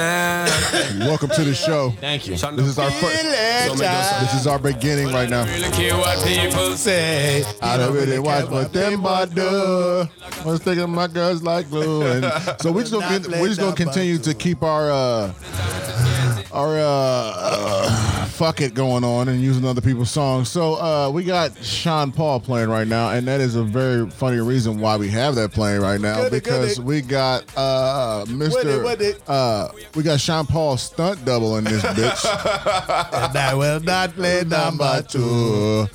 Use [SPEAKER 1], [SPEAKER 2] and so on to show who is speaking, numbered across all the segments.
[SPEAKER 1] Nah.
[SPEAKER 2] Welcome to the show.
[SPEAKER 3] Thank you.
[SPEAKER 2] This is our first. This is our beginning right now.
[SPEAKER 1] Really care what people say.
[SPEAKER 2] I don't really watch what them boys do. I'm sticking my girls like glue. And so we just gonna get, we just gonna continue to keep our uh, our uh, uh, fuck it going on and using other people's songs. So uh, we got Sean Paul playing right now, and that is a very funny reason why we have that playing right now
[SPEAKER 4] Goody,
[SPEAKER 2] because
[SPEAKER 4] goody.
[SPEAKER 2] we got uh, Mister.
[SPEAKER 4] what it-
[SPEAKER 2] Uh, we got Sean Paul stunt double in this bitch.
[SPEAKER 4] And I will not play number two. Oh,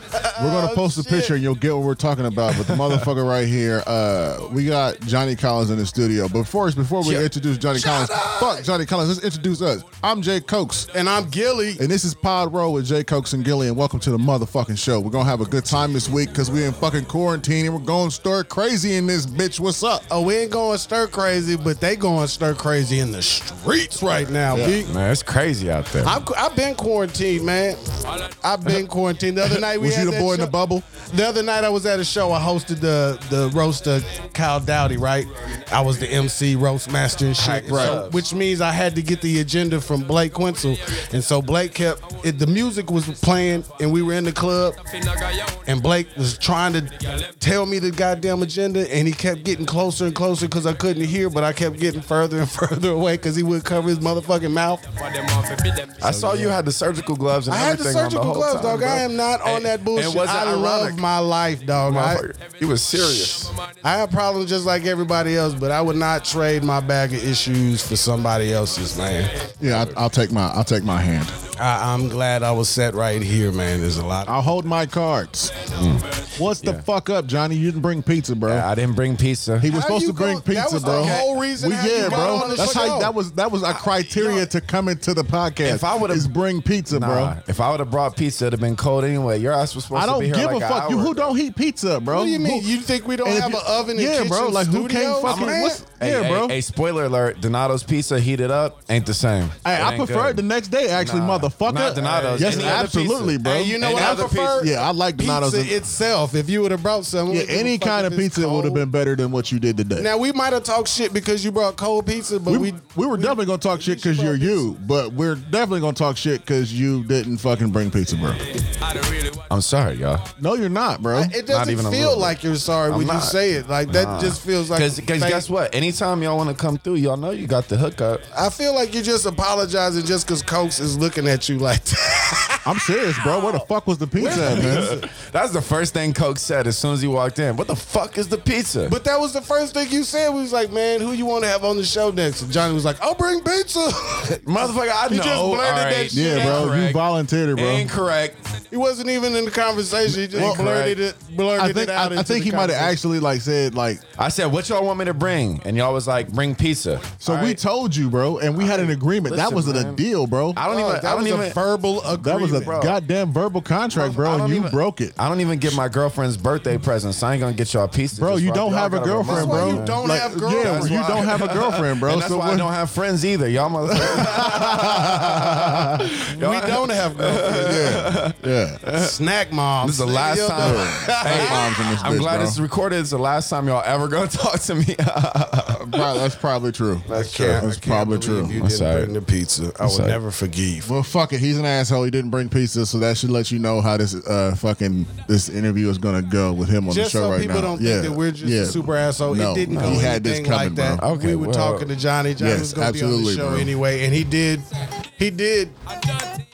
[SPEAKER 2] We're gonna post a picture and you'll get what we're talking about. But the motherfucker right here, uh, we got Johnny Collins in the studio. But first, before we introduce Johnny Collins, fuck Johnny Collins. Let's introduce us. I'm Jay Cokes,
[SPEAKER 4] And I'm Gilly.
[SPEAKER 2] and this is Pod Row with Jay Cokes and Gilly. And welcome to the motherfucking show. We're gonna have a good time this week because we're in fucking quarantine and we're going stir crazy in this bitch. What's up?
[SPEAKER 4] Oh, we ain't going stir crazy, but they going stir crazy in the streets right now. B.
[SPEAKER 3] Man, it's crazy out there.
[SPEAKER 4] I've, I've been quarantined, man. I've been quarantined. The other night we
[SPEAKER 2] Was
[SPEAKER 4] had
[SPEAKER 2] you the
[SPEAKER 4] that
[SPEAKER 2] boy in
[SPEAKER 4] show-
[SPEAKER 2] the bubble?
[SPEAKER 4] The other night I was at a show. I hosted the the roast of Kyle Dowdy, right? I was the MC roast master and shit.
[SPEAKER 2] Right.
[SPEAKER 4] So- which means I had to get the agenda from Blake Quinzel. And so Blake kept it, the music was playing and we were in the club and Blake was trying to tell me the goddamn agenda and he kept getting closer and closer because I couldn't hear, but I kept getting further and further away because he would cover his motherfucking mouth.
[SPEAKER 3] I saw you had the surgical gloves and
[SPEAKER 4] I had the
[SPEAKER 3] everything on
[SPEAKER 4] surgical
[SPEAKER 3] whole
[SPEAKER 4] gloves,
[SPEAKER 3] time,
[SPEAKER 4] dog.
[SPEAKER 3] bro.
[SPEAKER 4] I am not on
[SPEAKER 3] And-
[SPEAKER 4] that bullshit.
[SPEAKER 3] And was it
[SPEAKER 4] I
[SPEAKER 3] ironic?
[SPEAKER 4] love my life, dog. I,
[SPEAKER 3] Motherfucker, He was serious.
[SPEAKER 4] I have problems just like everybody else, but I would not trade my bag of issues for somebody else's, man.
[SPEAKER 2] Yeah, I, I'll take my I'll take my hand.
[SPEAKER 4] I, I'm glad I was set right here, man. There's a lot.
[SPEAKER 2] I'll hold my cards.
[SPEAKER 4] Mm.
[SPEAKER 2] What's the fuck up, Johnny? You didn't bring pizza, bro.
[SPEAKER 3] I didn't bring pizza.
[SPEAKER 2] He was
[SPEAKER 4] How
[SPEAKER 2] supposed
[SPEAKER 4] you
[SPEAKER 2] to bring
[SPEAKER 4] go- that
[SPEAKER 2] pizza,
[SPEAKER 4] was the
[SPEAKER 2] bro.
[SPEAKER 4] whole reason
[SPEAKER 2] we,
[SPEAKER 4] how you
[SPEAKER 2] yeah,
[SPEAKER 4] got
[SPEAKER 2] bro.
[SPEAKER 4] on the
[SPEAKER 2] That's how
[SPEAKER 4] show.
[SPEAKER 2] that was. That was our criteria to come into the podcast.
[SPEAKER 3] If I would've-
[SPEAKER 2] is bring pizza,
[SPEAKER 3] Nah,
[SPEAKER 2] bro.
[SPEAKER 3] If I would have brought pizza, it'd have been cold anyway. Your ass was supposed
[SPEAKER 2] I
[SPEAKER 3] to
[SPEAKER 2] don't
[SPEAKER 3] be here
[SPEAKER 2] give
[SPEAKER 3] like
[SPEAKER 2] a
[SPEAKER 3] an
[SPEAKER 2] fuck. You
[SPEAKER 3] hour
[SPEAKER 2] who
[SPEAKER 3] ago.
[SPEAKER 2] don't heat pizza, bro?
[SPEAKER 4] What do you mean?
[SPEAKER 2] Who-
[SPEAKER 4] You think we don't
[SPEAKER 2] And if
[SPEAKER 4] have
[SPEAKER 2] you-
[SPEAKER 4] an oven and
[SPEAKER 2] yeah,
[SPEAKER 4] kitchen
[SPEAKER 2] bro. Like who
[SPEAKER 4] studio,
[SPEAKER 2] can't fucking?
[SPEAKER 4] man?
[SPEAKER 2] what's-
[SPEAKER 3] Hey,
[SPEAKER 2] yeah,
[SPEAKER 3] hey,
[SPEAKER 2] bro.
[SPEAKER 3] Hey, spoiler alert: Donato's pizza heated up ain't the same.
[SPEAKER 2] Hey,
[SPEAKER 3] It
[SPEAKER 2] I
[SPEAKER 3] ain't
[SPEAKER 2] prefer it
[SPEAKER 3] good.
[SPEAKER 2] the next day, actually,
[SPEAKER 3] Nah.
[SPEAKER 2] motherfucker.
[SPEAKER 3] Not Donato's.
[SPEAKER 2] Yes,
[SPEAKER 3] Any other
[SPEAKER 2] absolutely,
[SPEAKER 3] pizza.
[SPEAKER 2] bro.
[SPEAKER 4] Hey, you know
[SPEAKER 3] Any
[SPEAKER 4] what I
[SPEAKER 3] other
[SPEAKER 4] prefer?
[SPEAKER 3] pizza?
[SPEAKER 2] yeah, I like Donato's.
[SPEAKER 4] Pizza itself. If you would have brought some,
[SPEAKER 2] yeah,
[SPEAKER 4] we-
[SPEAKER 2] any
[SPEAKER 4] fuck
[SPEAKER 2] kind
[SPEAKER 4] if
[SPEAKER 2] of
[SPEAKER 4] it's
[SPEAKER 2] pizza would have
[SPEAKER 4] cold.
[SPEAKER 2] been better than what you did today.
[SPEAKER 4] Now we might have talked shit because you brought cold pizza, but
[SPEAKER 2] we,
[SPEAKER 4] we
[SPEAKER 2] we, were definitely gonna talk shit because you're you, but we're definitely gonna talk shit because you didn't fucking bring pizza, bro.
[SPEAKER 3] I'm sorry, y'all.
[SPEAKER 2] No, you're not, bro.
[SPEAKER 4] it
[SPEAKER 3] Not even
[SPEAKER 4] doesn't
[SPEAKER 3] a
[SPEAKER 4] feel
[SPEAKER 3] little bit.
[SPEAKER 4] like you're sorry
[SPEAKER 3] I'm
[SPEAKER 4] when you
[SPEAKER 3] not.
[SPEAKER 4] say it. Like that
[SPEAKER 3] Nah.
[SPEAKER 4] just feels like
[SPEAKER 3] Because
[SPEAKER 4] thank-
[SPEAKER 3] guess what? Anytime y'all want to come through, y'all know you got the hookup.
[SPEAKER 4] I feel like you're just apologizing just because Cokes is looking at you like that.
[SPEAKER 2] I'm serious, bro. Where the fuck was the pizza, at, man?
[SPEAKER 3] That's the first thing Coke said as soon as he walked in. What the fuck is the pizza?
[SPEAKER 4] But that was the first thing you said. We was like, man, who you want to have on the show next? And Johnny was like, I'll bring pizza.
[SPEAKER 3] Motherfucker, I
[SPEAKER 4] You
[SPEAKER 3] know.
[SPEAKER 4] just
[SPEAKER 3] All
[SPEAKER 4] blurted that
[SPEAKER 3] right.
[SPEAKER 4] shit
[SPEAKER 2] Yeah, bro. You
[SPEAKER 3] Incorrect.
[SPEAKER 2] volunteered, bro.
[SPEAKER 3] Incorrect.
[SPEAKER 4] he wasn't even in the conversation. He just
[SPEAKER 3] Well,
[SPEAKER 4] blurted it, blurted
[SPEAKER 2] I think
[SPEAKER 4] it out.
[SPEAKER 2] I, I
[SPEAKER 4] into
[SPEAKER 2] think he
[SPEAKER 4] the
[SPEAKER 2] might have
[SPEAKER 4] conversation.
[SPEAKER 2] actually like said like.
[SPEAKER 3] I said, what y'all want me to bring? And y'all was like, bring pizza.
[SPEAKER 2] So
[SPEAKER 3] All
[SPEAKER 2] we
[SPEAKER 3] right.
[SPEAKER 2] told you, bro, and we had an agreement. that
[SPEAKER 3] listen,
[SPEAKER 2] was a
[SPEAKER 3] man.
[SPEAKER 2] deal, bro.
[SPEAKER 3] I don't
[SPEAKER 4] Oh,
[SPEAKER 3] even.
[SPEAKER 4] that
[SPEAKER 3] I don't
[SPEAKER 4] was a
[SPEAKER 3] even.
[SPEAKER 4] verbal
[SPEAKER 2] that
[SPEAKER 4] agreement.
[SPEAKER 2] was a
[SPEAKER 3] bro.
[SPEAKER 2] goddamn verbal contract, bro,
[SPEAKER 3] I don't
[SPEAKER 2] and you
[SPEAKER 3] even-
[SPEAKER 2] broke it.
[SPEAKER 3] I don't even get my girlfriend's birthday present, so I ain't gonna get y'all pizza.
[SPEAKER 2] Bro,
[SPEAKER 3] Just
[SPEAKER 2] you
[SPEAKER 3] fuck
[SPEAKER 2] don't
[SPEAKER 3] y'all,
[SPEAKER 2] have a
[SPEAKER 3] gotta remind
[SPEAKER 2] girlfriend,
[SPEAKER 4] That's
[SPEAKER 2] bro.
[SPEAKER 4] why you don't have girlfriends.
[SPEAKER 2] Yeah,
[SPEAKER 4] That's
[SPEAKER 2] you
[SPEAKER 3] why-
[SPEAKER 2] don't have a girlfriend, bro.
[SPEAKER 3] and that's
[SPEAKER 2] so
[SPEAKER 3] why
[SPEAKER 2] what-
[SPEAKER 3] I don't have friends either. Y'all motherfuckers.
[SPEAKER 4] we don't have girlfriends.
[SPEAKER 2] yeah,
[SPEAKER 4] Snack mom.
[SPEAKER 3] This is the last time.
[SPEAKER 2] Hey, moms in this
[SPEAKER 3] I'm
[SPEAKER 2] bitch,
[SPEAKER 3] glad
[SPEAKER 2] bro.
[SPEAKER 3] it's recorded. It's the last time y'all ever gonna talk to me.
[SPEAKER 2] Probably- that's probably true.
[SPEAKER 4] That's
[SPEAKER 2] true. That's probably true.
[SPEAKER 4] You
[SPEAKER 3] I'm
[SPEAKER 4] didn't
[SPEAKER 3] sorry.
[SPEAKER 4] bring the pizza. I will
[SPEAKER 3] sorry.
[SPEAKER 4] never forgive.
[SPEAKER 2] Well, fuck it. He's an asshole. He didn't bring pizza, so that should let you know how this uh fucking this interview is gonna go with him on
[SPEAKER 4] Just
[SPEAKER 2] the show
[SPEAKER 4] so
[SPEAKER 2] right
[SPEAKER 4] people
[SPEAKER 2] now.
[SPEAKER 4] don't
[SPEAKER 2] yeah.
[SPEAKER 4] think that we're just
[SPEAKER 2] yeah.
[SPEAKER 4] a super asshole.
[SPEAKER 2] No,
[SPEAKER 4] it didn't
[SPEAKER 2] no.
[SPEAKER 4] go
[SPEAKER 2] He had this
[SPEAKER 4] anything
[SPEAKER 2] coming,
[SPEAKER 4] like that.
[SPEAKER 2] bro.
[SPEAKER 3] Okay,
[SPEAKER 4] we were
[SPEAKER 3] well-
[SPEAKER 4] talking to Johnny. Johnny
[SPEAKER 2] Yes,
[SPEAKER 4] was going to be on the
[SPEAKER 2] absolutely,
[SPEAKER 4] show
[SPEAKER 2] bro.
[SPEAKER 4] anyway, and he did. He did.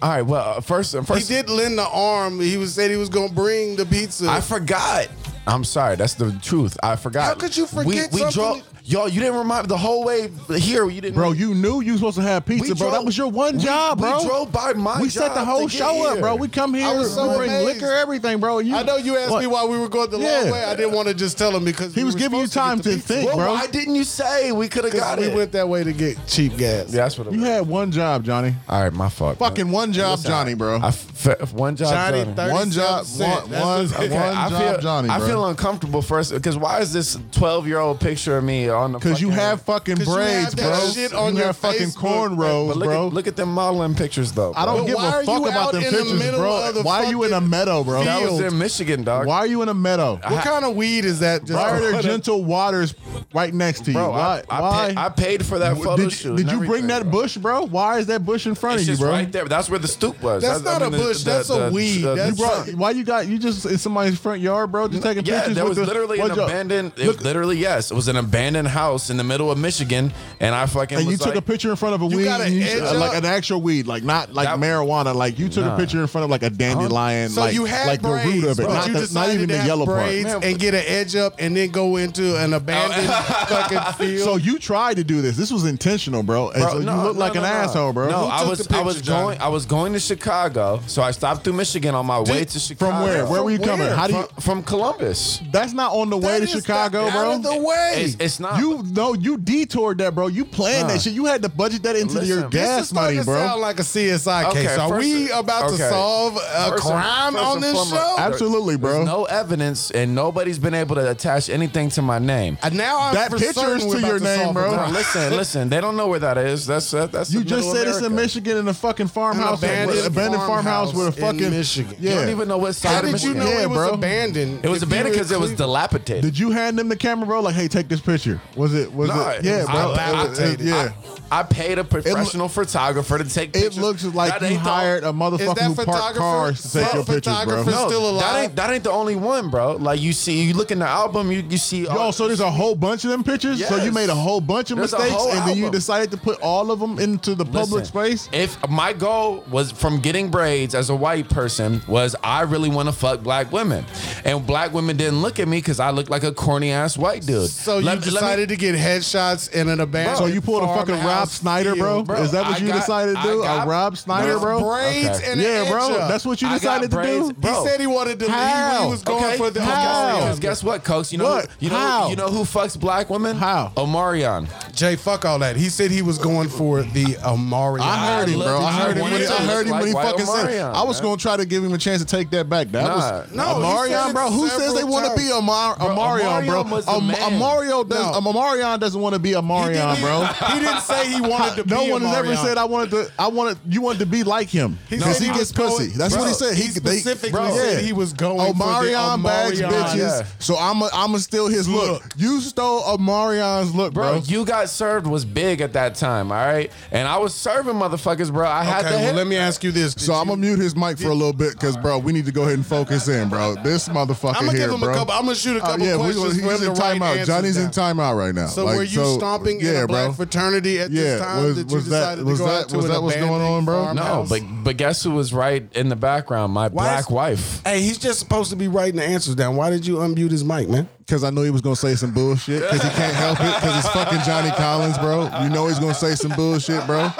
[SPEAKER 3] All right. Well, uh, first, uh,
[SPEAKER 4] He
[SPEAKER 3] first,
[SPEAKER 4] did lend the arm. He was said he was going to bring the pizza.
[SPEAKER 3] I forgot. I'm sorry. That's the truth. I forgot.
[SPEAKER 4] How could you forget
[SPEAKER 3] We,
[SPEAKER 4] something?
[SPEAKER 3] we drove. Y'all, you didn't remind the whole way here. You didn't.
[SPEAKER 2] Bro, you knew you was supposed to have
[SPEAKER 3] We
[SPEAKER 2] pizza, bro.
[SPEAKER 3] drove-
[SPEAKER 2] that was your one
[SPEAKER 3] we-
[SPEAKER 2] job,
[SPEAKER 3] we
[SPEAKER 2] bro.
[SPEAKER 3] drove by my
[SPEAKER 2] We set the
[SPEAKER 3] job to
[SPEAKER 2] whole
[SPEAKER 3] get
[SPEAKER 2] show up,
[SPEAKER 3] here.
[SPEAKER 2] bro. We come here,
[SPEAKER 4] I was so
[SPEAKER 2] we bring
[SPEAKER 4] amazed.
[SPEAKER 2] liquor, everything, bro. and You,
[SPEAKER 4] I know you asked
[SPEAKER 2] What?
[SPEAKER 4] me why we were going the
[SPEAKER 2] Yeah.
[SPEAKER 4] long way. I didn't want to just tell him because
[SPEAKER 2] He
[SPEAKER 4] we
[SPEAKER 2] was
[SPEAKER 4] were
[SPEAKER 2] giving you
[SPEAKER 4] supposed to
[SPEAKER 2] time
[SPEAKER 4] get the
[SPEAKER 2] to
[SPEAKER 4] pizza.
[SPEAKER 2] think,
[SPEAKER 3] Well,
[SPEAKER 2] bro.
[SPEAKER 3] why didn't you say we could have got
[SPEAKER 4] we
[SPEAKER 3] it?
[SPEAKER 4] went that way to get cheap gas.
[SPEAKER 3] yeah, that's what. It
[SPEAKER 2] You
[SPEAKER 3] was.
[SPEAKER 2] had one job, Johnny.
[SPEAKER 3] All right, my fault. man.
[SPEAKER 2] Fucking one job, Johnny, bro.
[SPEAKER 3] I f- f- one job.
[SPEAKER 4] Johnny,
[SPEAKER 3] Johnny.
[SPEAKER 4] 37
[SPEAKER 2] One job,
[SPEAKER 4] cent.
[SPEAKER 2] one-
[SPEAKER 4] That's
[SPEAKER 2] one-
[SPEAKER 4] just-
[SPEAKER 2] one-
[SPEAKER 3] I
[SPEAKER 2] job,
[SPEAKER 3] feel,
[SPEAKER 2] Johnny,
[SPEAKER 3] I
[SPEAKER 2] bro.
[SPEAKER 3] feel uncomfortable first because why is this 12 year old picture of me or on the
[SPEAKER 2] Because you
[SPEAKER 3] fucking-
[SPEAKER 2] have fucking
[SPEAKER 4] 'Cause you
[SPEAKER 2] braids,
[SPEAKER 4] have that
[SPEAKER 2] bro.
[SPEAKER 4] shit on
[SPEAKER 2] you
[SPEAKER 4] your
[SPEAKER 2] have fucking
[SPEAKER 4] Facebook,
[SPEAKER 2] cornrows,
[SPEAKER 3] But look
[SPEAKER 2] bro.
[SPEAKER 3] At, look at them modeling pictures though.
[SPEAKER 2] I don't
[SPEAKER 3] bro.
[SPEAKER 2] give
[SPEAKER 4] why
[SPEAKER 2] a
[SPEAKER 4] are
[SPEAKER 2] fuck
[SPEAKER 4] you
[SPEAKER 2] about
[SPEAKER 4] out
[SPEAKER 2] them
[SPEAKER 4] in the
[SPEAKER 2] pictures,
[SPEAKER 4] middle
[SPEAKER 2] bro.
[SPEAKER 4] of the
[SPEAKER 2] Why are you in a
[SPEAKER 4] fucking
[SPEAKER 2] meadow, bro?
[SPEAKER 3] That was in Michigan, dog.
[SPEAKER 2] Why are you in a meadow?
[SPEAKER 4] What kind of weed is that? Just
[SPEAKER 2] Why are there gentle waters right next to you?
[SPEAKER 3] Bro,
[SPEAKER 2] why?
[SPEAKER 3] I, I,
[SPEAKER 2] why?
[SPEAKER 3] Paid, I paid for that photo
[SPEAKER 2] did
[SPEAKER 3] shoot.
[SPEAKER 2] you, did
[SPEAKER 3] and
[SPEAKER 2] you bring
[SPEAKER 3] everything,
[SPEAKER 2] that
[SPEAKER 3] bro.
[SPEAKER 2] bush, bro? Why is that bush in front
[SPEAKER 3] It's
[SPEAKER 2] of you,
[SPEAKER 3] just
[SPEAKER 2] bro?
[SPEAKER 3] right there. That's where the stoop was.
[SPEAKER 4] That's not a bush, that's a weed.
[SPEAKER 2] You
[SPEAKER 4] That's-
[SPEAKER 2] brought, why you got you just in somebody's front yard, bro? Just taking
[SPEAKER 3] yeah,
[SPEAKER 2] pictures.
[SPEAKER 3] there was
[SPEAKER 2] with the-
[SPEAKER 3] literally an
[SPEAKER 2] what y'all-
[SPEAKER 3] abandoned. It was literally yes, it was an abandoned house in the middle of Michigan, and I fucking
[SPEAKER 2] And you
[SPEAKER 3] was
[SPEAKER 2] took
[SPEAKER 3] like,
[SPEAKER 2] a picture in front of a weed,
[SPEAKER 4] got an
[SPEAKER 2] and you-
[SPEAKER 4] edge
[SPEAKER 2] uh, like
[SPEAKER 4] up?
[SPEAKER 2] an actual weed, like not like
[SPEAKER 3] That-
[SPEAKER 2] marijuana. Like you took a
[SPEAKER 3] Nah.
[SPEAKER 2] picture in front of like a dandelion,
[SPEAKER 4] So
[SPEAKER 2] like,
[SPEAKER 4] you had
[SPEAKER 2] like
[SPEAKER 4] braids,
[SPEAKER 2] the root of it,
[SPEAKER 4] but
[SPEAKER 2] not,
[SPEAKER 4] you
[SPEAKER 2] the, not
[SPEAKER 4] decided
[SPEAKER 2] even
[SPEAKER 4] to
[SPEAKER 2] the
[SPEAKER 4] have
[SPEAKER 2] yellow
[SPEAKER 4] braids
[SPEAKER 2] part.
[SPEAKER 3] Man,
[SPEAKER 4] and get an edge up, and then go into an abandoned fucking field.
[SPEAKER 2] So you tried to do this. This was intentional, bro. And
[SPEAKER 3] Bro,
[SPEAKER 2] so
[SPEAKER 3] no,
[SPEAKER 2] you look
[SPEAKER 3] no,
[SPEAKER 2] like an
[SPEAKER 3] no, no.
[SPEAKER 2] asshole, bro.
[SPEAKER 3] No,
[SPEAKER 4] Who
[SPEAKER 3] I
[SPEAKER 4] took
[SPEAKER 3] was
[SPEAKER 4] the
[SPEAKER 3] I was
[SPEAKER 4] picture, Johnny?
[SPEAKER 3] going I was going to Chicago, so I stopped through Michigan on my way to Chicago.
[SPEAKER 2] from where? Where were you
[SPEAKER 4] From
[SPEAKER 2] coming?
[SPEAKER 4] where?
[SPEAKER 2] How do you?
[SPEAKER 3] From, from Columbus.
[SPEAKER 2] That's not on the way
[SPEAKER 4] That
[SPEAKER 2] to
[SPEAKER 4] is not
[SPEAKER 2] Chicago,
[SPEAKER 4] out
[SPEAKER 2] bro.
[SPEAKER 4] of the way.
[SPEAKER 3] It's, it's not.
[SPEAKER 2] You no, you detoured that, bro. You planned
[SPEAKER 3] Nah.
[SPEAKER 2] that shit. You had to budget that into
[SPEAKER 3] Listen,
[SPEAKER 2] your
[SPEAKER 3] this is
[SPEAKER 2] gas
[SPEAKER 4] starting
[SPEAKER 2] money,
[SPEAKER 4] to
[SPEAKER 2] bro.
[SPEAKER 4] Sound like a CSI
[SPEAKER 3] Okay,
[SPEAKER 4] case. Are
[SPEAKER 3] first-
[SPEAKER 4] we about
[SPEAKER 3] okay.
[SPEAKER 4] to solve a
[SPEAKER 3] First and-
[SPEAKER 4] crime
[SPEAKER 3] first
[SPEAKER 4] on
[SPEAKER 3] and
[SPEAKER 4] this
[SPEAKER 3] foremost,
[SPEAKER 4] show?
[SPEAKER 3] there-
[SPEAKER 2] Absolutely, bro.
[SPEAKER 3] There's no evidence, and nobody's been able to attach anything to my name.
[SPEAKER 4] And now I'm
[SPEAKER 2] That
[SPEAKER 4] for
[SPEAKER 2] picture
[SPEAKER 4] certain
[SPEAKER 2] is
[SPEAKER 4] we're
[SPEAKER 2] to
[SPEAKER 4] about
[SPEAKER 2] your name,
[SPEAKER 4] solve a
[SPEAKER 2] bro.
[SPEAKER 3] Now,
[SPEAKER 4] crime.
[SPEAKER 3] listen, listen. They don't know where that is. That's that, that's.
[SPEAKER 2] You
[SPEAKER 3] the
[SPEAKER 2] just
[SPEAKER 3] middle
[SPEAKER 2] said it's in
[SPEAKER 3] America.
[SPEAKER 2] Michigan in a fucking farmhouse, with-
[SPEAKER 4] abandoned
[SPEAKER 2] abandoned farmhouse, with a
[SPEAKER 4] farmhouse in
[SPEAKER 2] fucking
[SPEAKER 4] Michigan.
[SPEAKER 2] Yeah.
[SPEAKER 3] You don't even know what side
[SPEAKER 4] How
[SPEAKER 3] of
[SPEAKER 4] did you
[SPEAKER 3] Michigan.
[SPEAKER 4] know
[SPEAKER 2] Yeah,
[SPEAKER 4] it was
[SPEAKER 2] bro.
[SPEAKER 4] abandoned?
[SPEAKER 3] It was
[SPEAKER 4] If you
[SPEAKER 3] abandoned
[SPEAKER 4] were
[SPEAKER 3] because it was
[SPEAKER 4] Cleveland-
[SPEAKER 3] dilapidated.
[SPEAKER 2] Did you hand them the camera, bro? Like, hey, take this picture. Was it? Was
[SPEAKER 3] No,
[SPEAKER 2] it? Yeah,
[SPEAKER 3] I-
[SPEAKER 2] bro.
[SPEAKER 3] I-
[SPEAKER 2] It was- it-
[SPEAKER 4] I-
[SPEAKER 2] yeah.
[SPEAKER 3] I paid a professional photographer to take
[SPEAKER 2] it
[SPEAKER 3] pictures.
[SPEAKER 2] looks like
[SPEAKER 3] That
[SPEAKER 2] you
[SPEAKER 3] ain't the-
[SPEAKER 2] hired a motherfucker who parked
[SPEAKER 4] photographer-
[SPEAKER 2] cars to take
[SPEAKER 4] that
[SPEAKER 2] your pictures, bro.
[SPEAKER 4] photographer-
[SPEAKER 2] No.
[SPEAKER 4] still
[SPEAKER 3] That
[SPEAKER 4] alive?
[SPEAKER 3] ain't that ain't the only one, bro. Like you see, you look in the album, you you see.
[SPEAKER 2] Yo, so there's a whole bunch of them pictures. So you
[SPEAKER 3] Yes.
[SPEAKER 2] made a whole bunch of
[SPEAKER 3] There's a
[SPEAKER 2] mistakes,
[SPEAKER 3] whole
[SPEAKER 2] and then you
[SPEAKER 3] album.
[SPEAKER 2] decided to put all of them into the public
[SPEAKER 3] Listen,
[SPEAKER 2] space.
[SPEAKER 3] If my goal was from getting braids as a white person was I really want to fuck black women, and black women didn't look at me because I looked like a corny ass white dude.
[SPEAKER 4] So you
[SPEAKER 3] Let- let me-
[SPEAKER 4] decided to get headshots in an abandoned.
[SPEAKER 2] So you pulled a fucking
[SPEAKER 4] farmhouse
[SPEAKER 2] Rob Snyder, bro?
[SPEAKER 4] field.
[SPEAKER 3] bro.
[SPEAKER 2] Is that what
[SPEAKER 3] I
[SPEAKER 2] you
[SPEAKER 3] got-
[SPEAKER 2] decided to
[SPEAKER 3] I
[SPEAKER 2] do? A
[SPEAKER 3] got-
[SPEAKER 2] Rob Snyder,
[SPEAKER 4] With
[SPEAKER 2] bro?
[SPEAKER 4] braids
[SPEAKER 3] Okay.
[SPEAKER 4] and an
[SPEAKER 2] Yeah,
[SPEAKER 4] edge
[SPEAKER 2] bro.
[SPEAKER 4] up.
[SPEAKER 2] That's what you
[SPEAKER 3] I got
[SPEAKER 2] decided to
[SPEAKER 3] braids,
[SPEAKER 2] do.
[SPEAKER 3] bro.
[SPEAKER 4] He said he wanted to. he- He,
[SPEAKER 2] How?
[SPEAKER 4] was going for the
[SPEAKER 2] How?
[SPEAKER 3] Because guess what, Coach? You know,
[SPEAKER 2] What?
[SPEAKER 3] you know,
[SPEAKER 2] How?
[SPEAKER 3] you know who fucks black women?
[SPEAKER 2] How?
[SPEAKER 3] Omarion.
[SPEAKER 4] Jay, fuck all that. He said he was going for the Amari.
[SPEAKER 2] I heard him, bro. I
[SPEAKER 3] I
[SPEAKER 2] heard him when he, I
[SPEAKER 3] wanted to
[SPEAKER 2] heard him
[SPEAKER 3] look
[SPEAKER 2] when he
[SPEAKER 3] like
[SPEAKER 2] fucking
[SPEAKER 3] Wild
[SPEAKER 2] said. it.
[SPEAKER 3] Marion,
[SPEAKER 2] I was
[SPEAKER 3] man.
[SPEAKER 2] gonna try to give him a chance to take that back. That
[SPEAKER 3] Nah.
[SPEAKER 2] was
[SPEAKER 4] No, he said
[SPEAKER 2] Amarion,
[SPEAKER 4] it
[SPEAKER 2] bro. Who says
[SPEAKER 4] several
[SPEAKER 2] they want to be
[SPEAKER 4] times.
[SPEAKER 2] Amar Amarion, bro?
[SPEAKER 3] Omarion was the
[SPEAKER 2] Am-
[SPEAKER 3] man.
[SPEAKER 2] Amario
[SPEAKER 4] No.
[SPEAKER 2] does. um, Omarion doesn't want to be
[SPEAKER 4] He didn't
[SPEAKER 2] Amarion,
[SPEAKER 4] even-
[SPEAKER 2] bro.
[SPEAKER 4] He didn't say he wanted to.
[SPEAKER 2] No
[SPEAKER 4] be
[SPEAKER 2] one has ever
[SPEAKER 4] Omarion.
[SPEAKER 2] said I wanted to. I wanted you wanted to be like him
[SPEAKER 4] He
[SPEAKER 2] because
[SPEAKER 4] said
[SPEAKER 2] he,
[SPEAKER 4] he
[SPEAKER 2] gets
[SPEAKER 4] was going-
[SPEAKER 2] pussy. That's what he
[SPEAKER 4] Bro,
[SPEAKER 2] said.
[SPEAKER 4] he
[SPEAKER 2] they-
[SPEAKER 4] specifically said he was going for the
[SPEAKER 2] Omarion bags
[SPEAKER 4] Omarion.
[SPEAKER 2] bitches.
[SPEAKER 3] Yeah.
[SPEAKER 2] So I'm a, I'm a steal his look.
[SPEAKER 4] Look.
[SPEAKER 2] You stole Omarion's look,
[SPEAKER 3] Bro,
[SPEAKER 2] bro.
[SPEAKER 3] you got served was big at that time, all right? And I was serving motherfuckers, bro. I had
[SPEAKER 4] Okay,
[SPEAKER 3] to
[SPEAKER 4] well,
[SPEAKER 3] hit-
[SPEAKER 4] let me ask you this.
[SPEAKER 2] so I'm gonna mute his mic for a little bit because, bro, we need to go ahead and focus in, bro. This motherfucker
[SPEAKER 4] I'm gonna
[SPEAKER 2] here,
[SPEAKER 4] give him
[SPEAKER 2] bro.
[SPEAKER 4] a couple. I'm gonna shoot a
[SPEAKER 2] Oh,
[SPEAKER 4] couple
[SPEAKER 2] yeah, we,
[SPEAKER 4] questions
[SPEAKER 2] he's
[SPEAKER 4] for him
[SPEAKER 2] in
[SPEAKER 4] to write
[SPEAKER 2] timeout.
[SPEAKER 4] answers
[SPEAKER 2] Johnny's in
[SPEAKER 4] down.
[SPEAKER 2] timeout right now.
[SPEAKER 4] So
[SPEAKER 2] Like,
[SPEAKER 4] were you stomping in
[SPEAKER 2] yeah,
[SPEAKER 4] a black
[SPEAKER 2] bro.
[SPEAKER 4] fraternity at
[SPEAKER 2] Yeah,
[SPEAKER 4] this time
[SPEAKER 2] was-
[SPEAKER 4] that you
[SPEAKER 2] was that-
[SPEAKER 4] decided
[SPEAKER 2] was
[SPEAKER 4] to go
[SPEAKER 2] that-
[SPEAKER 4] out to
[SPEAKER 2] was
[SPEAKER 4] an
[SPEAKER 2] that what's going
[SPEAKER 4] abandoned
[SPEAKER 2] on, bro?
[SPEAKER 3] No,
[SPEAKER 4] farmhouse?
[SPEAKER 3] but but guess who was right in the background? My
[SPEAKER 4] Why
[SPEAKER 3] black
[SPEAKER 4] is-
[SPEAKER 3] wife.
[SPEAKER 4] Hey, he's just supposed to be writing the answers down. Why did you unmute his mic, man?
[SPEAKER 2] Because I knew he was gonna say some bullshit. Because he can't help it. Because it's fucking Johnny Collins, bro. You know he's gonna say some bullshit, bro.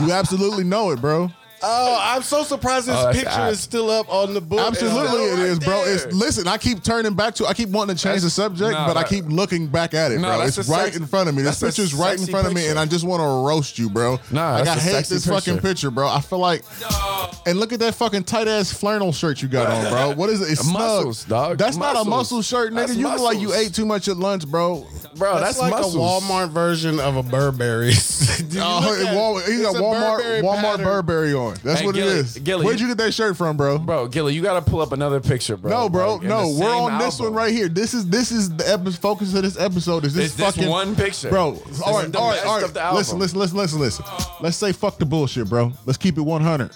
[SPEAKER 2] You absolutely know it, bro.
[SPEAKER 4] Oh, I'm so surprised this
[SPEAKER 3] Oh, that's
[SPEAKER 4] picture
[SPEAKER 3] odd.
[SPEAKER 4] is still up on the book.
[SPEAKER 2] Absolutely,
[SPEAKER 3] Yeah,
[SPEAKER 2] it is,
[SPEAKER 3] right
[SPEAKER 2] bro.
[SPEAKER 3] there.
[SPEAKER 2] It's listen. I keep turning back to. I keep wanting to change the subject,
[SPEAKER 3] no,
[SPEAKER 2] but I
[SPEAKER 3] that-
[SPEAKER 2] keep looking back at it,
[SPEAKER 3] No,
[SPEAKER 2] bro.
[SPEAKER 3] that's
[SPEAKER 2] It's
[SPEAKER 3] a
[SPEAKER 2] right
[SPEAKER 3] sex-
[SPEAKER 2] in front of me. This
[SPEAKER 3] that's a
[SPEAKER 2] picture's right in
[SPEAKER 3] sexy
[SPEAKER 2] front of me,
[SPEAKER 3] picture.
[SPEAKER 2] and I just want to roast you, bro.
[SPEAKER 3] Nah,
[SPEAKER 2] like
[SPEAKER 3] that's
[SPEAKER 2] I
[SPEAKER 3] a
[SPEAKER 2] hate
[SPEAKER 3] sexy
[SPEAKER 2] this fucking
[SPEAKER 3] picture.
[SPEAKER 2] picture, bro. I feel like. And look at that fucking tight ass flannel shirt you got on, bro. What is it? It's snug.
[SPEAKER 3] Muscles, dog.
[SPEAKER 2] That's not a muscle
[SPEAKER 3] Muscles.
[SPEAKER 2] shirt, nigga.
[SPEAKER 3] That's
[SPEAKER 2] you look like you
[SPEAKER 3] muscles.
[SPEAKER 2] ate too much at lunch, bro.
[SPEAKER 3] Bro, that's,
[SPEAKER 4] That's like
[SPEAKER 3] muscles.
[SPEAKER 4] a Walmart version of a Burberry's. Did you
[SPEAKER 2] Uh,
[SPEAKER 4] look at it?
[SPEAKER 2] Wal- he got
[SPEAKER 4] It's a
[SPEAKER 2] Walmart
[SPEAKER 4] Burberry
[SPEAKER 2] Walmart
[SPEAKER 4] pattern.
[SPEAKER 2] Burberry on. That's
[SPEAKER 3] Hey,
[SPEAKER 2] what
[SPEAKER 3] Gilly-
[SPEAKER 2] it is.
[SPEAKER 3] Gilly,
[SPEAKER 2] Where'd
[SPEAKER 3] you-
[SPEAKER 2] you get that shirt from, bro?
[SPEAKER 3] Bro, Gilly, you gotta pull up another picture, bro.
[SPEAKER 2] No, bro,
[SPEAKER 3] Like, in
[SPEAKER 2] no.
[SPEAKER 3] the
[SPEAKER 2] We're
[SPEAKER 3] same
[SPEAKER 2] on this one
[SPEAKER 3] album.
[SPEAKER 2] right here. This is this is the epi- focus of this episode. Is this
[SPEAKER 3] It's this
[SPEAKER 2] fucking
[SPEAKER 3] one picture.
[SPEAKER 2] bro?
[SPEAKER 3] This
[SPEAKER 2] all
[SPEAKER 3] is
[SPEAKER 2] right,
[SPEAKER 3] the
[SPEAKER 2] all right,
[SPEAKER 3] best
[SPEAKER 2] all right.
[SPEAKER 3] of the album.
[SPEAKER 2] Listen, listen, listen, listen, listen. Let's say fuck the bullshit, bro. Let's keep it one hundred.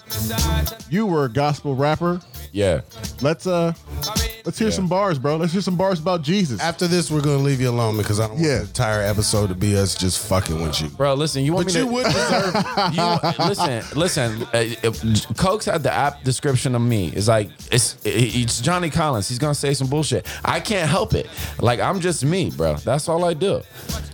[SPEAKER 2] You were a gospel rapper.
[SPEAKER 3] Yeah.
[SPEAKER 2] Let's uh, let's hear some bars, bro. Let's hear some bars about Jesus.
[SPEAKER 4] After this, we're gonna leave you alone because I don't want
[SPEAKER 2] Yeah.
[SPEAKER 4] the entire episode to be us just fucking with you.
[SPEAKER 3] Bro, listen, you want
[SPEAKER 4] But
[SPEAKER 3] me
[SPEAKER 4] you
[SPEAKER 3] to
[SPEAKER 4] would deserve.
[SPEAKER 3] you, listen, listen. Uh, if Cokes had the app description of me. It's like it's eh, it's Johnny Collins. He's gonna say some bullshit. I can't help it. Like I'm just me, bro. That's all I do.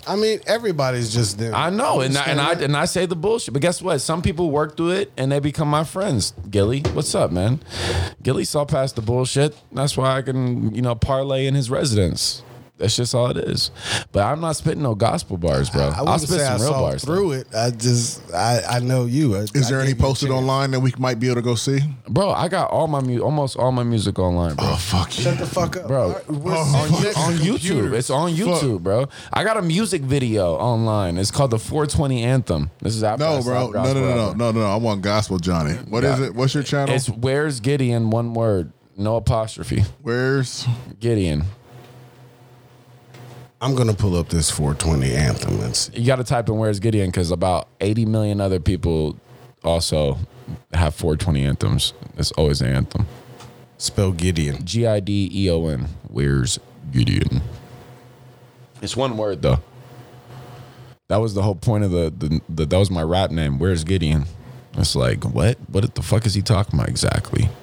[SPEAKER 4] I mean, everybody's just there.
[SPEAKER 3] I know, and I, and I and I say the bullshit. But guess what? Some people work through it and they become my friends. Gilly, what's up, man? Gilly saw past the bullshit. That's why I can you know parlay in his residence. That's just all it is. But I'm not spitting no gospel bars, bro.
[SPEAKER 4] I
[SPEAKER 3] I will
[SPEAKER 4] wouldn't
[SPEAKER 3] spit
[SPEAKER 4] say
[SPEAKER 3] some
[SPEAKER 4] I
[SPEAKER 3] real
[SPEAKER 4] saw
[SPEAKER 3] bars,
[SPEAKER 4] through it. I just I, I know you. I,
[SPEAKER 2] Is there any posted online that we might be able to go see?
[SPEAKER 3] bro. I got all my mu- almost all my music online, bro.
[SPEAKER 4] Oh,
[SPEAKER 2] fuck
[SPEAKER 4] Shut the fuck up,
[SPEAKER 3] Bro.
[SPEAKER 4] All right, we're
[SPEAKER 2] Oh,
[SPEAKER 4] sitting
[SPEAKER 2] you-
[SPEAKER 4] next-
[SPEAKER 3] on
[SPEAKER 2] Computer.
[SPEAKER 3] YouTube. It's on YouTube, bro. I got a music video online. It's called the 420 Anthem. This is after I
[SPEAKER 2] No,
[SPEAKER 3] stopped
[SPEAKER 2] bro. No, no,
[SPEAKER 3] gospel
[SPEAKER 2] no, no,
[SPEAKER 3] rapping.
[SPEAKER 2] no, no, no. I want gospel, Johnny. What is it? What's your channel?
[SPEAKER 3] It's where's Gideon? One word, no apostrophe.
[SPEAKER 2] Where's
[SPEAKER 3] Gideon.
[SPEAKER 4] I'm gonna pull up this 420 anthem and see.
[SPEAKER 3] You got to type in where's Gideon because about 80 million other people also have 420 anthems. It's always an anthem.
[SPEAKER 4] spell Gideon.
[SPEAKER 3] G I D E O N. Where's Gideon? It's one word though. That was the whole point of the, the, the that was my rap name. Where's Gideon? It's like what? What the fuck is he talking about exactly?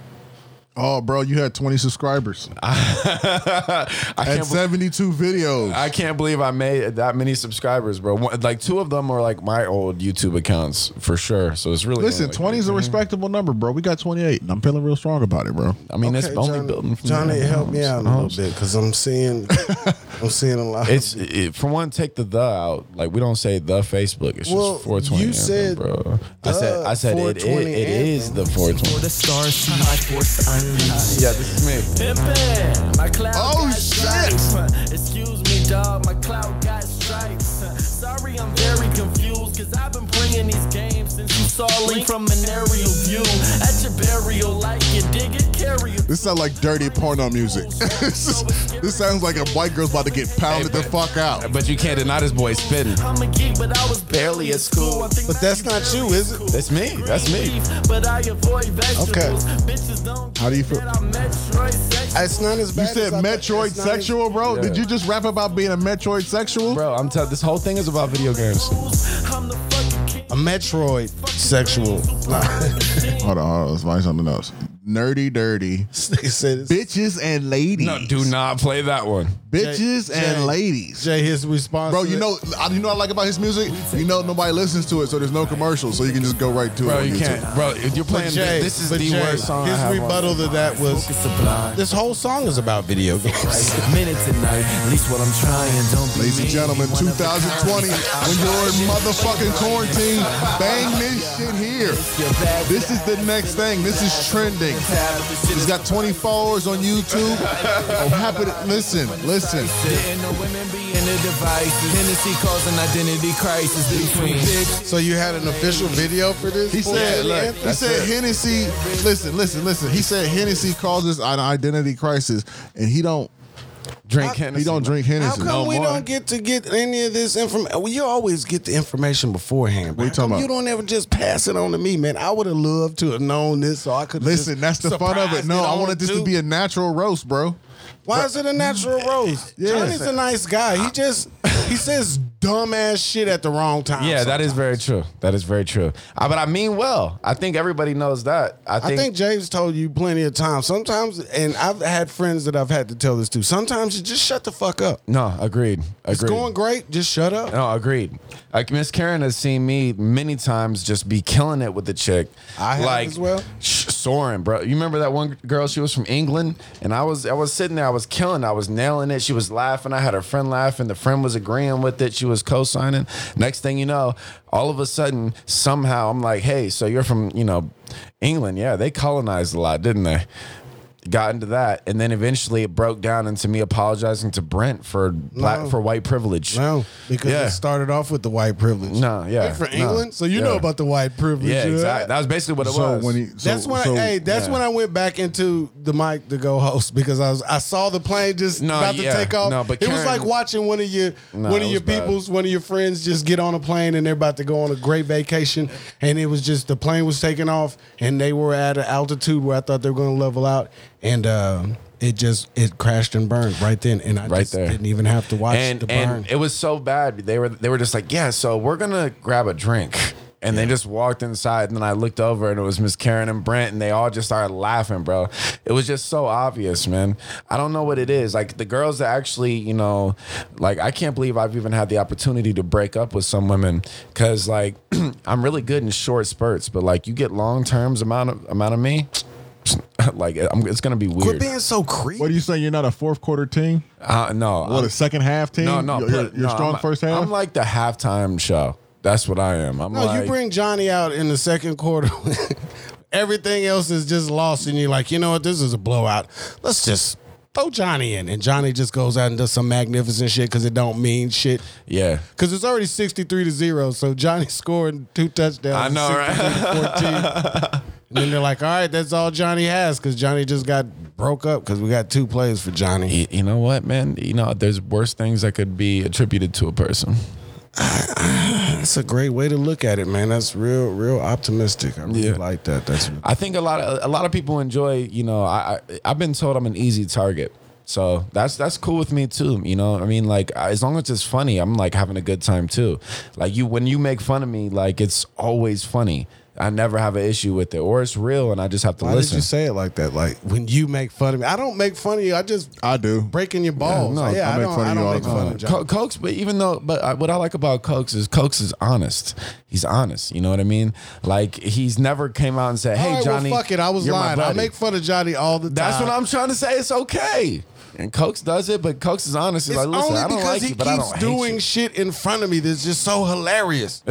[SPEAKER 2] Oh, bro, you had 20 subscribers
[SPEAKER 3] I
[SPEAKER 2] and
[SPEAKER 3] can't. Be-
[SPEAKER 2] 72 videos.
[SPEAKER 3] I can't believe I made that many subscribers, bro. One, like two of them are like my old YouTube accounts for sure. So it's really
[SPEAKER 2] Listen,
[SPEAKER 3] only,
[SPEAKER 2] 20 is a respectable number, bro. We got 28, and I'm feeling real strong about it, bro.
[SPEAKER 3] I mean,
[SPEAKER 4] Okay,
[SPEAKER 3] it's only
[SPEAKER 4] Johnny-
[SPEAKER 3] building. From
[SPEAKER 4] Johnny,
[SPEAKER 3] there. Uh-huh.
[SPEAKER 4] help me out a little bit because I'm seeing, I'm seeing a lot.
[SPEAKER 3] It's it, for one, take the the out. Like we don't say the Facebook. It's
[SPEAKER 4] Well,
[SPEAKER 3] just 420.
[SPEAKER 4] you
[SPEAKER 3] anthem,
[SPEAKER 4] said
[SPEAKER 3] bro. I said, I said it, it,
[SPEAKER 4] 420
[SPEAKER 3] it is the
[SPEAKER 5] For
[SPEAKER 3] 420.
[SPEAKER 5] the stars, see my force unleashed.
[SPEAKER 3] Yeah, this is me.
[SPEAKER 5] Pimpin', my cloud
[SPEAKER 2] Oh,
[SPEAKER 5] got
[SPEAKER 2] shit.
[SPEAKER 5] stripes. huh. Excuse me, dog, my cloud got stripes. huh. Sorry, I'm very confused, cause I've been bringing these games since you saw Link from an aerial view. At your burial, like you dig it, carry it.
[SPEAKER 2] This sounds like dirty porno music. this sounds like a white girl's about to get pounded the fuck out.
[SPEAKER 3] But you can't deny this boy spitting.
[SPEAKER 5] I'm a geek, but I was barely at school. I think
[SPEAKER 4] But that's not you, is it?
[SPEAKER 3] That's me. That's me.
[SPEAKER 5] But I avoid vegetables.
[SPEAKER 4] Okay.
[SPEAKER 5] Bitches don't
[SPEAKER 2] How do you feel?
[SPEAKER 5] that I'm Metroid sexual.
[SPEAKER 4] It's not as bad.
[SPEAKER 2] You
[SPEAKER 4] as
[SPEAKER 2] said
[SPEAKER 4] I thought.
[SPEAKER 2] Metroid
[SPEAKER 4] It's not as-
[SPEAKER 2] sexual, bro?
[SPEAKER 3] Yeah.
[SPEAKER 2] Did you just rap about being a Metroid sexual?
[SPEAKER 3] Bro, I'm telling this whole thing is about video games.
[SPEAKER 5] I'm the fucking king.
[SPEAKER 4] A Metroid sexual.
[SPEAKER 2] Hold on, hold on. Let's find something else. Nerdy, dirty.
[SPEAKER 4] they said it's-
[SPEAKER 2] Bitches and ladies.
[SPEAKER 3] No, do not play that one.
[SPEAKER 2] Bitches
[SPEAKER 4] Jay-
[SPEAKER 2] and
[SPEAKER 4] Jay.
[SPEAKER 2] ladies.
[SPEAKER 4] Jay, his response.
[SPEAKER 2] Bro,
[SPEAKER 4] to
[SPEAKER 2] you
[SPEAKER 4] it-
[SPEAKER 2] know, I- you know what I like about his music. You know, nobody listens to it, so there's no commercials, so you can just go right to it.
[SPEAKER 3] Bro,
[SPEAKER 2] on
[SPEAKER 3] you
[SPEAKER 2] YouTube.
[SPEAKER 3] can't. Bro, if you're
[SPEAKER 4] But
[SPEAKER 3] playing
[SPEAKER 4] Jay,
[SPEAKER 3] this, is
[SPEAKER 4] but
[SPEAKER 3] the
[SPEAKER 4] Jay,
[SPEAKER 3] worst song.
[SPEAKER 4] His
[SPEAKER 3] I have on.
[SPEAKER 4] rebuttal to that was
[SPEAKER 5] Focus the blind.
[SPEAKER 4] this whole song is about video games.
[SPEAKER 5] Right, minutes at night, at least what I'm trying. Don't be
[SPEAKER 2] Ladies and
[SPEAKER 5] mean,
[SPEAKER 2] gentlemen,
[SPEAKER 5] be one of a
[SPEAKER 2] 2020, when
[SPEAKER 5] kind.
[SPEAKER 2] you're in motherfucking quarantine, bang this shit here.
[SPEAKER 5] Your bag
[SPEAKER 2] This is the next thing. This is trending.
[SPEAKER 5] tab, but this shit
[SPEAKER 2] He's
[SPEAKER 5] is
[SPEAKER 2] got 20 followers on YouTube. Oh, happy to, listen, listen.
[SPEAKER 5] Didn't know women be in the device. Hennessy causing identity crisis between bitch.
[SPEAKER 4] so you had an official video for this?
[SPEAKER 2] He said,
[SPEAKER 4] bullshit?
[SPEAKER 2] he said Hennessy. Listen, listen, listen. He said Hennessy causes an identity crisis, and he don't
[SPEAKER 3] Drink
[SPEAKER 2] he
[SPEAKER 3] Hennessy.
[SPEAKER 2] don't drink
[SPEAKER 4] How
[SPEAKER 2] Hennessy.
[SPEAKER 4] come
[SPEAKER 2] no
[SPEAKER 4] we
[SPEAKER 2] more.
[SPEAKER 4] don't get to get any of this information? Well, you always get the information beforehand.
[SPEAKER 2] What
[SPEAKER 4] Bro.
[SPEAKER 2] you
[SPEAKER 4] How
[SPEAKER 2] talking
[SPEAKER 4] come
[SPEAKER 2] about?
[SPEAKER 4] You don't ever just pass it on to me, man. I would have loved to have known this, so I could.
[SPEAKER 2] Listen, that's the fun of it. No, I wanted this to be a natural roast, bro.
[SPEAKER 4] Why is it a natural roast?
[SPEAKER 2] Yeah.
[SPEAKER 4] Johnny's a nice guy. He just he says dumbass shit at the wrong time.
[SPEAKER 3] Yeah, that is very true. That is very true. Uh, but I mean well. I think everybody knows that. I
[SPEAKER 4] I
[SPEAKER 3] think,
[SPEAKER 4] think James told you plenty of times. Sometimes, and I've had friends that I've had to tell this to. Sometimes you just shut the fuck up.
[SPEAKER 3] no, agreed. Agreed.
[SPEAKER 4] It's going great. Just shut up.
[SPEAKER 3] No, agreed. Like Miss Karen has seen me many times just be killing it with the chick.
[SPEAKER 4] I have
[SPEAKER 3] like
[SPEAKER 4] as well.
[SPEAKER 3] sh- soaring, bro. You remember that one girl? She was from England, and I was I was sitting there, I was killing, I was nailing it. She was laughing. I had her friend laughing. The friend was agreeing with it. She was co-signing. Next thing you know, all of a sudden, somehow, I'm like, hey, so you're from you know England? Yeah, they colonized a lot, didn't they? got into that and then eventually it broke down into me apologizing to Brent for black for white privilege.
[SPEAKER 4] No, because
[SPEAKER 3] Yeah.
[SPEAKER 4] it started off with the white privilege.
[SPEAKER 3] No, yeah,
[SPEAKER 4] You're from
[SPEAKER 3] no,
[SPEAKER 4] England, so you
[SPEAKER 3] yeah.
[SPEAKER 4] know about the white privilege.
[SPEAKER 3] Yeah,
[SPEAKER 4] you know?
[SPEAKER 3] exactly. That was basically what it
[SPEAKER 2] So
[SPEAKER 3] was.
[SPEAKER 2] when he, so,
[SPEAKER 4] that's when
[SPEAKER 2] so-
[SPEAKER 4] I, hey, that's
[SPEAKER 3] yeah.
[SPEAKER 4] when I went back into the mic to go host because I was I saw the plane just
[SPEAKER 3] No,
[SPEAKER 4] about
[SPEAKER 3] yeah.
[SPEAKER 4] to take off.
[SPEAKER 3] No, but
[SPEAKER 4] it was
[SPEAKER 3] Karen-
[SPEAKER 4] like watching one of your
[SPEAKER 3] No,
[SPEAKER 4] one of
[SPEAKER 3] it
[SPEAKER 4] your
[SPEAKER 3] was bad.
[SPEAKER 4] people's one of your friends just get on a plane and they're about to go on a great vacation and it was just the plane was taking off and they were at an altitude where I thought they were going to level out and uh, it just it crashed and burned right then and I
[SPEAKER 3] Right
[SPEAKER 4] just
[SPEAKER 3] there.
[SPEAKER 4] didn't even have to watch
[SPEAKER 3] and
[SPEAKER 4] the burn.
[SPEAKER 3] and it was so bad. They were they were just like, yeah. So we're gonna grab a drink. And they just walked inside, and then I looked over, and it was Miss Karen and Brent, and they all just started laughing, bro. It was just so obvious, man. I don't know what it is. Like the girls that actually, you know, like I can't believe I've even had the opportunity to break up with some women because, like, I'm really good in short spurts, but like you get long terms amount of amount of me, like I'm, it's gonna be
[SPEAKER 4] Quit
[SPEAKER 3] weird.
[SPEAKER 4] being so creepy.
[SPEAKER 2] What do you say? You're not a fourth quarter team?
[SPEAKER 3] Uh, no,
[SPEAKER 2] What
[SPEAKER 3] I'm-
[SPEAKER 2] a second half team?
[SPEAKER 3] No, no,
[SPEAKER 2] You're, you're-
[SPEAKER 3] put-
[SPEAKER 2] you're
[SPEAKER 3] no,
[SPEAKER 2] strong
[SPEAKER 3] I'm,
[SPEAKER 2] first half.
[SPEAKER 3] I'm like the halftime show. That's what I am. I'm
[SPEAKER 4] No,
[SPEAKER 3] like,
[SPEAKER 4] you bring Johnny out in the second quarter. Everything else is just lost, and you're like, you know what? This is a blowout. Let's just throw Johnny in, and Johnny just goes out and does some magnificent shit because it don't mean shit.
[SPEAKER 3] yeah.
[SPEAKER 4] Because it's already sixty-three to zero, so Johnny scored two touchdowns.
[SPEAKER 3] I know, right?
[SPEAKER 4] 63 to 14. and then they're like, all right, that's all Johnny has because Johnny just got broke up because we got two plays for Johnny.
[SPEAKER 3] You, you know what, man? You know, there's worse things that could be attributed to a person.
[SPEAKER 4] That's a great way to look at it, man. That's real, real optimistic. I really
[SPEAKER 3] Yeah.
[SPEAKER 4] like that. That's
[SPEAKER 3] I think a lot of a lot of people enjoy. You know, I, I I've been told I'm an easy target, so that's that's cool with me too. You know, I mean, like as long as it's funny, I'm like having a good time too. Like you, when you make fun of me, like it's always funny. I never have an issue with it, or it's real, and I just have to
[SPEAKER 4] Why
[SPEAKER 3] listen.
[SPEAKER 4] did you say it like that? Like when you make fun of me, I don't make fun of you. I just
[SPEAKER 2] I do.
[SPEAKER 4] breaking your balls.
[SPEAKER 2] no,
[SPEAKER 4] Yeah,
[SPEAKER 2] I
[SPEAKER 4] I,
[SPEAKER 2] make
[SPEAKER 4] don't.
[SPEAKER 2] fun of
[SPEAKER 4] I
[SPEAKER 2] you
[SPEAKER 4] don't
[SPEAKER 2] all
[SPEAKER 4] make
[SPEAKER 2] the
[SPEAKER 4] fun
[SPEAKER 2] time.
[SPEAKER 4] of John.
[SPEAKER 3] Co- Cokes, but even though, but I, what I like about Cokes is Cokes is honest. He's honest. You know what I mean? Like he's never came out and said, "Hey,
[SPEAKER 4] all right,
[SPEAKER 3] Johnny,
[SPEAKER 4] well, fuck it. I was
[SPEAKER 3] you're my
[SPEAKER 4] lying. I
[SPEAKER 3] buddy."
[SPEAKER 4] make fun of Johnny all the time.
[SPEAKER 3] That's what I'm trying to say. It's okay. And Cokes does it, but Cokes is honest. He's
[SPEAKER 4] It's
[SPEAKER 3] like, listen,
[SPEAKER 4] only
[SPEAKER 3] I don't
[SPEAKER 4] because
[SPEAKER 3] like
[SPEAKER 4] he
[SPEAKER 3] you, but I don't
[SPEAKER 4] keeps
[SPEAKER 3] hate
[SPEAKER 4] doing
[SPEAKER 3] you.
[SPEAKER 4] shit in front of me that's just so hilarious.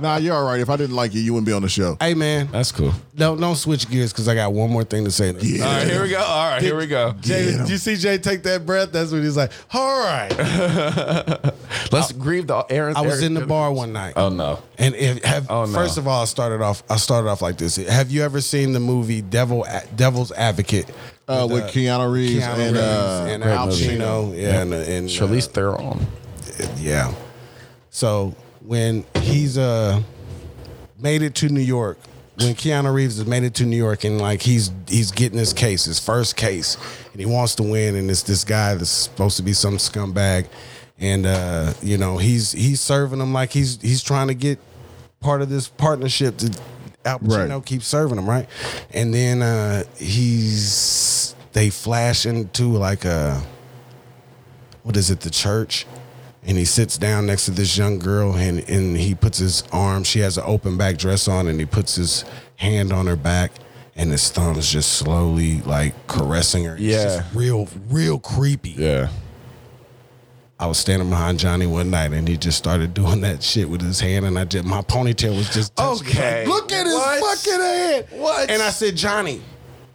[SPEAKER 2] nah, you're all right. If I didn't like you, you wouldn't be on the show.
[SPEAKER 4] hey man,
[SPEAKER 3] That's cool.
[SPEAKER 4] don't don't switch gears because I got one more thing to say.
[SPEAKER 2] Yeah.
[SPEAKER 3] All right, here we go. All right, here we go.
[SPEAKER 4] Jay, did you see Jay take that breath? That's what he's like. All right.
[SPEAKER 3] Let's grieve the Aaron.
[SPEAKER 4] I was
[SPEAKER 3] Aaron-
[SPEAKER 4] in the bar one night.
[SPEAKER 3] Oh no.
[SPEAKER 4] And if, have,
[SPEAKER 3] Oh, no.
[SPEAKER 4] first of all, I started off. I started off like this. Have you ever seen the movie Devil Devil's Advocate?
[SPEAKER 2] Uh, with Keanu Reeves
[SPEAKER 4] Keanu
[SPEAKER 2] and
[SPEAKER 4] Reeves
[SPEAKER 2] uh,
[SPEAKER 4] and
[SPEAKER 2] Al
[SPEAKER 4] Al
[SPEAKER 2] Pacino.
[SPEAKER 4] Pacino, yeah, and, uh, and uh,
[SPEAKER 3] Charlize Theron.
[SPEAKER 4] yeah. So when he's uh made it to New York, when Keanu Reeves has made it to New York and like he's he's getting his case, his first case, and he wants to win, and it's this guy that's supposed to be some scumbag, and uh, you know he's he's serving him like he's he's trying to get part of this partnership to Al Pacino
[SPEAKER 2] Right.
[SPEAKER 4] keep serving him right, and then uh, he's they flash into like a what is it, the church. And he sits down next to this young girl and, and he puts his arm, she has an open back dress on, and he puts his hand on her back and his thumb is just slowly like caressing her. It's
[SPEAKER 3] Yeah.
[SPEAKER 4] just real, real creepy.
[SPEAKER 3] Yeah.
[SPEAKER 4] I was standing behind Johnny one night and he just started doing that shit with his hand and I did my ponytail was just touching it.
[SPEAKER 3] Okay.
[SPEAKER 4] Look at his
[SPEAKER 3] What?
[SPEAKER 4] fucking head.
[SPEAKER 3] What?
[SPEAKER 4] And I said, Johnny,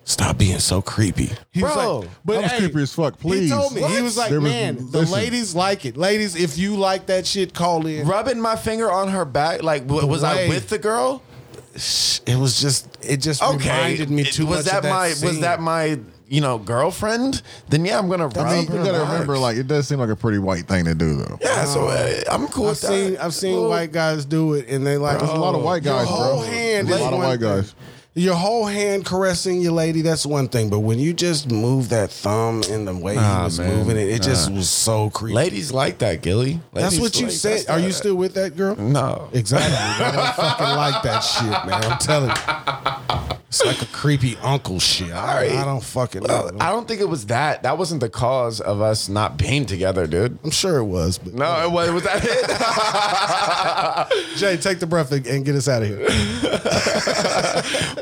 [SPEAKER 4] stop being so creepy. He
[SPEAKER 3] Bro,
[SPEAKER 4] was like, but
[SPEAKER 2] that was
[SPEAKER 4] hey,
[SPEAKER 2] creepy as fuck,
[SPEAKER 4] He
[SPEAKER 2] please.
[SPEAKER 4] told me he
[SPEAKER 2] What?
[SPEAKER 4] was like,
[SPEAKER 2] There was-
[SPEAKER 4] man, the
[SPEAKER 2] listen.
[SPEAKER 4] ladies like it. Ladies, if you like that shit, call in.
[SPEAKER 3] Rubbing my finger on her back. Like, w- was I
[SPEAKER 4] Wait.
[SPEAKER 3] with the girl?
[SPEAKER 4] It was just, it just
[SPEAKER 3] Okay.
[SPEAKER 4] reminded me too
[SPEAKER 3] was
[SPEAKER 4] much
[SPEAKER 3] that
[SPEAKER 4] of that
[SPEAKER 3] my was
[SPEAKER 4] scene.
[SPEAKER 3] that my you know girlfriend? Then yeah, I'm gonna.
[SPEAKER 2] I mean,
[SPEAKER 3] rub
[SPEAKER 2] you
[SPEAKER 3] her
[SPEAKER 2] gotta
[SPEAKER 3] back.
[SPEAKER 2] remember, like, it does seem like a pretty white thing to do, though.
[SPEAKER 3] Yeah, so uh, I'm cool.
[SPEAKER 4] um, I've
[SPEAKER 3] with
[SPEAKER 4] seen,
[SPEAKER 3] that.
[SPEAKER 4] I've seen
[SPEAKER 3] Well,
[SPEAKER 4] white guys do it, and they like
[SPEAKER 2] There's a lot of white
[SPEAKER 4] Your
[SPEAKER 2] guys,
[SPEAKER 4] whole
[SPEAKER 2] bro.
[SPEAKER 4] hand
[SPEAKER 2] There's a
[SPEAKER 4] is
[SPEAKER 2] lot of
[SPEAKER 4] one
[SPEAKER 2] white guys.
[SPEAKER 4] thing. Your whole hand caressing your lady, that's one thing. But when you just move that thumb in the way he
[SPEAKER 3] Nah,
[SPEAKER 4] was
[SPEAKER 3] man.
[SPEAKER 4] moving it, it just was so creepy.
[SPEAKER 3] Ladies like that, Gilly.
[SPEAKER 4] that's
[SPEAKER 3] Ladies
[SPEAKER 4] what you
[SPEAKER 3] like-
[SPEAKER 4] said.
[SPEAKER 3] that's
[SPEAKER 4] Are
[SPEAKER 3] the-
[SPEAKER 4] you still with that girl?
[SPEAKER 2] Mm.
[SPEAKER 3] No.
[SPEAKER 4] Exactly. I don't fucking like that shit, man. I'm telling you. It's like a creepy uncle shit. I,
[SPEAKER 3] Alright.
[SPEAKER 4] I don't fucking know.
[SPEAKER 3] Well, I don't think it was that. That wasn't the cause of us not being together, dude.
[SPEAKER 4] I'm sure it was, but
[SPEAKER 3] No, it was. Was that it?
[SPEAKER 4] Jay, take the breath and and get us out of here.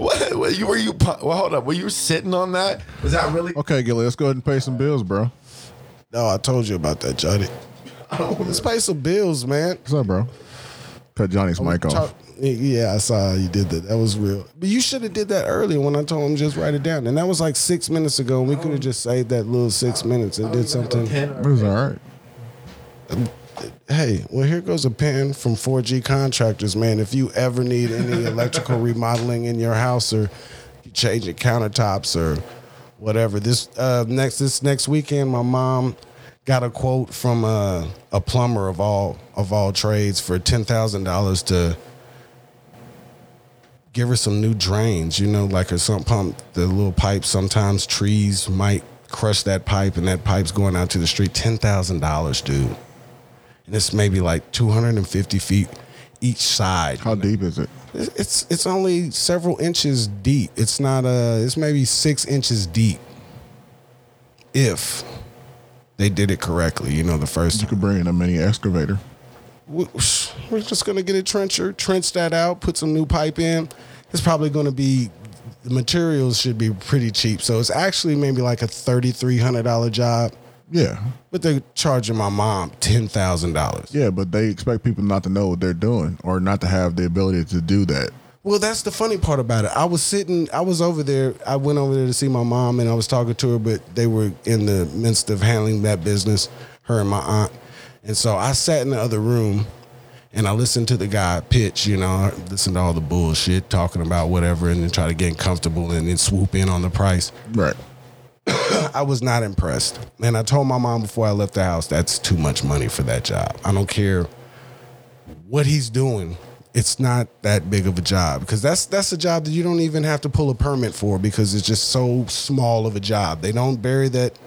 [SPEAKER 3] what, what, you, were you? pu- Well, hold up. Were you sitting on that? Was that really?
[SPEAKER 2] Okay, Gilly, let's go ahead and pay some bills, bro.
[SPEAKER 4] No, I told you about that, Johnny. Let's pay some bills, man.
[SPEAKER 2] What's up, bro? Cut Johnny's mic off.
[SPEAKER 4] Talk- yeah, I saw you did that. That was real. But you should have did that earlier when I told him just write it down. And that was like six minutes ago. And we could have just saved that little six minutes and did something.
[SPEAKER 2] It was all right.
[SPEAKER 4] Hey, well, here goes a pen from 4G contractors, man. If you ever need any electrical remodeling in your house or you changing countertops or whatever, this uh, next this next weekend, my mom got a quote from uh, a plumber of all of all trades for ten thousand dollars to give her some new drains, you know, like her sump pump, the little pipe. Sometimes trees might crush that pipe, and that pipe's going out to the street. Ten thousand dollars, dude. And it's maybe like two hundred and fifty feet each side.
[SPEAKER 2] How deep is it?
[SPEAKER 4] It's- It's it's only several inches deep. It's not uh It's maybe six inches deep. If they did it correctly, you know, the first
[SPEAKER 2] You could bring in a mini excavator.
[SPEAKER 4] we- we're just gonna get a trencher, trench that out, put some new pipe in. It's probably gonna be the materials should be pretty cheap. So it's actually maybe like a thirty three hundred dollar job,
[SPEAKER 2] Yeah.
[SPEAKER 4] but they're charging my mom ten thousand dollars.
[SPEAKER 2] Yeah, but they expect people not to know what they're doing or not to have the ability to do that.
[SPEAKER 4] Well, that's the funny part about it. I was sitting, I was over there. I went over there to see my mom and I was talking to her, but they were in the midst of handling that business, her and my aunt. And so I sat in the other room and I listened to the guy pitch, you know, I listened to all the bullshit, talking about whatever, and then try to get comfortable and then swoop in on the price.
[SPEAKER 2] Right.
[SPEAKER 4] I was not impressed. And I told my mom before I left the house, that's too much money for that job. I don't care what he's doing. It's not that big of a job because that's that's a job that you don't even have to pull a permit for because it's just so small of a job. They don't bury that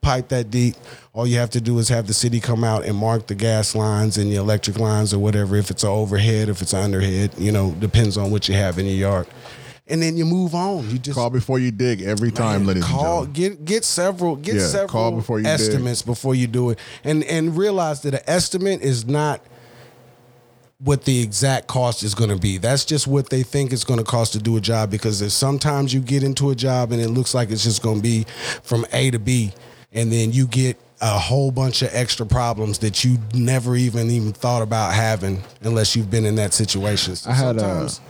[SPEAKER 4] pipe that deep. All you have to do is have the city come out and mark the gas lines and the electric lines or whatever if it's an overhead, if it's an underhead, you know, depends on what you have in your yard. And then you move on. You just
[SPEAKER 2] Call before you dig every time,
[SPEAKER 4] Man,
[SPEAKER 2] ladies
[SPEAKER 4] call,
[SPEAKER 2] and gentlemen.
[SPEAKER 4] Get get several get
[SPEAKER 2] Yeah,
[SPEAKER 4] several
[SPEAKER 2] call before you dig.
[SPEAKER 4] estimates before you do it, and and realize that an estimate is not what the exact cost is going to be. That's just what they think it's going to cost to do a job. Because there's sometimes you get into a job and it looks like it's just going to be from A to B, and then you get a whole bunch of extra problems that you never even even thought about having unless you've been in that situation. So
[SPEAKER 2] I had a-
[SPEAKER 4] sometimes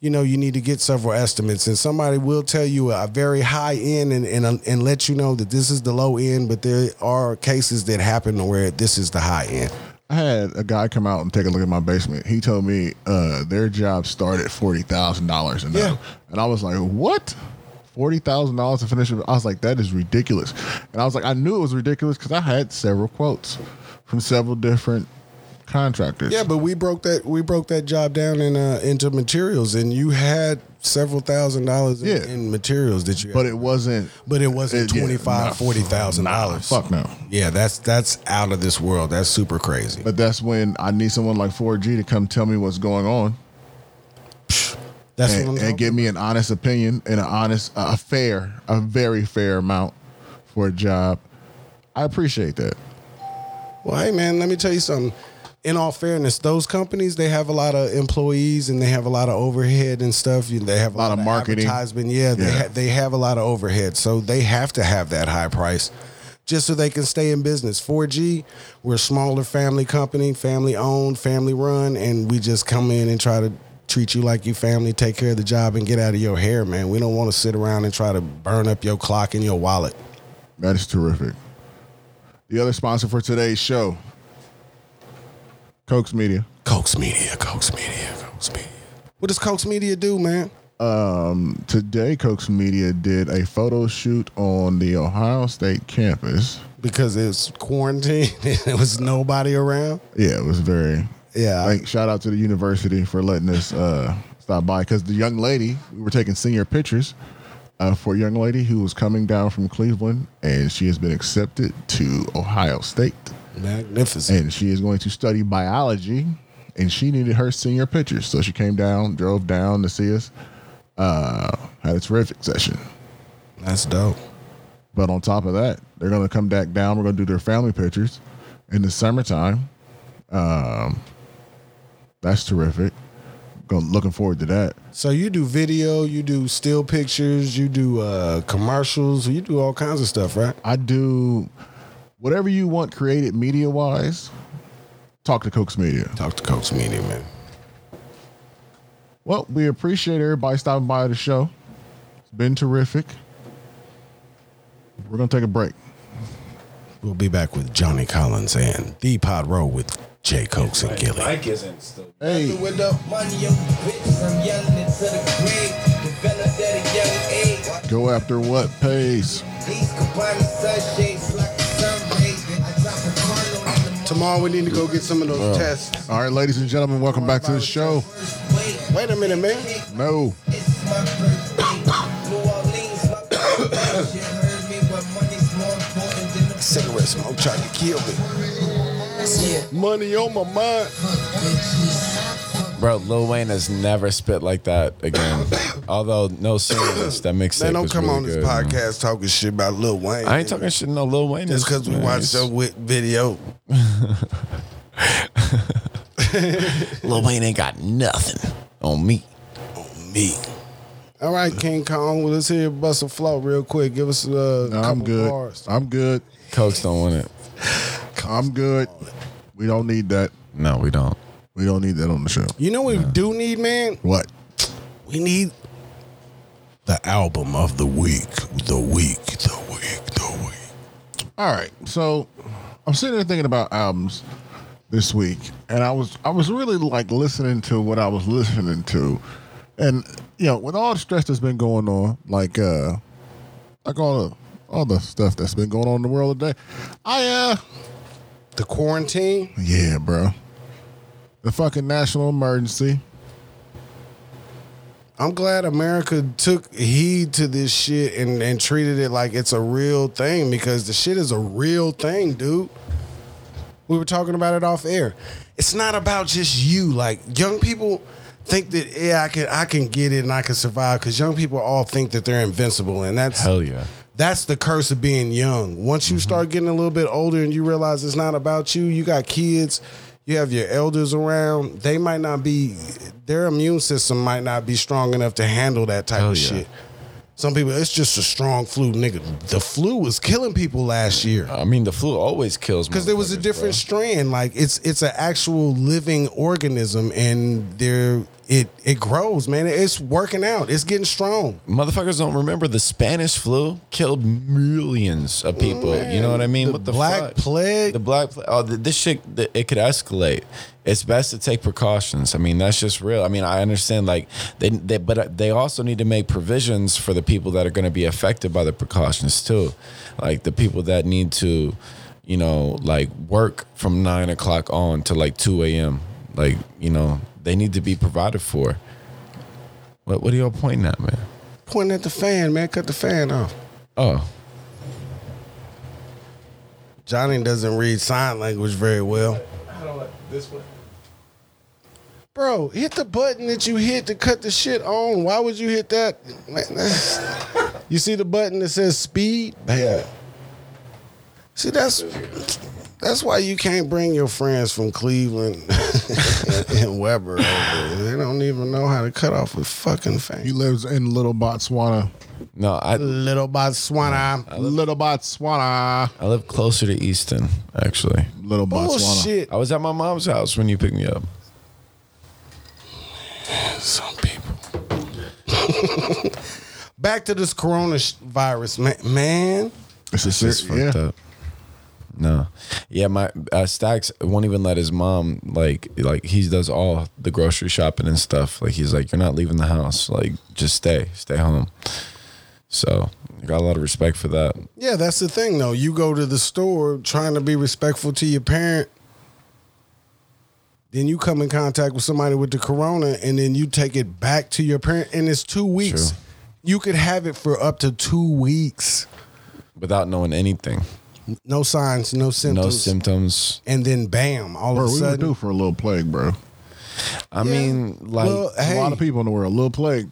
[SPEAKER 4] you know you need to get several estimates and somebody will tell you a very high end and, and and let you know that this is the low end but there are cases that happen where this is the high end
[SPEAKER 2] I had a guy come out and take a look at my basement. He told me uh, their job started at forty thousand dollars and
[SPEAKER 4] Yeah.
[SPEAKER 2] up. and I was like, "What? Forty thousand dollars to finish?" it?" I was like, "That is ridiculous." And I was like, "I knew it was ridiculous because I had several quotes from several different contractors."
[SPEAKER 4] yeah but we broke that we broke that job down in uh, into materials and you had several thousand dollars in,
[SPEAKER 2] Yeah.
[SPEAKER 4] in materials that you
[SPEAKER 2] but it wasn't.
[SPEAKER 4] but it wasn't
[SPEAKER 2] It- yeah,
[SPEAKER 4] twenty
[SPEAKER 2] nah,
[SPEAKER 4] five forty thousand dollars
[SPEAKER 2] Fuck no.
[SPEAKER 4] yeah that's that's out of this world that's super crazy
[SPEAKER 2] But that's when I need someone like 4G to come tell me what's going on
[SPEAKER 4] that's what I'm
[SPEAKER 2] and,
[SPEAKER 4] talking
[SPEAKER 2] and give me an honest opinion and an honest, a fair, a very fair amount for a job. I appreciate that.
[SPEAKER 4] Well, hey man, let me tell you something. In all fairness, those companies they have a lot of employees and they have a lot of overhead and stuff. You- They have a
[SPEAKER 2] Lot
[SPEAKER 4] lot,
[SPEAKER 2] of
[SPEAKER 4] of
[SPEAKER 2] marketing.
[SPEAKER 4] advertisement. Yeah, they
[SPEAKER 2] Yeah.
[SPEAKER 4] Ha- they have a lot of overhead, so they have to have that high price just so they can stay in business. 4G, we're a smaller family company, family owned, family run, and we just come in and try to treat you like your family, take care of the job, and get out of your hair, man. We don't want to sit around and try to burn up your clock and your wallet.
[SPEAKER 2] That is terrific. The other sponsor for today's show, Cokes Media.
[SPEAKER 4] Coax Media, Coax Media, Coax Media. What does Coax Media do, man?
[SPEAKER 2] Today, Cokes Media did a photo shoot on the Ohio State campus.
[SPEAKER 4] because it's quarantine and there was nobody around.
[SPEAKER 2] Yeah, it was very.
[SPEAKER 4] Yeah.
[SPEAKER 2] Like, shout out to the university for letting us uh, stop by because the young lady, we were taking senior pictures uh, for a young lady who was coming down from Cleveland and she has been accepted to Ohio State.
[SPEAKER 4] Magnificent.
[SPEAKER 2] And she is going to study biology and she needed her senior pictures. So she came down, drove down to see us, uh, had a terrific session.
[SPEAKER 4] That's dope.
[SPEAKER 2] But on top of that, they're going to come back down. We're going to do their family pictures in the summertime. Um, that's terrific. Go, looking forward to that.
[SPEAKER 4] So you do video, you do still pictures, you do uh, commercials, you do all kinds of stuff, right?
[SPEAKER 2] I do whatever you want created media wise. Talk to Cokes Media.
[SPEAKER 4] Talk to Coach Media, man.
[SPEAKER 2] Well, we appreciate everybody stopping by the show. It's been terrific. We're going to take a break.
[SPEAKER 4] We'll be back with Johnny Collins and The Pod Row with Jay Coax and Gilly.
[SPEAKER 3] Mike isn't still.
[SPEAKER 2] Hey,
[SPEAKER 6] Money on the bitch from young to the grave. Developed at a young age.
[SPEAKER 2] go after what pays.
[SPEAKER 6] These Cabana sunshades like the sun rays. I drop a cardinal on the
[SPEAKER 4] Tomorrow we need to go get some of those tests.
[SPEAKER 2] All right, ladies and gentlemen, welcome back to the show.
[SPEAKER 6] first wave.
[SPEAKER 4] Wait a minute, man.
[SPEAKER 2] No.
[SPEAKER 6] This is my birthday. New Orleans, my birthday. You heard me, but money's more important than the
[SPEAKER 4] Cigarette smoke trying to kill me.
[SPEAKER 6] Yeah,
[SPEAKER 4] Money on my mind.
[SPEAKER 6] bitches.
[SPEAKER 3] Bro, Lil Wayne has never spit like that again. Although no seriousness, that mixtape
[SPEAKER 4] Man, don't
[SPEAKER 3] was
[SPEAKER 4] come
[SPEAKER 3] really
[SPEAKER 4] on this
[SPEAKER 3] good, man.
[SPEAKER 4] podcast talking shit about Lil Wayne.
[SPEAKER 3] I ain't talking shit no Lil Wayne.
[SPEAKER 4] Just
[SPEAKER 3] is
[SPEAKER 4] because we
[SPEAKER 3] nice.
[SPEAKER 4] watched your wit- video.
[SPEAKER 3] Lil Wayne ain't got nothing on me.
[SPEAKER 4] me. All right, King Kong, well, let's hear bust a float real quick. Give us a
[SPEAKER 2] No,
[SPEAKER 4] couple
[SPEAKER 2] I'm good.
[SPEAKER 4] bars.
[SPEAKER 2] I'm good.
[SPEAKER 3] Cokes don't want it.
[SPEAKER 2] I'm good. We don't need that.
[SPEAKER 3] No, we don't.
[SPEAKER 2] We don't need that on the show.
[SPEAKER 4] You know what we do need, man?
[SPEAKER 2] What?
[SPEAKER 4] We need the album of the week. The week. The week. The week.
[SPEAKER 2] All right. So I'm sitting there thinking about albums this week, and I was I was really like listening to what I was listening to, and you know, with all the stress that's been going on, like uh, like all the all the stuff that's been going on in the world today, I uh,
[SPEAKER 4] The quarantine.
[SPEAKER 2] yeah, bro, the fucking national emergency.
[SPEAKER 4] I'm glad America took heed to this shit and, and treated it like it's a real thing because the shit is a real thing, dude. We were talking about it off air. It's not about just you. Like young people think that yeah, I can I can get it and I can survive because young people all think that they're invincible and that's
[SPEAKER 3] Hell yeah.
[SPEAKER 4] that's the curse of being young. Once you
[SPEAKER 3] Mm-hmm.
[SPEAKER 4] start getting a little bit older and you realize it's not about you, you got kids, you have your elders around, they might not be, their immune system might not be strong enough to handle that type
[SPEAKER 3] Hell
[SPEAKER 4] of
[SPEAKER 3] Oh, yeah.
[SPEAKER 4] shit. Some people, it's just a strong flu, nigga. The flu was killing people last year
[SPEAKER 3] I mean, the flu always kills.
[SPEAKER 4] because there was a
[SPEAKER 3] motherfuckers,
[SPEAKER 4] different strand. Like it's it's an actual living organism, and there it it grows, man. It's working out. It's getting strong.
[SPEAKER 3] bro. Motherfuckers don't remember the Spanish flu killed millions of people. you know what I mean?
[SPEAKER 4] Mm. the
[SPEAKER 3] what the
[SPEAKER 4] Black
[SPEAKER 3] fuck?
[SPEAKER 4] Plague.
[SPEAKER 3] The black plague. Oh, th- this shit. th- It could escalate. It's best to take precautions. I mean, that's just real. I mean, I understand. Like they, they but uh, they also need to make provisions for the people that are going to be affected by the precautions too, like the people that need to, you know, like work from nine o'clock on to like two a.m. Like you know, they need to be provided for. What What are y'all pointing at, man?
[SPEAKER 4] Pointing at the fan, man. Cut the fan off.
[SPEAKER 3] Oh,
[SPEAKER 4] Johnny doesn't read sign language very well.
[SPEAKER 3] this way.
[SPEAKER 4] Bro, hit the button that you hit to cut the shit on. Why would you hit that? Man, that's- you see the button that says speed? Yeah. See, that's that's why you can't bring your friends from Cleveland and Weber over. They don't even know how to cut off a fucking
[SPEAKER 2] He
[SPEAKER 4] thing.
[SPEAKER 2] lives in Little Botswana.
[SPEAKER 3] No, I
[SPEAKER 4] Little Botswana.
[SPEAKER 2] Little Botswana.
[SPEAKER 3] I live closer to Easton actually.
[SPEAKER 2] Little Botswana.
[SPEAKER 4] Oh, Bullshit.
[SPEAKER 3] I was at my mom's house when you picked me up.
[SPEAKER 4] Some people. Back to this coronavirus, man. man.
[SPEAKER 2] It's a
[SPEAKER 3] It's
[SPEAKER 2] serious. Yeah.
[SPEAKER 3] fucked up. No, yeah, my uh, Stacks won't even let his mom like like he does all the grocery shopping and stuff. Like he's like, you're not leaving the house. Like just stay, stay home. So got a lot of respect for that.
[SPEAKER 4] Yeah, that's the thing though. You go to the store trying to be respectful to your parent, then you come in contact with somebody with the corona, and then you take it back to your parent, and it's two weeks.
[SPEAKER 3] True.
[SPEAKER 4] You could have it for up to two weeks.
[SPEAKER 3] Without knowing anything,
[SPEAKER 4] No signs, no symptoms.
[SPEAKER 3] no symptoms.
[SPEAKER 4] and then bam, all
[SPEAKER 2] Bro,
[SPEAKER 4] of a
[SPEAKER 2] we were
[SPEAKER 4] sudden.
[SPEAKER 2] due for a little plague, bro.
[SPEAKER 3] I mean, like
[SPEAKER 4] Well, hey,
[SPEAKER 2] A lot of people in the world. Little plague.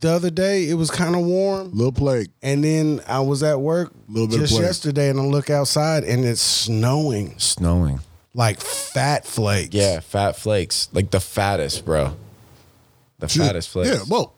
[SPEAKER 4] the other day it was kind of warm.
[SPEAKER 2] Little plague.
[SPEAKER 4] And then I was at work
[SPEAKER 2] Little bit of
[SPEAKER 4] just
[SPEAKER 2] plague.
[SPEAKER 4] yesterday and I look outside and it's snowing
[SPEAKER 3] snowing.
[SPEAKER 4] like fat flakes.
[SPEAKER 3] Yeah, fat flakes, like the fattest, bro. The fattest flakes.
[SPEAKER 2] Yeah, whoa.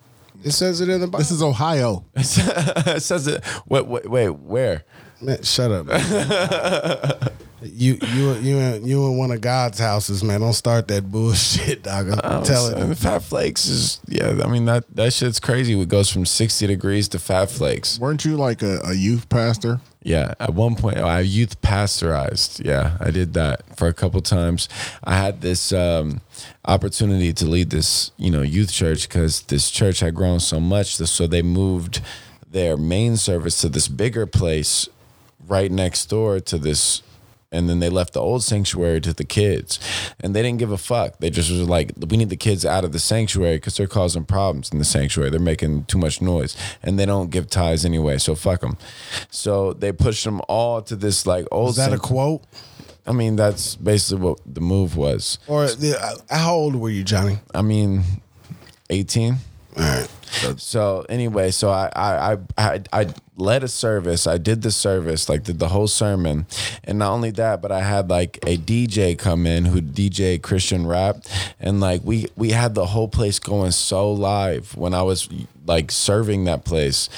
[SPEAKER 4] It says it in the Bible.
[SPEAKER 2] This is Ohio.
[SPEAKER 3] it says it. Wait, wait, wait where?
[SPEAKER 4] Man, shut up. man. you you you in, you in one of God's houses, man. Don't start that bullshit, dog. I'm
[SPEAKER 2] Oh,
[SPEAKER 4] telling
[SPEAKER 3] And
[SPEAKER 4] you.
[SPEAKER 3] fat flakes is yeah. I mean that that shit's crazy. It goes from sixty degrees to fat flakes.
[SPEAKER 2] Weren't you like a, a youth pastor?
[SPEAKER 3] Yeah. At one point, oh, I youth pastorized. Yeah, I did that for a couple times. I had this um, opportunity to lead this, you know, youth church because this church had grown so much. So they moved their main service to this bigger place right next door to this and then they left the old sanctuary to the kids and they didn't give a fuck they just was like we need the kids out of the sanctuary because they're causing problems in the sanctuary they're making too much noise and they don't give ties anyway so fuck them so they pushed them all to this like old
[SPEAKER 4] Is that a
[SPEAKER 3] sanct-
[SPEAKER 4] quote?
[SPEAKER 3] i mean that's basically what the move was
[SPEAKER 4] Or the, uh, how old were you, Johnny?
[SPEAKER 3] i mean 18
[SPEAKER 4] All right.
[SPEAKER 3] So anyway, so I I, I I I led a service. I did the service, like did the whole sermon, and not only that, but I had like a DJ come in who DJ Christian rap, and like we we had the whole place going so live when I was like serving that place.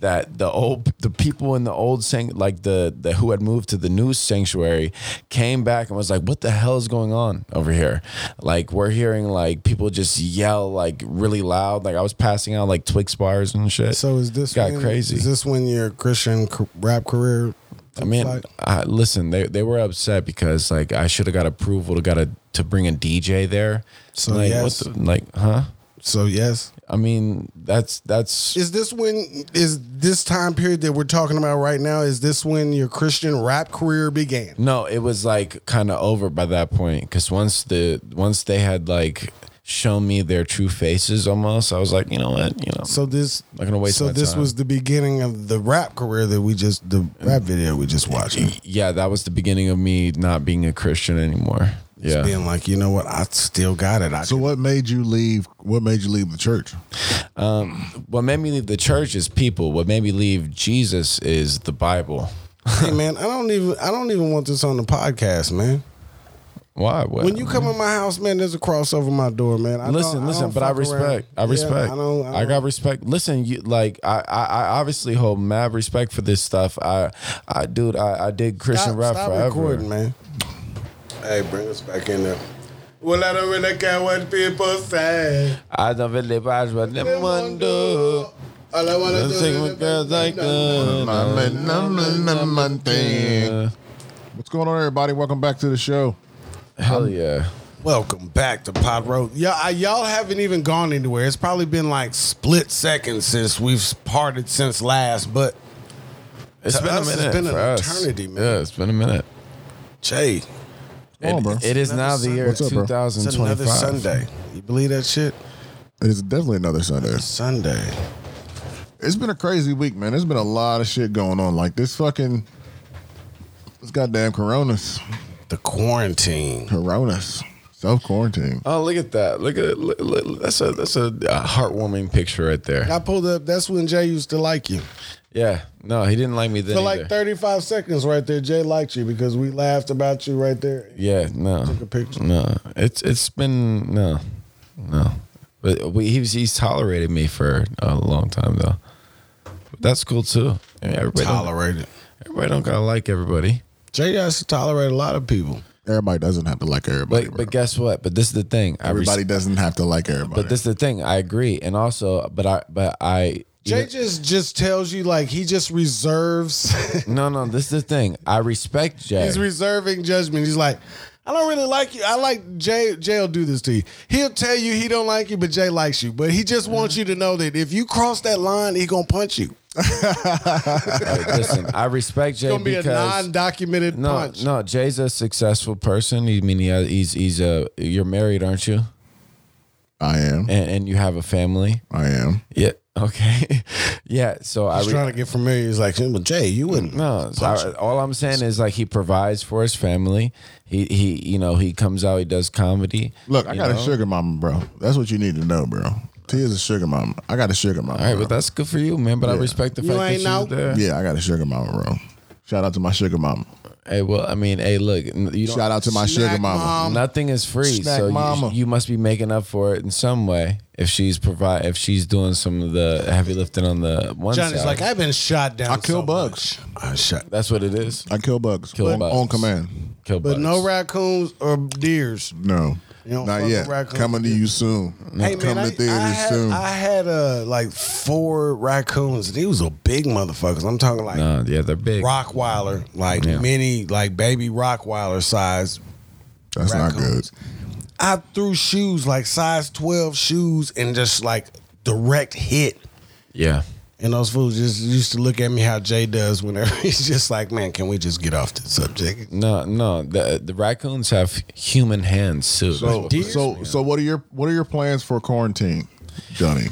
[SPEAKER 3] That the old the people in the old sang like the, the who had moved to the new sanctuary came back and was like, "What the hell is going on over here?" Like we're hearing like people just yell like really loud. Like I was passing out like Twix bars and shit.
[SPEAKER 4] So is this
[SPEAKER 3] got
[SPEAKER 4] when-
[SPEAKER 3] crazy?
[SPEAKER 4] Is this when your Christian c- rap career?
[SPEAKER 3] I mean,
[SPEAKER 4] like-
[SPEAKER 3] I, listen, they they were upset because like I should have got approval to got a to bring a DJ there.
[SPEAKER 4] So,
[SPEAKER 3] like,
[SPEAKER 4] yes.
[SPEAKER 3] the, like, huh?
[SPEAKER 4] So yes.
[SPEAKER 3] I mean, that's that's
[SPEAKER 4] Is this when is this time period that we're talking about right now? Is this when your Christian rap career began?
[SPEAKER 3] no. It was like kind of over by that point because once the once they had like shown me their true faces, almost I was like, you know what, you know.
[SPEAKER 4] So this
[SPEAKER 3] Not gonna waste
[SPEAKER 4] So
[SPEAKER 3] my
[SPEAKER 4] this
[SPEAKER 3] time.
[SPEAKER 4] was the beginning of the rap career that we just the rap video we just watched.
[SPEAKER 3] yeah, that was the beginning of me not being a Christian anymore. Yeah.
[SPEAKER 4] Being like, you know what, I still got it. I
[SPEAKER 2] So
[SPEAKER 4] can-
[SPEAKER 2] what made you leave? What made you leave the church?
[SPEAKER 3] what made me leave the church is people. What made me leave Jesus is the Bible.
[SPEAKER 4] hey man, I don't even I don't even want this on the podcast, man.
[SPEAKER 3] Why? What?
[SPEAKER 4] When you come in my house, man, there's a cross over my door, man. I
[SPEAKER 3] listen,
[SPEAKER 4] don't-
[SPEAKER 3] listen,
[SPEAKER 4] don't
[SPEAKER 3] but I
[SPEAKER 4] fuck around.
[SPEAKER 3] respect. I
[SPEAKER 4] Yeah,
[SPEAKER 3] respect.
[SPEAKER 4] I
[SPEAKER 3] I,
[SPEAKER 4] don't. I,
[SPEAKER 3] got
[SPEAKER 4] don't-
[SPEAKER 3] respect. Listen, you like I, I, I obviously hold mad respect for this stuff. I, I, dude, I, I did Christian
[SPEAKER 4] stop,
[SPEAKER 3] rap
[SPEAKER 4] stop
[SPEAKER 3] forever.
[SPEAKER 4] recording, man. Hey, bring us back in there. Well, I don't really care what people say.
[SPEAKER 3] I don't really watch what them one do.
[SPEAKER 4] All I wanna
[SPEAKER 3] Them
[SPEAKER 4] do
[SPEAKER 3] sing
[SPEAKER 4] is-
[SPEAKER 3] with girls like
[SPEAKER 2] I'm
[SPEAKER 3] that.
[SPEAKER 2] a num- num- num- num- thing. What's going on, everybody? Welcome back to the show.
[SPEAKER 3] Hell yeah.
[SPEAKER 4] Welcome back to Pod Road. Y'all, I- y'all haven't even gone anywhere. It's probably been like split seconds since we've parted since last, but
[SPEAKER 3] It's
[SPEAKER 4] To
[SPEAKER 3] been a
[SPEAKER 4] us, it's
[SPEAKER 3] minute.
[SPEAKER 4] been an
[SPEAKER 3] for us.
[SPEAKER 4] eternity, man.
[SPEAKER 3] Yeah, it's been a minute.
[SPEAKER 4] Jay,
[SPEAKER 2] Come on, bro.
[SPEAKER 3] It is now the year
[SPEAKER 2] What's up, bro?
[SPEAKER 4] it's
[SPEAKER 3] 2025.
[SPEAKER 4] another Sunday. You believe that shit?
[SPEAKER 2] It is definitely another Sunday.
[SPEAKER 4] Sunday.
[SPEAKER 2] It's been a crazy week, man. There's been a lot of shit going on. Like this fucking, this goddamn coronas,
[SPEAKER 4] The quarantine.
[SPEAKER 2] coronas, self quarantine.
[SPEAKER 3] Oh, look at that! Look at look, look, that's a that's a uh, heartwarming picture right there.
[SPEAKER 4] I pulled up. That's when Jay used to like you.
[SPEAKER 3] Yeah, no, he didn't like me then.
[SPEAKER 4] For like
[SPEAKER 3] either.
[SPEAKER 4] 35 seconds right there, Jay liked you because we laughed about you right there.
[SPEAKER 3] Yeah, no.
[SPEAKER 4] a picture.
[SPEAKER 3] No, it's it's been no, no. But we, he's he's tolerated me for a long time though. But that's cool too. I mean, everybody don't,
[SPEAKER 4] Tolerated.
[SPEAKER 3] everybody don't gotta like everybody.
[SPEAKER 4] Jay has to tolerate a lot of people.
[SPEAKER 2] Everybody doesn't have to like everybody.
[SPEAKER 3] But
[SPEAKER 2] bro.
[SPEAKER 3] but guess what? But this is the thing. I res-
[SPEAKER 2] everybody doesn't have to like everybody.
[SPEAKER 3] but this is the thing. I agree, and also, but I but I.
[SPEAKER 4] Jay just just tells you like he just reserves.
[SPEAKER 3] no, no. This is the thing. I respect Jay.
[SPEAKER 4] He's reserving judgment. He's like, I don't really like you. I like Jay. Jay'll do this to you. He'll tell you he don't like you, but Jay likes you. But he just
[SPEAKER 3] Mm-hmm.
[SPEAKER 4] wants you to know that if you cross that line, he gonna punch you. It's
[SPEAKER 3] Like, listen, I respect Jay
[SPEAKER 4] gonna be a
[SPEAKER 3] because
[SPEAKER 4] non-documented
[SPEAKER 3] no,
[SPEAKER 4] punch.
[SPEAKER 3] no. Jay's a successful person. I mean, he, he's he's a. You're married, aren't you?
[SPEAKER 2] I am.
[SPEAKER 3] And, and you have a family.
[SPEAKER 2] I am.
[SPEAKER 3] Yeah. Okay. yeah. So I
[SPEAKER 4] He's
[SPEAKER 3] re- Mm-hmm.
[SPEAKER 4] trying to get familiar. He's like, well, Jay, you wouldn't.
[SPEAKER 3] no. so
[SPEAKER 4] punch
[SPEAKER 3] I-
[SPEAKER 4] him.
[SPEAKER 3] all I'm saying is like he provides for his family. He he you know he comes out. He does comedy.
[SPEAKER 2] Look, I
[SPEAKER 3] you
[SPEAKER 2] got a
[SPEAKER 3] know?
[SPEAKER 2] sugar mama, bro. That's what you need to know, bro. T is a sugar mama. I got a sugar mama.
[SPEAKER 3] All right,
[SPEAKER 2] bro.
[SPEAKER 3] but that's good for you, man. But I
[SPEAKER 2] Yeah.
[SPEAKER 3] respect the
[SPEAKER 4] You
[SPEAKER 3] fact that
[SPEAKER 4] ain't
[SPEAKER 3] you
[SPEAKER 4] know.
[SPEAKER 3] was there.
[SPEAKER 2] yeah, I got a sugar mama, bro. Shout out to my sugar mama.
[SPEAKER 3] Hey, well, I mean, hey, look, n- you don't.
[SPEAKER 2] Shout out to my
[SPEAKER 4] Snack
[SPEAKER 2] sugar mama.
[SPEAKER 4] mom.
[SPEAKER 3] Nothing is free,
[SPEAKER 2] Snack
[SPEAKER 3] so
[SPEAKER 2] mama.
[SPEAKER 3] you, you must be making up for it in some way. If she's provide, if she's doing some of the heavy lifting on the one
[SPEAKER 4] Johnny's
[SPEAKER 3] side,
[SPEAKER 4] like, I've been shot down.
[SPEAKER 2] I kill
[SPEAKER 4] so
[SPEAKER 2] bugs.
[SPEAKER 4] much." I shot.
[SPEAKER 3] that's what it is.
[SPEAKER 2] I kill bugs.
[SPEAKER 3] Kill
[SPEAKER 2] on,
[SPEAKER 3] bugs.
[SPEAKER 2] on command.
[SPEAKER 3] Kill
[SPEAKER 4] But
[SPEAKER 3] bugs.
[SPEAKER 4] no raccoons or deers.
[SPEAKER 2] No,
[SPEAKER 4] You don't fuck
[SPEAKER 2] not
[SPEAKER 4] with
[SPEAKER 2] yet.
[SPEAKER 4] raccoons.
[SPEAKER 2] Coming to you soon.
[SPEAKER 4] Hey man,
[SPEAKER 2] Coming
[SPEAKER 4] I,
[SPEAKER 2] to theaters
[SPEAKER 4] I had,
[SPEAKER 2] soon.
[SPEAKER 4] I had uh, like four raccoons. They was a big motherfuckers. I'm talking like
[SPEAKER 3] no, yeah, they're big.
[SPEAKER 4] Rockweiler, like
[SPEAKER 3] Yeah.
[SPEAKER 4] mini, like baby Rockweiler size.
[SPEAKER 2] that's not good.
[SPEAKER 4] raccoons. I threw shoes like size twelve shoes and just like direct hit.
[SPEAKER 3] Yeah,
[SPEAKER 4] And those fools just used to look at me how Jay does whenever he's just like, man, can we just get off the subject?
[SPEAKER 3] No, no. The the raccoons have human hands too.
[SPEAKER 2] So, so, so, what are your what are your plans for quarantine, Johnny?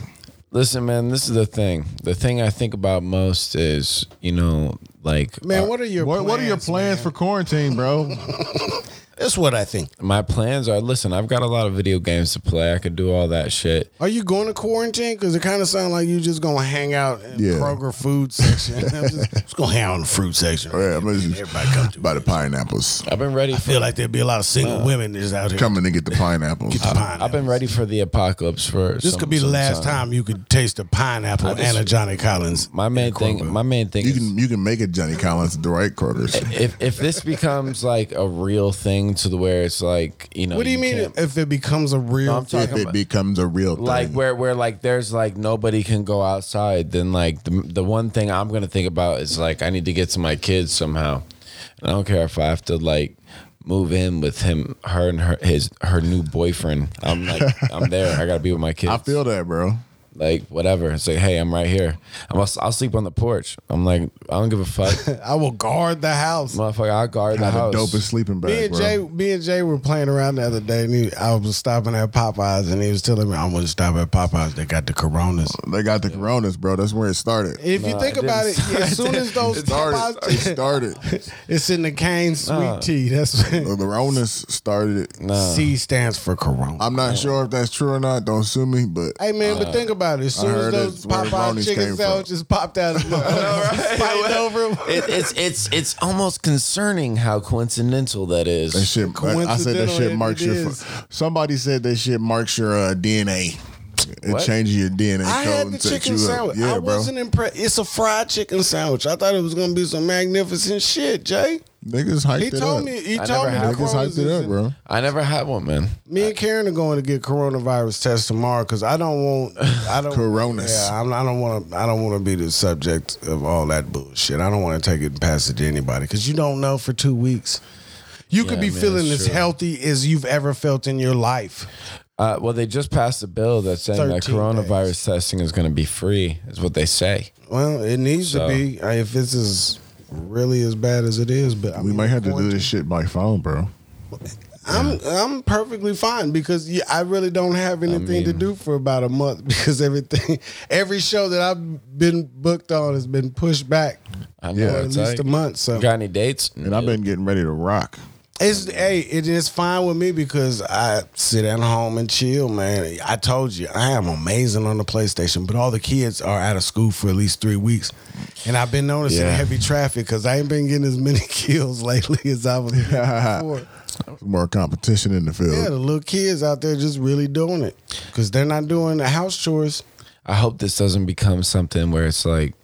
[SPEAKER 3] listen, man, this is the thing. The thing I think about most is, you know, like
[SPEAKER 4] Man, Uh, what are your
[SPEAKER 2] What, what are your
[SPEAKER 4] plans,
[SPEAKER 2] plans for quarantine, bro?
[SPEAKER 4] That's what I think.
[SPEAKER 3] My plans are listen, I've got a lot of video games to play. I could do all that shit.
[SPEAKER 4] Are you going to quarantine? Because it kind of sounds like you just gonna hang out in
[SPEAKER 2] Yeah.
[SPEAKER 4] Kroger food section. I'm just, just gonna hang out in the fruit section.
[SPEAKER 2] All right, I'm gonna just-
[SPEAKER 4] Everybody come to.
[SPEAKER 2] by the pineapples.
[SPEAKER 3] I've been ready
[SPEAKER 4] I
[SPEAKER 3] for
[SPEAKER 4] feel like there'd be a lot of
[SPEAKER 2] Uh,
[SPEAKER 4] single women that's out here.
[SPEAKER 2] Coming to get the pineapples.
[SPEAKER 4] pineapple.
[SPEAKER 3] I've been ready for the apocalypse for
[SPEAKER 4] This
[SPEAKER 3] some-
[SPEAKER 4] could be the
[SPEAKER 3] some
[SPEAKER 4] last time you could taste a pineapple
[SPEAKER 3] I just-
[SPEAKER 4] and a Johnny Collins.
[SPEAKER 3] My main thing my main thing
[SPEAKER 2] You
[SPEAKER 3] is
[SPEAKER 2] can you can make it Johnny Collins at the right quarters.
[SPEAKER 3] if if this becomes like a real thing to the where it's like, you know,
[SPEAKER 4] What do you mean
[SPEAKER 3] can't-
[SPEAKER 4] if it becomes a real?
[SPEAKER 3] I'm
[SPEAKER 2] If
[SPEAKER 3] talking
[SPEAKER 2] it
[SPEAKER 3] about,
[SPEAKER 2] becomes a real thing,
[SPEAKER 3] like where where like there's like nobody can go outside then like the, the one thing i'm gonna think about is like i need to get to my kids somehow and i don't care if i have to like move in with him her and her his her new boyfriend i'm like i'm there i gotta be with my kids
[SPEAKER 2] I feel that, bro.
[SPEAKER 3] like whatever it's like hey i'm right here I'm, I'll, I'll sleep on the porch i'm like i don't give a fuck
[SPEAKER 4] I will guard the house.
[SPEAKER 3] motherfucker i'll guard the
[SPEAKER 2] Got
[SPEAKER 3] house
[SPEAKER 2] the dopest sleeping
[SPEAKER 4] Me
[SPEAKER 2] bag,
[SPEAKER 4] and
[SPEAKER 2] bro.
[SPEAKER 4] Jay, me and Jay were playing around the other day, and he, I was stopping at Popeyes, and he was telling me I want to stop at Popeyes. They got the Coronas.
[SPEAKER 2] they got the Coronas, bro. That's where it started.
[SPEAKER 4] If you
[SPEAKER 3] Nah,
[SPEAKER 4] think
[SPEAKER 3] it
[SPEAKER 4] about it,
[SPEAKER 3] didn't
[SPEAKER 4] yeah, as soon as those
[SPEAKER 2] It started.
[SPEAKER 4] Popeyes,
[SPEAKER 2] It started.
[SPEAKER 4] it's in the cane sweet tea. That's
[SPEAKER 2] The
[SPEAKER 4] what
[SPEAKER 2] Coronas started it.
[SPEAKER 4] C stands for Corona.
[SPEAKER 2] I'm not sure if that's true or not. Don't sue me, but
[SPEAKER 4] Hey man, but think about it. As soon as
[SPEAKER 2] heard
[SPEAKER 4] those
[SPEAKER 2] it's where
[SPEAKER 4] Popeye
[SPEAKER 2] brownies
[SPEAKER 4] chicken
[SPEAKER 2] came from.
[SPEAKER 4] sandwiches popped out of his mouth, fighting over him.
[SPEAKER 3] It, it's it's it's almost concerning how coincidental that is.
[SPEAKER 2] that shit. I said that
[SPEAKER 4] Coincidental
[SPEAKER 2] shit
[SPEAKER 4] it
[SPEAKER 2] marks your.
[SPEAKER 4] is.
[SPEAKER 2] fu- Somebody said that shit marks your uh, DNA. It
[SPEAKER 3] What?
[SPEAKER 2] changes your DNA
[SPEAKER 4] I
[SPEAKER 2] code
[SPEAKER 4] had the
[SPEAKER 2] and sets
[SPEAKER 4] chicken
[SPEAKER 2] you up.
[SPEAKER 4] sandwich.
[SPEAKER 2] Yeah,
[SPEAKER 4] I
[SPEAKER 2] bro.
[SPEAKER 4] wasn't impressed. It's a fried chicken sandwich. I thought it was gonna be some magnificent shit, Jay.
[SPEAKER 2] Niggas hyped
[SPEAKER 4] He
[SPEAKER 2] it
[SPEAKER 4] told
[SPEAKER 2] up.
[SPEAKER 4] me. He
[SPEAKER 3] I
[SPEAKER 4] told
[SPEAKER 3] never
[SPEAKER 4] me
[SPEAKER 3] had
[SPEAKER 4] the
[SPEAKER 3] it.
[SPEAKER 2] Niggas
[SPEAKER 4] Coronas
[SPEAKER 2] hyped it
[SPEAKER 4] is
[SPEAKER 2] up,
[SPEAKER 4] in-
[SPEAKER 2] bro.
[SPEAKER 3] I never had one, man.
[SPEAKER 4] Me and Karen are going to get coronavirus tests tomorrow because I don't want. I don't.
[SPEAKER 2] Coronas.
[SPEAKER 4] Yeah, I'm, I don't want to. I don't want to be the subject of all that bullshit. I don't want to take it and pass it to anybody because you don't know for two weeks. You could
[SPEAKER 3] Yeah,
[SPEAKER 4] be
[SPEAKER 3] man,
[SPEAKER 4] feeling
[SPEAKER 3] that's
[SPEAKER 4] as
[SPEAKER 3] true.
[SPEAKER 4] healthy as you've ever felt in your life.
[SPEAKER 3] Uh, well, they just passed a bill that's saying that
[SPEAKER 4] 13
[SPEAKER 3] coronavirus
[SPEAKER 4] days.
[SPEAKER 3] testing is going to be free, is what they say.
[SPEAKER 4] Well, it needs
[SPEAKER 3] So-
[SPEAKER 4] to be. I- If this is really as bad as it is, but I
[SPEAKER 2] We
[SPEAKER 4] mean,
[SPEAKER 2] might have to do this shit by phone, bro.
[SPEAKER 4] I'm I'm perfectly fine because yeah, I really don't have anything to do for about a month because everything, every show that I've been booked on has been pushed back
[SPEAKER 3] I
[SPEAKER 4] for
[SPEAKER 3] know
[SPEAKER 4] at
[SPEAKER 3] it's
[SPEAKER 4] least a
[SPEAKER 3] like-
[SPEAKER 4] month. So
[SPEAKER 3] Got any dates?
[SPEAKER 2] And I've been getting ready to rock.
[SPEAKER 4] it's hey, it is fine with me because I sit at home and chill, man. I told you I am amazing on the PlayStation, but all the kids are out of school for at least three weeks, and I've been noticing
[SPEAKER 3] Yeah.
[SPEAKER 4] heavy traffic because I ain't been getting as many kills lately as I was getting before.
[SPEAKER 2] More competition in the field.
[SPEAKER 4] Yeah, the little kids out there just really doing it because they're not doing the house chores.
[SPEAKER 3] I hope this doesn't become something where it's like,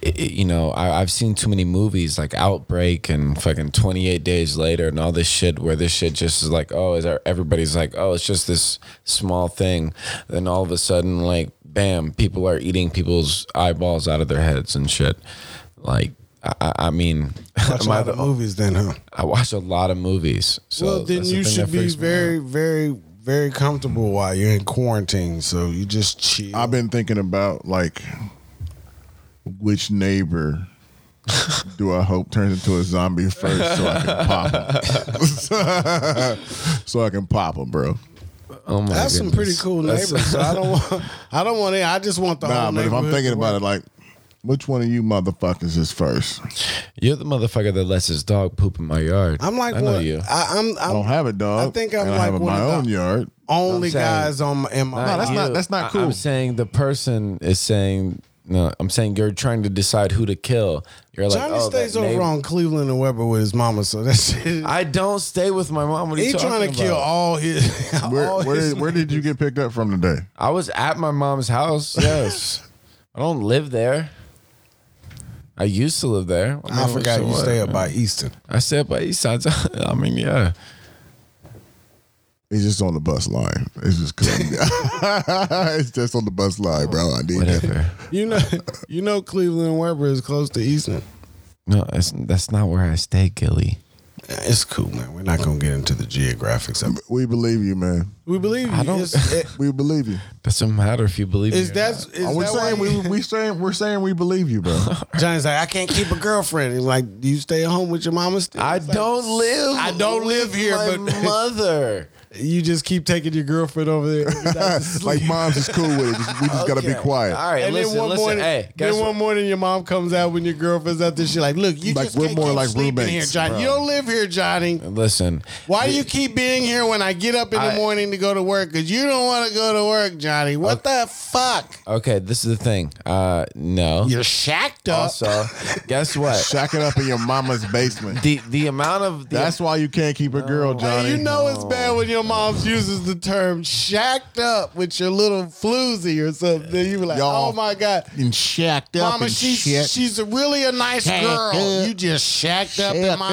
[SPEAKER 3] it- it- you know, I, I've seen too many movies like Outbreak and fucking 28 Days Later and all this shit where this shit just is like, oh, is there, everybody's like, oh, it's just this small thing. Then all of a sudden, like, bam, people are eating people's eyeballs out of their heads and shit. Like, I- I, I mean,
[SPEAKER 4] Watch a
[SPEAKER 3] am I
[SPEAKER 4] lot
[SPEAKER 3] the
[SPEAKER 4] of movies then, huh?
[SPEAKER 3] I watch a lot of movies. So
[SPEAKER 4] well, then
[SPEAKER 3] that's the
[SPEAKER 4] you
[SPEAKER 3] thing
[SPEAKER 4] should
[SPEAKER 3] that
[SPEAKER 4] be
[SPEAKER 3] freaks me
[SPEAKER 4] very,
[SPEAKER 3] out.
[SPEAKER 4] very, very comfortable while you're in quarantine. So you just chill.
[SPEAKER 2] I've been thinking about like which neighbor do I hope turns into a zombie first so I can pop him. so I can pop him, bro.
[SPEAKER 3] Oh my
[SPEAKER 4] That's some pretty
[SPEAKER 3] goodness.
[SPEAKER 4] cool
[SPEAKER 3] That's-
[SPEAKER 4] neighbors. so I don't want. I don't want it. I just want the
[SPEAKER 2] Nah,
[SPEAKER 4] whole
[SPEAKER 2] but if I'm
[SPEAKER 4] neighborhood
[SPEAKER 2] thinking
[SPEAKER 4] to
[SPEAKER 2] about
[SPEAKER 4] work.
[SPEAKER 2] it, like, which one of you motherfuckers is first?
[SPEAKER 3] You're the motherfucker that lets his dog poop in my yard.
[SPEAKER 4] I'm like,
[SPEAKER 3] I
[SPEAKER 4] one.
[SPEAKER 3] know you.
[SPEAKER 4] I, am
[SPEAKER 2] I don't have a dog.
[SPEAKER 4] I think I'm
[SPEAKER 2] and I
[SPEAKER 4] like
[SPEAKER 2] have a-
[SPEAKER 4] one
[SPEAKER 2] my
[SPEAKER 4] of the-
[SPEAKER 2] own yard.
[SPEAKER 4] only
[SPEAKER 3] I'm saying-
[SPEAKER 4] guys on my, in my.
[SPEAKER 3] Not
[SPEAKER 2] that's
[SPEAKER 3] you.
[SPEAKER 2] not- that's not
[SPEAKER 3] I, am
[SPEAKER 2] cool.
[SPEAKER 3] saying the person is saying no. I'm saying you're trying to decide who to kill. You're like,
[SPEAKER 4] Johnny
[SPEAKER 3] oh,
[SPEAKER 4] stays
[SPEAKER 3] that
[SPEAKER 4] over
[SPEAKER 3] neighbor-
[SPEAKER 4] on Cleveland and Weber with his mama, so that shit.
[SPEAKER 3] I don't stay with my mom. What are you
[SPEAKER 4] He
[SPEAKER 3] talking
[SPEAKER 4] trying to kill
[SPEAKER 3] about?
[SPEAKER 4] all his.
[SPEAKER 2] Where,
[SPEAKER 4] all
[SPEAKER 2] where,
[SPEAKER 4] his
[SPEAKER 2] where did you get picked up from today?
[SPEAKER 3] I was at my mom's house. Yes, I don't live there. I used to live there.
[SPEAKER 4] I
[SPEAKER 3] mean,
[SPEAKER 4] forgot
[SPEAKER 3] so
[SPEAKER 4] you
[SPEAKER 3] what,
[SPEAKER 4] stay up
[SPEAKER 3] man?
[SPEAKER 4] by Easton.
[SPEAKER 3] I stay up by East Side. I mean, yeah.
[SPEAKER 2] It's just on the bus line. It's just cool. it's just on the bus line, bro. I need that.
[SPEAKER 3] Whatever.
[SPEAKER 4] You know, you know, Cleveland Weber is close to Easton.
[SPEAKER 3] No, that's, that's not where I stay, Gilly.
[SPEAKER 4] It's cool, man. We're not gonna get into the geographics of it.
[SPEAKER 2] We believe you, man.
[SPEAKER 4] We believe you.
[SPEAKER 3] I don't-
[SPEAKER 4] It's- it-
[SPEAKER 2] We believe you.
[SPEAKER 3] Doesn't matter if you believe
[SPEAKER 4] Is
[SPEAKER 3] me or
[SPEAKER 4] that
[SPEAKER 3] not.
[SPEAKER 4] is
[SPEAKER 2] Uh, we're
[SPEAKER 4] that why
[SPEAKER 2] saying we,
[SPEAKER 4] you,
[SPEAKER 2] we saying we're saying we believe you, bro.
[SPEAKER 4] Johnny's like I can't keep a girlfriend. He's like, do you stay at home with your mama still?
[SPEAKER 3] I
[SPEAKER 4] It's like,
[SPEAKER 3] don't live.
[SPEAKER 4] I don't live here,
[SPEAKER 3] with my
[SPEAKER 4] but-
[SPEAKER 3] mother.
[SPEAKER 4] you just keep taking your girlfriend over there. You're not just
[SPEAKER 2] like mom's is cool with it. Just- we just gotta be
[SPEAKER 3] Okay.
[SPEAKER 2] quiet.
[SPEAKER 3] All right,
[SPEAKER 4] and
[SPEAKER 3] listen,
[SPEAKER 4] then one
[SPEAKER 3] listen.
[SPEAKER 4] morning,
[SPEAKER 3] hey, guess
[SPEAKER 4] then
[SPEAKER 3] what?
[SPEAKER 4] one morning your mom comes out when your girlfriend's out there. She like, look, you
[SPEAKER 2] Like,
[SPEAKER 4] just
[SPEAKER 2] we're
[SPEAKER 4] can't
[SPEAKER 2] more
[SPEAKER 4] keep
[SPEAKER 2] like
[SPEAKER 4] sleeping here,
[SPEAKER 2] roommates,
[SPEAKER 4] Johnny. You don't live here, Johnny.
[SPEAKER 3] Listen,
[SPEAKER 4] Why do you keep being here when I get up in the
[SPEAKER 3] I-
[SPEAKER 4] morning to go to work? Cause you don't want to go to work, Johnny. What the fuck?
[SPEAKER 3] okay, this is the thing. Uh, no.
[SPEAKER 4] You're shacked up.
[SPEAKER 3] Also, guess what?
[SPEAKER 2] Shack it up in your mama's basement.
[SPEAKER 3] The the amount of the,
[SPEAKER 2] That's why you can't keep a girl, Johnny.
[SPEAKER 4] Hey, you know it's bad when your mom uses the term shacked up with your little floozy or something. You be like,
[SPEAKER 2] Y'all
[SPEAKER 4] oh my God.
[SPEAKER 2] and shacked up
[SPEAKER 4] Mama,
[SPEAKER 2] and
[SPEAKER 4] she's
[SPEAKER 2] shit.
[SPEAKER 4] she's a really a nice girl.
[SPEAKER 2] up.
[SPEAKER 4] You just shacked up in
[SPEAKER 2] Shacked
[SPEAKER 4] my
[SPEAKER 2] up.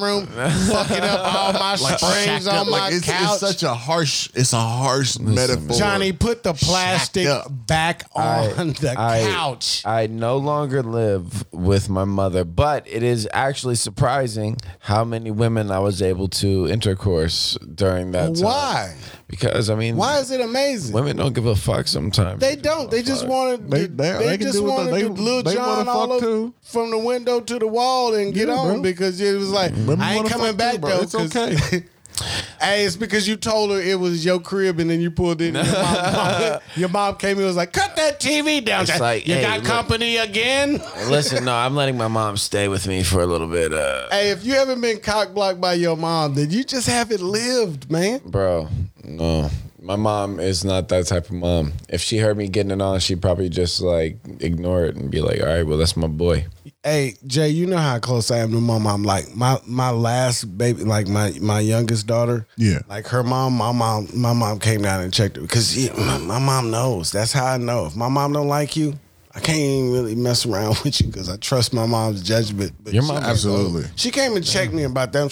[SPEAKER 4] room, fucking up all my springs on my
[SPEAKER 2] like it's, it's
[SPEAKER 4] couch.
[SPEAKER 2] such a harsh, it's a harsh metaphor.
[SPEAKER 4] Johnny, put the plastic
[SPEAKER 2] up.
[SPEAKER 4] back on the
[SPEAKER 3] I-
[SPEAKER 4] couch.
[SPEAKER 3] I no longer live with my mother, but it is actually surprising how many women I was able to intercourse during that time.
[SPEAKER 4] Why?
[SPEAKER 3] Because I mean,
[SPEAKER 4] Why is it amazing?
[SPEAKER 3] women don't give a fuck sometimes?
[SPEAKER 4] They don't. They just wanted.
[SPEAKER 2] They-
[SPEAKER 4] They,
[SPEAKER 2] they- they can
[SPEAKER 4] just
[SPEAKER 2] do what
[SPEAKER 4] wanted
[SPEAKER 2] they-
[SPEAKER 4] to Lil
[SPEAKER 2] they wanna
[SPEAKER 4] John all
[SPEAKER 2] fuck
[SPEAKER 4] over
[SPEAKER 2] too.
[SPEAKER 4] from the window to the wall and get
[SPEAKER 2] Yeah,
[SPEAKER 4] on
[SPEAKER 2] bro.
[SPEAKER 4] because it was like I ain't
[SPEAKER 2] wanna
[SPEAKER 4] coming
[SPEAKER 2] fuck
[SPEAKER 4] back
[SPEAKER 2] too, bro.
[SPEAKER 4] though.
[SPEAKER 2] It's
[SPEAKER 4] 'cause-
[SPEAKER 2] okay.
[SPEAKER 4] hey, it's because you told her it was your crib and then you pulled in. And your, mom, your mom came in and was like, "Cut that TV down.
[SPEAKER 3] It's like,
[SPEAKER 4] you
[SPEAKER 3] hey,
[SPEAKER 4] got
[SPEAKER 3] look.
[SPEAKER 4] company again."
[SPEAKER 3] Listen, no, I'm letting my mom stay with me for a little bit, uh,
[SPEAKER 4] hey, if you haven't been cock blocked by your mom, then you just haven't lived, man.
[SPEAKER 3] bro. No, my mom is not that type of mom. If she heard me getting it on, she'd probably just like ignore it and be like, "All right, well, that's my boy."
[SPEAKER 4] Hey Jay, you know how close I am to my mom. Like my my last baby, like my my youngest daughter.
[SPEAKER 2] Yeah.
[SPEAKER 4] Like her mom, my mom, my mom came down and checked it because yeah, my, my mom knows. That's how I know. If my mom don't like you, I can't even really mess around with you because I trust my mom's judgment. But
[SPEAKER 3] Your
[SPEAKER 4] she-
[SPEAKER 3] mom-
[SPEAKER 2] Absolutely.
[SPEAKER 4] She came and checked me about them.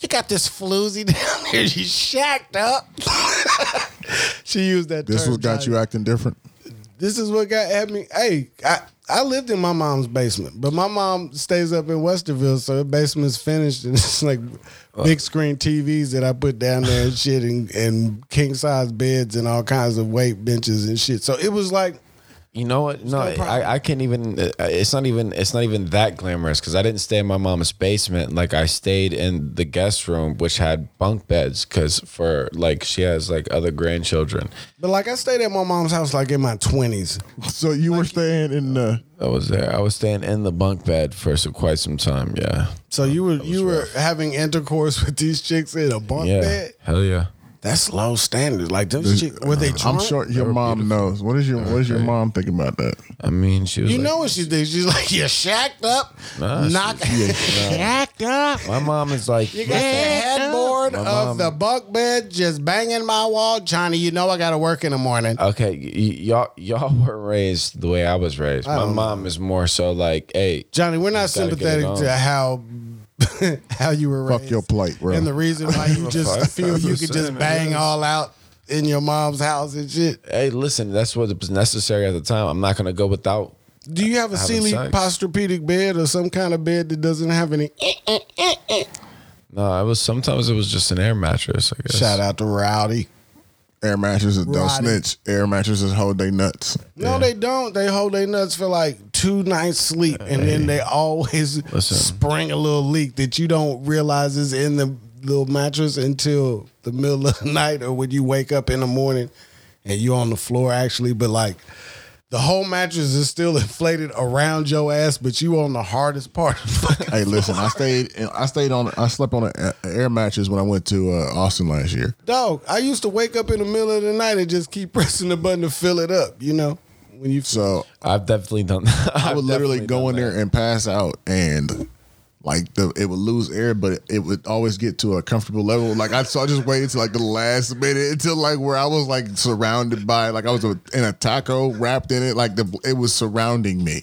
[SPEAKER 4] You got this floozy down there. You shacked up. she used that.
[SPEAKER 2] This
[SPEAKER 4] term,
[SPEAKER 2] what got
[SPEAKER 4] Johnny
[SPEAKER 2] you acting different.
[SPEAKER 4] this is what got at me. Hey, I, I lived in my mom's basement, but my mom stays up in Westerville, so her basement's finished and it's like
[SPEAKER 3] Uh.
[SPEAKER 4] big screen TVs that I put down there and shit, and, and king size beds and all kinds of weight benches and shit. So it was like,
[SPEAKER 3] You know what? No,
[SPEAKER 4] no problem.
[SPEAKER 3] I, I can't even. uh, It's not even. It's not even that glamorous because I didn't stay in my mom's basement. Like I stayed in the guest room, which had bunk beds. Because for like she has like other grandchildren.
[SPEAKER 4] but like I stayed at my mom's house like in my twenties.
[SPEAKER 2] So you were staying in the
[SPEAKER 3] I was there. I was staying in the bunk bed for so quite some time. Yeah.
[SPEAKER 4] So you were you were having intercourse with these chicks in a bunk
[SPEAKER 3] Yeah.
[SPEAKER 4] bed.
[SPEAKER 3] Hell yeah.
[SPEAKER 4] That's low standards. Like those chicks, were they?
[SPEAKER 2] I'm
[SPEAKER 4] Drunk?
[SPEAKER 2] sure your mom knows. What is your What is your mom think about that?
[SPEAKER 3] I mean, she was.
[SPEAKER 4] You
[SPEAKER 3] like-
[SPEAKER 4] know what she thinks? She's like, you shacked up,
[SPEAKER 3] Nah,
[SPEAKER 4] knock, shacked up.
[SPEAKER 3] My mom is like.
[SPEAKER 4] You got the headboard of the bunk bed just banging my wall, Johnny. You know I got to work in the morning.
[SPEAKER 3] Okay, y- y- y'all y'all were raised the way I was raised. My mom is more so like, hey,
[SPEAKER 4] Johnny, we're not
[SPEAKER 3] gotta get it
[SPEAKER 4] sympathetic
[SPEAKER 3] on.
[SPEAKER 4] to how how you were
[SPEAKER 2] Fuck
[SPEAKER 4] raised
[SPEAKER 2] your plate, bro.
[SPEAKER 4] and the reason why you just feel you could just
[SPEAKER 3] Understand,
[SPEAKER 4] bang
[SPEAKER 3] yes.
[SPEAKER 4] all out in your mom's house and shit.
[SPEAKER 3] hey, listen, that's what was necessary at the time. I'm not gonna go without.
[SPEAKER 4] Do you have a
[SPEAKER 3] Having
[SPEAKER 4] Sealy
[SPEAKER 3] sex.
[SPEAKER 4] posturpedic bed or some kind of bed that doesn't have any?
[SPEAKER 3] No, I was sometimes it was just an air mattress. I guess.
[SPEAKER 4] Shout out to Rowdy.
[SPEAKER 2] Air mattresses don't
[SPEAKER 4] Roddy.
[SPEAKER 2] snitch. Air mattresses hold they nuts.
[SPEAKER 4] No, they don't. They hold their nuts for like two nights sleep, and then they always
[SPEAKER 3] Listen.
[SPEAKER 4] spring a little leak that you don't realize is in the little mattress until the middle of the night or when you wake up in the morning and you're on the floor actually. But like the whole mattress is still inflated around your ass, but you on the hardest part. of the fucking-
[SPEAKER 2] Hey, listen, I stayed. I stayed on. I slept on an air mattress when I went to uh, Austin last year.
[SPEAKER 4] Dog, I used to wake up in the middle of the night and just keep pressing the button to fill it up. You know when you
[SPEAKER 2] So
[SPEAKER 3] I've definitely done that.
[SPEAKER 2] I would literally go in there and pass out and like the it would lose air, but it would always get to a comfortable level. Like I so I just waited till like the last minute until like where I was like surrounded by like I was a, in a taco wrapped in it, like the it was surrounding me.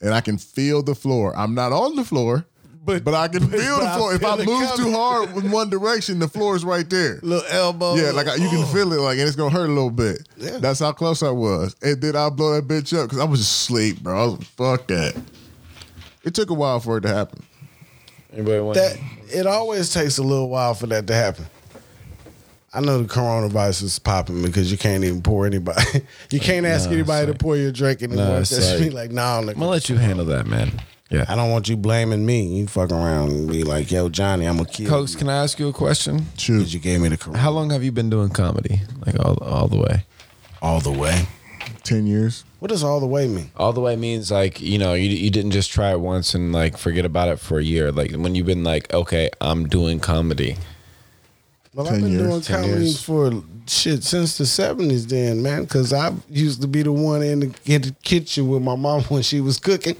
[SPEAKER 2] And I can feel the floor. I'm not on the floor. But, I can feel the
[SPEAKER 4] I
[SPEAKER 2] floor. If
[SPEAKER 4] feel
[SPEAKER 2] I
[SPEAKER 4] it
[SPEAKER 2] move too
[SPEAKER 4] coming.
[SPEAKER 2] hard in one direction, the floor is right there.
[SPEAKER 4] little elbow.
[SPEAKER 2] Yeah, like I, you can feel it, like and it's gonna hurt a little bit.
[SPEAKER 4] Oh, Yeah.
[SPEAKER 2] That's how close I was, and then I blow that bitch up because I was asleep, bro. I was like, fuck that. It took a while for it to happen.
[SPEAKER 3] Anybody want
[SPEAKER 4] that it always takes a little while for that to happen. I know the coronavirus is popping because you can't even pour anybody. You can't ask
[SPEAKER 3] No,
[SPEAKER 4] anybody
[SPEAKER 3] it's
[SPEAKER 4] to pour your drink anymore.
[SPEAKER 3] no,
[SPEAKER 4] No,
[SPEAKER 3] it's
[SPEAKER 4] That's
[SPEAKER 3] like-
[SPEAKER 4] like, nah,
[SPEAKER 3] I'm gonna
[SPEAKER 4] nigga.
[SPEAKER 3] let you handle that, man. Yeah.
[SPEAKER 4] I don't want you blaming me. You fuck around and be like, yo, Johnny, I'm gonna kill
[SPEAKER 3] Coach,
[SPEAKER 4] you
[SPEAKER 3] can I ask you a question?
[SPEAKER 4] 'cause you gave me the correct
[SPEAKER 3] How long have you been doing comedy? Like all, all the way?
[SPEAKER 4] all the way.
[SPEAKER 2] Ten years.
[SPEAKER 4] What does all the way mean?
[SPEAKER 3] All the way means like you know you you didn't just try it once and like forget about it for a year. Like when you've been like, okay, I'm doing comedy.
[SPEAKER 4] Well,
[SPEAKER 2] 10
[SPEAKER 4] I've been
[SPEAKER 2] years.
[SPEAKER 4] doing
[SPEAKER 3] 10
[SPEAKER 4] comedy
[SPEAKER 3] years.
[SPEAKER 4] for shit since the seventies, then man, because I used to be the one in the, in the kitchen with my mom when she was cooking.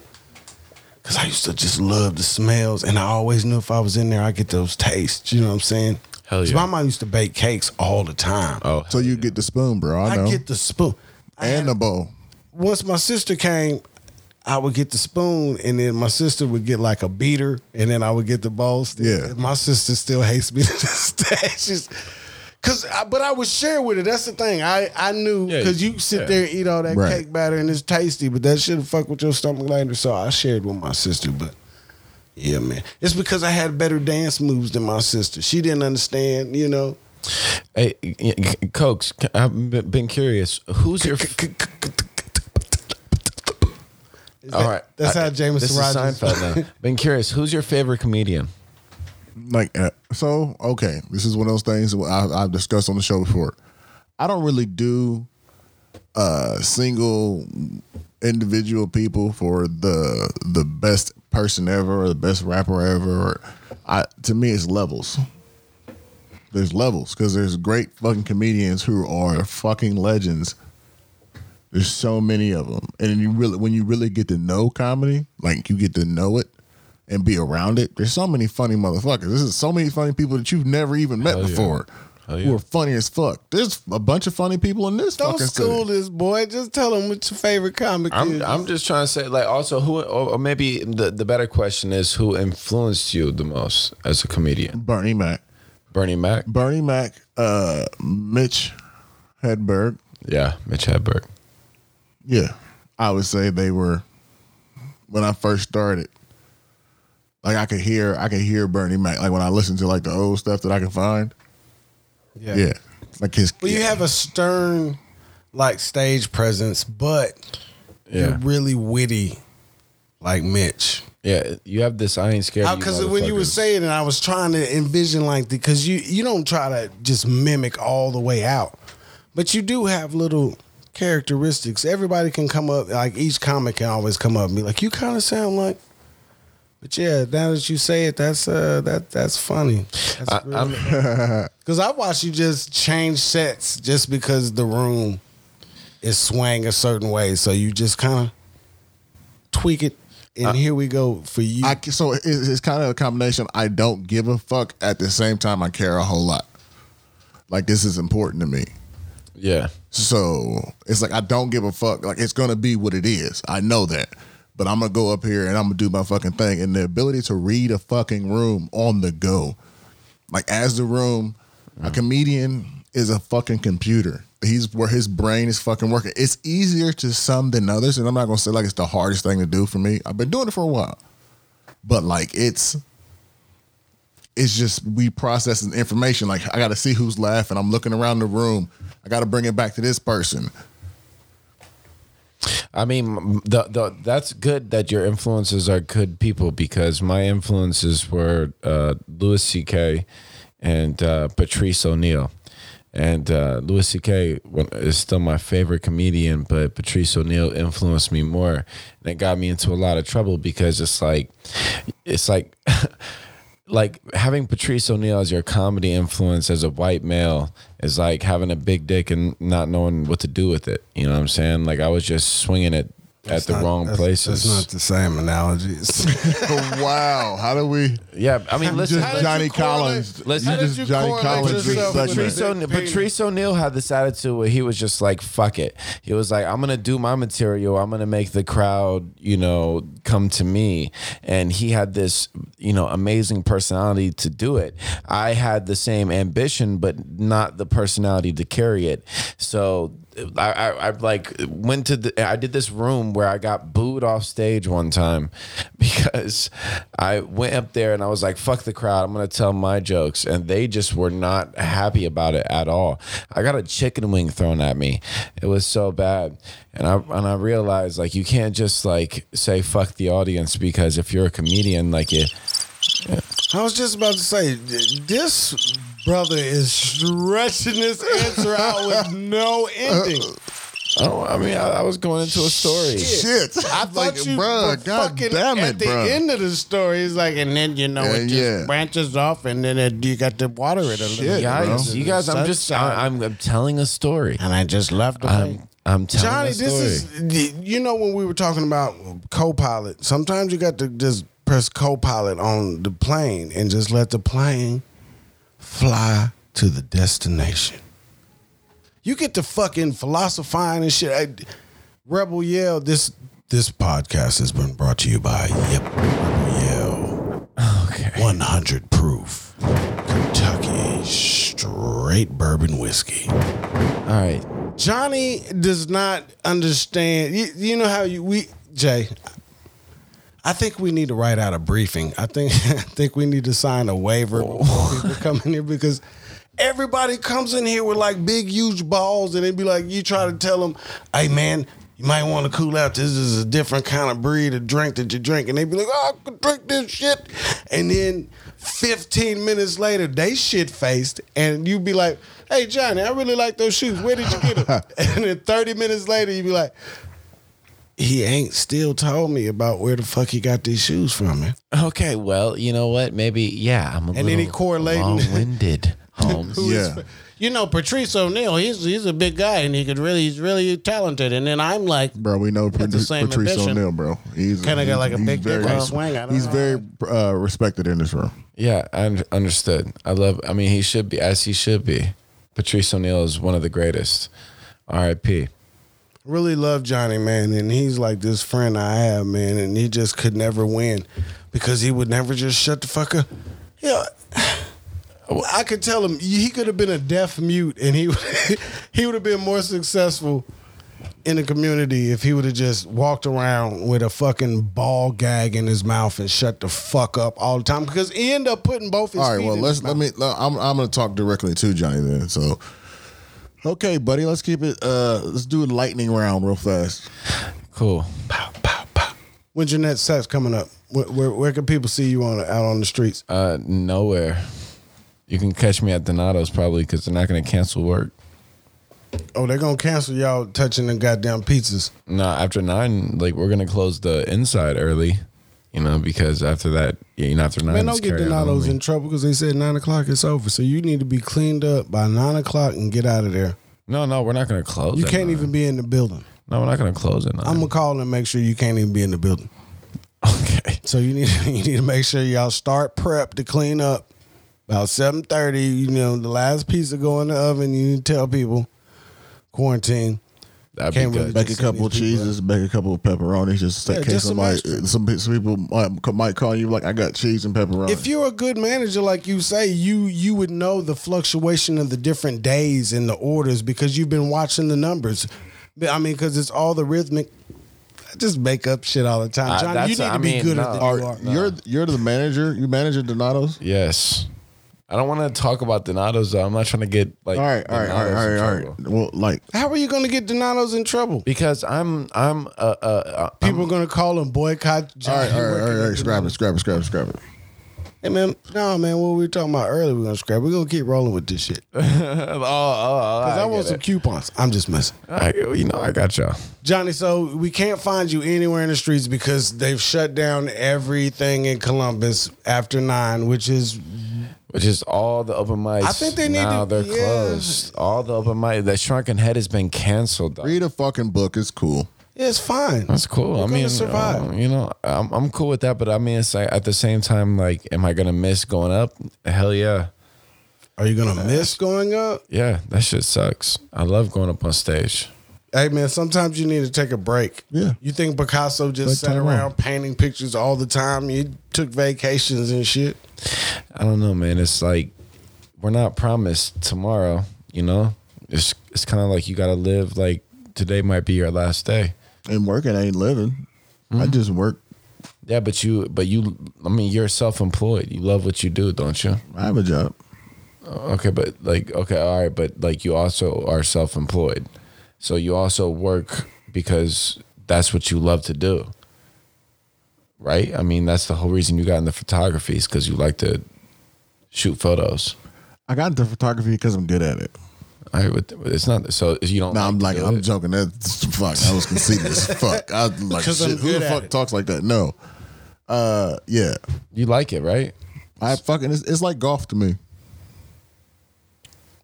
[SPEAKER 4] Cause I used to just love the smells, and I always knew if I was in there, I get those tastes. You know what I'm saying?
[SPEAKER 3] Hell
[SPEAKER 4] 'Cause
[SPEAKER 3] yeah.
[SPEAKER 4] My mom used to bake cakes all the time.
[SPEAKER 3] Oh,
[SPEAKER 2] So you get the spoon, bro. I
[SPEAKER 4] I,
[SPEAKER 2] know.
[SPEAKER 4] get the spoon. I
[SPEAKER 2] and
[SPEAKER 4] had-
[SPEAKER 2] the bowl.
[SPEAKER 4] once my sister came, I would get the spoon, and then my sister would get like a beater, and then I would get the bowl. still.
[SPEAKER 2] Yeah.
[SPEAKER 4] my sister still hates me to this day. She's, cause, I, but I would share with her. That's the thing. I I knew
[SPEAKER 3] Yeah,
[SPEAKER 4] because you sit
[SPEAKER 3] yeah.
[SPEAKER 4] there and eat all that
[SPEAKER 2] Right.
[SPEAKER 4] cake batter, and it's tasty, but that shit fuck with your stomach later. So I shared with my sister, but. Yeah, man. It's because I had better dance moves than my sister. She didn't understand, you know.
[SPEAKER 3] hey, y- y- Cokes, c- I've been- been curious. Who's your? f-
[SPEAKER 4] Is
[SPEAKER 3] All
[SPEAKER 4] that-
[SPEAKER 3] right,
[SPEAKER 4] That's
[SPEAKER 3] I-
[SPEAKER 4] how James
[SPEAKER 3] this is
[SPEAKER 4] Rogers.
[SPEAKER 3] Seinfeld now. been curious. Who's your favorite comedian?
[SPEAKER 2] Like uh, so. Okay, this is one of those things that I, I've discussed on the show before. I don't really do uh single individual people for the the best person ever or the best rapper ever. Or I to me, it's levels. There's levels because there's great fucking comedians who are fucking legends. There's so many of them, and you really when you really get to know comedy, like you get to know it and be around it. There's so many funny motherfuckers. This is so many funny people that you've never even met
[SPEAKER 3] yeah.
[SPEAKER 2] before.
[SPEAKER 3] Hell yeah.
[SPEAKER 2] Who are funny as fuck? There's a bunch of funny people in this
[SPEAKER 4] Don't
[SPEAKER 2] fucking
[SPEAKER 4] school
[SPEAKER 2] city.
[SPEAKER 4] this boy. Just tell him what your favorite comic
[SPEAKER 3] I'm
[SPEAKER 4] is.
[SPEAKER 3] I'm just trying to say like also who or or maybe the the better question is who influenced you the most as a comedian?
[SPEAKER 2] Bernie Mac,
[SPEAKER 3] Bernie Mac.
[SPEAKER 2] Bernie Mac, uh, Mitch Hedberg.
[SPEAKER 3] Yeah, Mitch Hedberg.
[SPEAKER 2] Yeah, I would say they were when I first started. Like I could hear, I could hear Bernie Mac. Like when I listen to like the old stuff that I can find. Yeah, like his.
[SPEAKER 4] Well, you
[SPEAKER 2] yeah.
[SPEAKER 4] have a stern, like stage presence, but you're
[SPEAKER 3] Yeah.
[SPEAKER 4] really witty, like Mitch.
[SPEAKER 3] Yeah, you have this. I ain't scared. of you
[SPEAKER 4] Because when you were
[SPEAKER 3] motherfuckers.
[SPEAKER 4] saying it, I was trying to envision like the because you you don't try to just mimic all the way out, but you do have little characteristics. Everybody can come up like each comic can always come up and be like, you kind of sound like. But yeah, now that you say it, that's uh that that's funny.
[SPEAKER 3] I,
[SPEAKER 4] That's
[SPEAKER 3] I'm,
[SPEAKER 4] Because I watched you just change sets just because the room is swaying a certain way. So you just kind of tweak it. And here we go for you.
[SPEAKER 2] I, so it's, it's kind of a combination. I don't give a fuck. At the same time, I care a whole lot. Like this is important to me.
[SPEAKER 3] yeah,
[SPEAKER 2] So it's like I don't give a fuck. Like it's gonna be what it is. I know that. But I'm gonna go up here and I'm gonna do my fucking thing. And the ability to read a fucking room on the go. Like as the room, a comedian is a fucking computer. He's where his brain is fucking working. It's easier to some than others. And I'm not gonna say like it's the hardest thing to do for me. I've been doing it for a while. But like it's it's just we processing information. Like I got to see who's laughing. I'm looking around the room. I got to bring it back to this person.
[SPEAKER 3] I mean, the, the that's good that your influences are good people because my influences were uh, Louis C.K. and uh, Patrice O'Neill, and uh, Louis C.K. wa- is still my favorite comedian, but Patrice O'Neill influenced me more, and it got me into a lot of trouble because it's like, it's like. like having Patrice O'Neill as your comedy influence as a white male is like having a big dick and not knowing what to do with it. You know what I'm saying? Like I was just swinging it at the wrong places.
[SPEAKER 4] It's not the same analogy. It's-
[SPEAKER 2] wow, how do we?
[SPEAKER 3] yeah, I mean, listen.
[SPEAKER 2] just Johnny Collins.
[SPEAKER 3] Listen,
[SPEAKER 2] you
[SPEAKER 3] how did
[SPEAKER 2] just
[SPEAKER 3] you
[SPEAKER 2] Johnny
[SPEAKER 4] correlate
[SPEAKER 2] Collins.
[SPEAKER 4] yourself
[SPEAKER 2] this
[SPEAKER 4] with
[SPEAKER 2] segment.
[SPEAKER 3] Patrice,
[SPEAKER 4] Big
[SPEAKER 3] O'Ne-
[SPEAKER 4] penis.
[SPEAKER 3] Patrice O'Neill had this attitude where he was just like, fuck it. He was like, I'm going to do my material. I'm going to make the crowd, you know, come to me. And he had this, you know, amazing personality to do it. I had the same ambition, but not the personality to carry it. So I, I, I like went to the I did this room where I got booed off stage one time because I went up there and I was like fuck the crowd I'm gonna tell my jokes and they just were not happy about it at all I got a chicken wing thrown at me it was so bad and I and I realized like you can't just like say fuck the audience because if you're a comedian like it
[SPEAKER 4] I was just about to say, th- this brother is stretching this answer out with no ending.
[SPEAKER 2] Uh,
[SPEAKER 3] I don't oh, I mean I, I was going into a story
[SPEAKER 2] Shit.
[SPEAKER 4] I
[SPEAKER 2] Like,
[SPEAKER 4] thought you
[SPEAKER 2] bruh,
[SPEAKER 4] were
[SPEAKER 2] God
[SPEAKER 4] fucking
[SPEAKER 2] damn
[SPEAKER 4] at
[SPEAKER 2] it,
[SPEAKER 4] the
[SPEAKER 2] bruh.
[SPEAKER 4] end of the story. It's like, and then you know
[SPEAKER 2] Yeah,
[SPEAKER 4] it just
[SPEAKER 2] yeah.
[SPEAKER 4] branches off, and then it, you got to water it a little.
[SPEAKER 2] Shit,
[SPEAKER 4] bit.
[SPEAKER 2] bro.
[SPEAKER 3] Guys, you guys, I'm just, I, I'm, I'm telling a story.
[SPEAKER 4] and I just left. away.
[SPEAKER 3] I'm, I'm telling
[SPEAKER 4] Johnny,
[SPEAKER 3] a story.
[SPEAKER 4] this is you know when we were talking about co-pilot. Sometimes you got to just press co-pilot on the plane and just let the plane fly to the destination. You get to fucking philosophizing and shit. I- Rebel Yell. This this podcast has been brought to you by Yep Rebel Yell. Okay. One hundred proof Kentucky straight bourbon whiskey.
[SPEAKER 3] All right,
[SPEAKER 4] Johnny does not understand. You, you know how you we Jay. I think we need to write out a briefing. I think I think we need to sign a waiver before people come in here because everybody comes in here with like big huge balls and they be like you try to tell them, "Hey man, you might want to cool out. This is a different kind of breed of drink that you drink." And they be like, "Oh, I could drink this shit." And then 15 minutes later, they shit faced and you be like, "Hey Johnny, I really like those shoes. Where did you get them?" and then 30 minutes later, you be like, he ain't still told me about where the fuck he got these shoes from, man.
[SPEAKER 3] okay. Well, you know what? Maybe, yeah. I'm a
[SPEAKER 4] then
[SPEAKER 3] little
[SPEAKER 4] he correlating-
[SPEAKER 3] long-winded. Holmes.
[SPEAKER 2] Yeah.
[SPEAKER 4] You know, Patrice O'Neill, he's he's a big guy and he could really he's really talented. And then I'm like,
[SPEAKER 2] Bro, we know
[SPEAKER 4] the
[SPEAKER 2] Patrice,
[SPEAKER 4] same
[SPEAKER 2] Patrice
[SPEAKER 4] ambition.
[SPEAKER 2] O'Neal, bro. He's
[SPEAKER 4] Kinda got like a
[SPEAKER 2] he's
[SPEAKER 4] big dick on a swing, I don't
[SPEAKER 2] he's
[SPEAKER 4] know.
[SPEAKER 2] very uh, respected in this room.
[SPEAKER 3] yeah, I un- understood. I love. I mean, he should be as he should be. Patrice O'Neill is one of the greatest. R.I.P.
[SPEAKER 4] really love Johnny, man, and he's like this friend I have, man, and he just could never win because he would never just shut the fuck up. Yeah. I could tell him he could have been a deaf mute and he would- he would have been more successful in the community if he would have just walked around with a fucking ball gag in his mouth and shut the fuck up all the time because he ended up putting both his
[SPEAKER 2] All right,
[SPEAKER 4] feet
[SPEAKER 2] well,
[SPEAKER 4] in
[SPEAKER 2] let's
[SPEAKER 4] his
[SPEAKER 2] let me.
[SPEAKER 4] mouth.
[SPEAKER 2] let- I'm I'm gonna talk directly to Johnny then. So, okay, buddy, let's keep it. Uh, let's do a lightning round real fast.
[SPEAKER 3] Cool.
[SPEAKER 4] When's your next set's coming up? Where, where, where can people see you on out on the streets?
[SPEAKER 3] Uh, nowhere. You can catch me at Donato's probably because they're not going to cancel work.
[SPEAKER 4] Oh, they're gonna cancel y'all touching the goddamn pizzas.
[SPEAKER 3] No, after nine, like we're gonna close the inside early, you know, because after that, yeah, you know, after nine,
[SPEAKER 4] Man,
[SPEAKER 3] it's
[SPEAKER 4] don't get
[SPEAKER 3] carry on
[SPEAKER 4] Donato's
[SPEAKER 3] only.
[SPEAKER 4] in trouble because they said nine o'clock is over. So you need to be cleaned up by nine o'clock and get out of there.
[SPEAKER 3] No, no, we're not gonna close.
[SPEAKER 4] You
[SPEAKER 3] at
[SPEAKER 4] can't
[SPEAKER 3] nine.
[SPEAKER 4] even be in the building.
[SPEAKER 3] No, we're not gonna close it.
[SPEAKER 4] I'm
[SPEAKER 3] I'm
[SPEAKER 4] gonna call and make sure you can't even be in the building.
[SPEAKER 3] okay.
[SPEAKER 4] So you need you need to make sure y'all start prep to clean up. About seven thirty, you know, the last pizza go in the oven. You need to tell people quarantine.
[SPEAKER 3] That'd
[SPEAKER 4] Can't
[SPEAKER 3] be
[SPEAKER 4] really
[SPEAKER 3] good.
[SPEAKER 2] Make a
[SPEAKER 4] Just
[SPEAKER 2] couple of
[SPEAKER 4] send these people
[SPEAKER 2] cheeses, make a couple of pepperonis, just in
[SPEAKER 4] Yeah,
[SPEAKER 2] case
[SPEAKER 4] just some
[SPEAKER 2] somebody,
[SPEAKER 4] extra.
[SPEAKER 2] some pe- some people might, might call you like, I got cheese and pepperoni.
[SPEAKER 4] If you're a good manager, like you say, you you would know the fluctuation of the different days and the orders because you've been watching the numbers. But, I mean, because it's all the rhythmic. I just make up shit all the
[SPEAKER 3] Uh,
[SPEAKER 4] time, Johnny. you
[SPEAKER 3] that's-
[SPEAKER 4] need to
[SPEAKER 3] I
[SPEAKER 4] be
[SPEAKER 3] mean,
[SPEAKER 4] good
[SPEAKER 3] no.
[SPEAKER 4] at
[SPEAKER 2] are,
[SPEAKER 4] the you are.
[SPEAKER 2] you're you're the manager, you manager Donato's.
[SPEAKER 3] Yes, I don't want to talk about Donato's. Though. I'm not trying to get like.
[SPEAKER 2] All right, all right, all
[SPEAKER 3] Donato's
[SPEAKER 2] right,
[SPEAKER 3] in
[SPEAKER 2] all right, all
[SPEAKER 3] trouble.
[SPEAKER 2] right. Well, like,
[SPEAKER 4] How are you going to get Donato's in trouble?
[SPEAKER 3] Because I'm, I'm, uh, uh, uh
[SPEAKER 4] People are going to call and boycott
[SPEAKER 2] all
[SPEAKER 4] Johnny.
[SPEAKER 2] right, all right, all
[SPEAKER 4] working
[SPEAKER 2] right, all
[SPEAKER 4] at
[SPEAKER 2] right. Scrap it,
[SPEAKER 4] Donato's.
[SPEAKER 2] scrap it, scrap it, scrap it.
[SPEAKER 4] Hey man, no man, what we were talking about earlier, we're going to scrap. We're going to keep rolling with this shit. Because
[SPEAKER 3] oh, oh, oh, I,
[SPEAKER 4] I
[SPEAKER 3] get
[SPEAKER 4] want some
[SPEAKER 3] it.
[SPEAKER 4] coupons. I'm just messing.
[SPEAKER 3] I, you know, I got y'all.
[SPEAKER 4] Johnny, so we can't find you anywhere in the streets because they've shut down everything in Columbus after nine, which is
[SPEAKER 3] Which is all the open mics.
[SPEAKER 4] I think they need
[SPEAKER 3] now
[SPEAKER 4] to-
[SPEAKER 3] they're
[SPEAKER 4] yeah.
[SPEAKER 3] closed. All the open mic. That shrunken head has been canceled. dog.
[SPEAKER 2] Read a fucking book. It's cool.
[SPEAKER 4] it's fine.
[SPEAKER 3] That's cool. I
[SPEAKER 4] gonna
[SPEAKER 3] mean,
[SPEAKER 4] survive.
[SPEAKER 3] uh, you know, I'm I'm cool with that. But I mean, it's like at the same time, like, am I gonna miss going up? Hell yeah,
[SPEAKER 4] Are you gonna miss going up?
[SPEAKER 3] yeah. That shit sucks. I love going up on stage.
[SPEAKER 4] Hey man, sometimes you need to take a break.
[SPEAKER 2] Yeah.
[SPEAKER 4] You think Picasso just
[SPEAKER 2] Like
[SPEAKER 4] sat
[SPEAKER 2] Tyrone.
[SPEAKER 4] around painting pictures all the time? He took vacations and shit.
[SPEAKER 3] I don't know, man. It's like we're not promised tomorrow. You know, it's it's kind of like you gotta live like today might be your last day.
[SPEAKER 2] And working ain't living. I just work.
[SPEAKER 3] Yeah, but you but you I mean you're self employed. You love what you do, don't you?
[SPEAKER 2] I have a job.
[SPEAKER 3] Okay, but like okay, all right, but like you also are self employed. So you also work because that's what you love to do. Right? I mean that's the whole reason you got into photography is because you like to shoot photos.
[SPEAKER 2] I got into photography because I'm good at it.
[SPEAKER 3] I would it's not so you don't
[SPEAKER 2] No, I'm
[SPEAKER 3] to
[SPEAKER 2] like,
[SPEAKER 3] do
[SPEAKER 2] I'm
[SPEAKER 3] it.
[SPEAKER 2] joking. That's fuck. I was conceited as fuck. I was like,
[SPEAKER 4] 'Cause I'm
[SPEAKER 2] shit, who the
[SPEAKER 4] good at
[SPEAKER 2] fuck
[SPEAKER 4] it.
[SPEAKER 2] talks like that? No. Uh, yeah.
[SPEAKER 3] you like it, right?
[SPEAKER 2] I fucking, it's, it's like golf to me.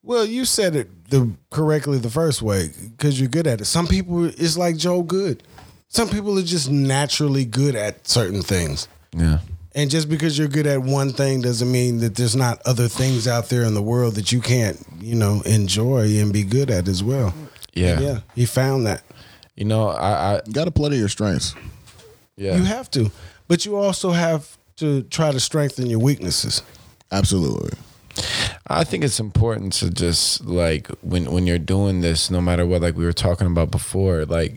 [SPEAKER 4] Well, you said it the correctly the first way because you're good at it. Some people it's like Joe Good. Some people are just naturally good at certain things.
[SPEAKER 3] Yeah.
[SPEAKER 4] And just because you're good at one thing doesn't mean that there's not other things out there in the world that you can't, you know, enjoy and be good at as well.
[SPEAKER 3] Yeah.
[SPEAKER 4] Yeah. He found that.
[SPEAKER 3] You know, I, I
[SPEAKER 2] You got to play to your strengths.
[SPEAKER 3] yeah.
[SPEAKER 4] You have to. But you also have to try to strengthen your weaknesses.
[SPEAKER 2] Absolutely.
[SPEAKER 3] I think it's important to just like when when you're doing this, no matter what, like we were talking about before, like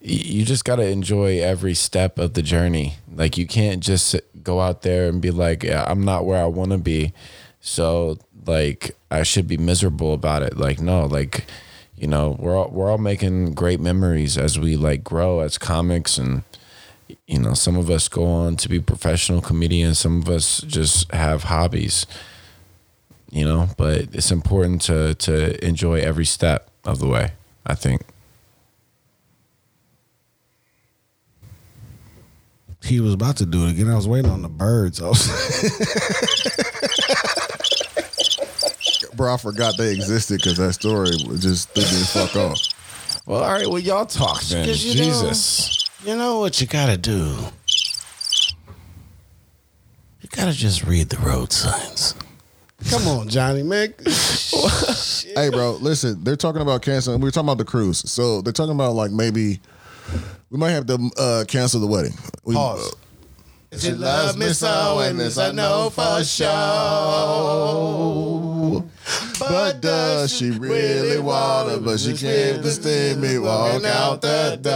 [SPEAKER 3] y- you just gotta enjoy every step of the journey. Like you can't just go out there and be like, yeah, I'm not where I want to be, so like I should be miserable about it. Like no, like you know, we're all, we're all making great memories as we like grow as comics and you know, some of us go on to be professional comedians, some of us just have hobbies you know but it's important to to enjoy every step of the way i think
[SPEAKER 4] He was about to do it again. I was waiting on the birds. I was-
[SPEAKER 2] Bro, I forgot they existed because that story was just threw me the fuck off.
[SPEAKER 3] well all right well y'all talk then
[SPEAKER 4] Because, you
[SPEAKER 3] jesus
[SPEAKER 4] you know what you gotta do? You gotta just read the road signs. Come on, Johnny, man.
[SPEAKER 2] Hey, bro, listen, they're talking about canceling. We were talking about the cruise. So they're talking about like maybe we might have to uh, cancel the wedding. We,
[SPEAKER 4] Pause.
[SPEAKER 2] She loves me so, and this I know for sure. But does she really want to? But she can't stand me walk out the door.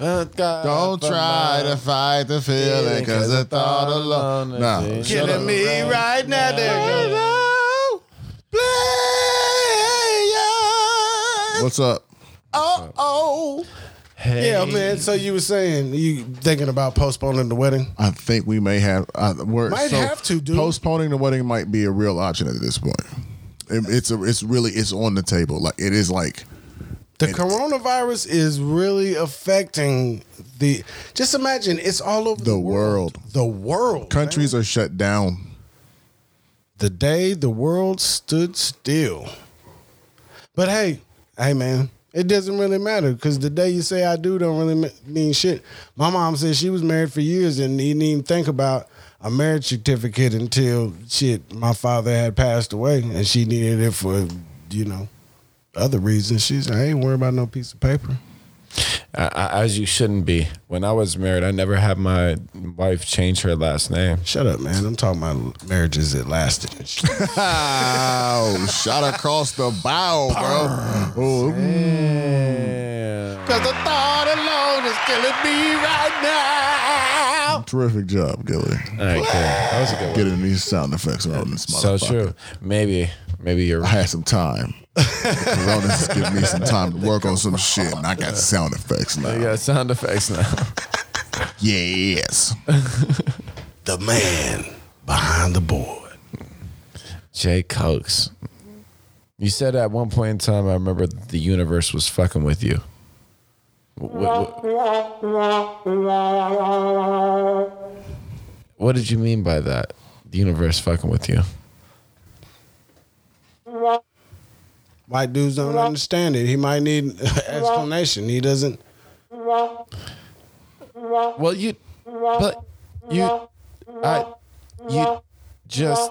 [SPEAKER 3] Oh,
[SPEAKER 2] Don't try to fight the feeling, cause the thought alone. Nah, shut up.
[SPEAKER 4] me right now.
[SPEAKER 2] What's up?
[SPEAKER 4] Yeah, man. So you were saying you thinking about postponing the wedding?
[SPEAKER 2] I think we may have. Uh, we're,
[SPEAKER 4] Might
[SPEAKER 2] so
[SPEAKER 4] have to, dude.
[SPEAKER 2] Postponing the wedding might be a real option at this point. It- it's a, it's really it's on the table. Like it is like
[SPEAKER 4] The
[SPEAKER 2] It-
[SPEAKER 4] coronavirus is really affecting the. Just imagine, it's all over the,
[SPEAKER 2] the
[SPEAKER 4] world.
[SPEAKER 2] world.
[SPEAKER 4] The world,
[SPEAKER 2] Countries are shut down.
[SPEAKER 4] the day the world stood still. But hey, hey man, it doesn't really matter because the day you say I do don't really ma- mean shit. My mom said she was married for years and didn't even think about a marriage certificate until shit my father had passed away and she needed it for you know other reasons. She said I ain't worried about no piece of paper.
[SPEAKER 3] I, I, as you shouldn't be when i was married i never had my wife change her last name
[SPEAKER 4] Shut up, man. I'm talking about marriages that lasted. and shit.
[SPEAKER 2] Ow! shot across the bow, bro. Ooh,
[SPEAKER 3] because the thought alone is killing me right now
[SPEAKER 2] terrific job, Gilly.
[SPEAKER 3] all right cool that was a good one
[SPEAKER 2] Getting these sound effects out in this
[SPEAKER 3] so
[SPEAKER 2] motherfucker.
[SPEAKER 3] true maybe maybe you're
[SPEAKER 2] I
[SPEAKER 3] right
[SPEAKER 2] had some time. Corona's giving me some time to work on some shit, and I got sound effects
[SPEAKER 3] I
[SPEAKER 2] now.
[SPEAKER 3] got sound effects now.
[SPEAKER 2] Yes.
[SPEAKER 4] the man behind the board.
[SPEAKER 3] Jay Cokes. You said at one point in time, I remember that the universe was fucking with you. What, what did you mean by that? The universe fucking with you.
[SPEAKER 4] White dudes don't understand it. He might need explanation. He doesn't.
[SPEAKER 3] Well, you, but you, I, you just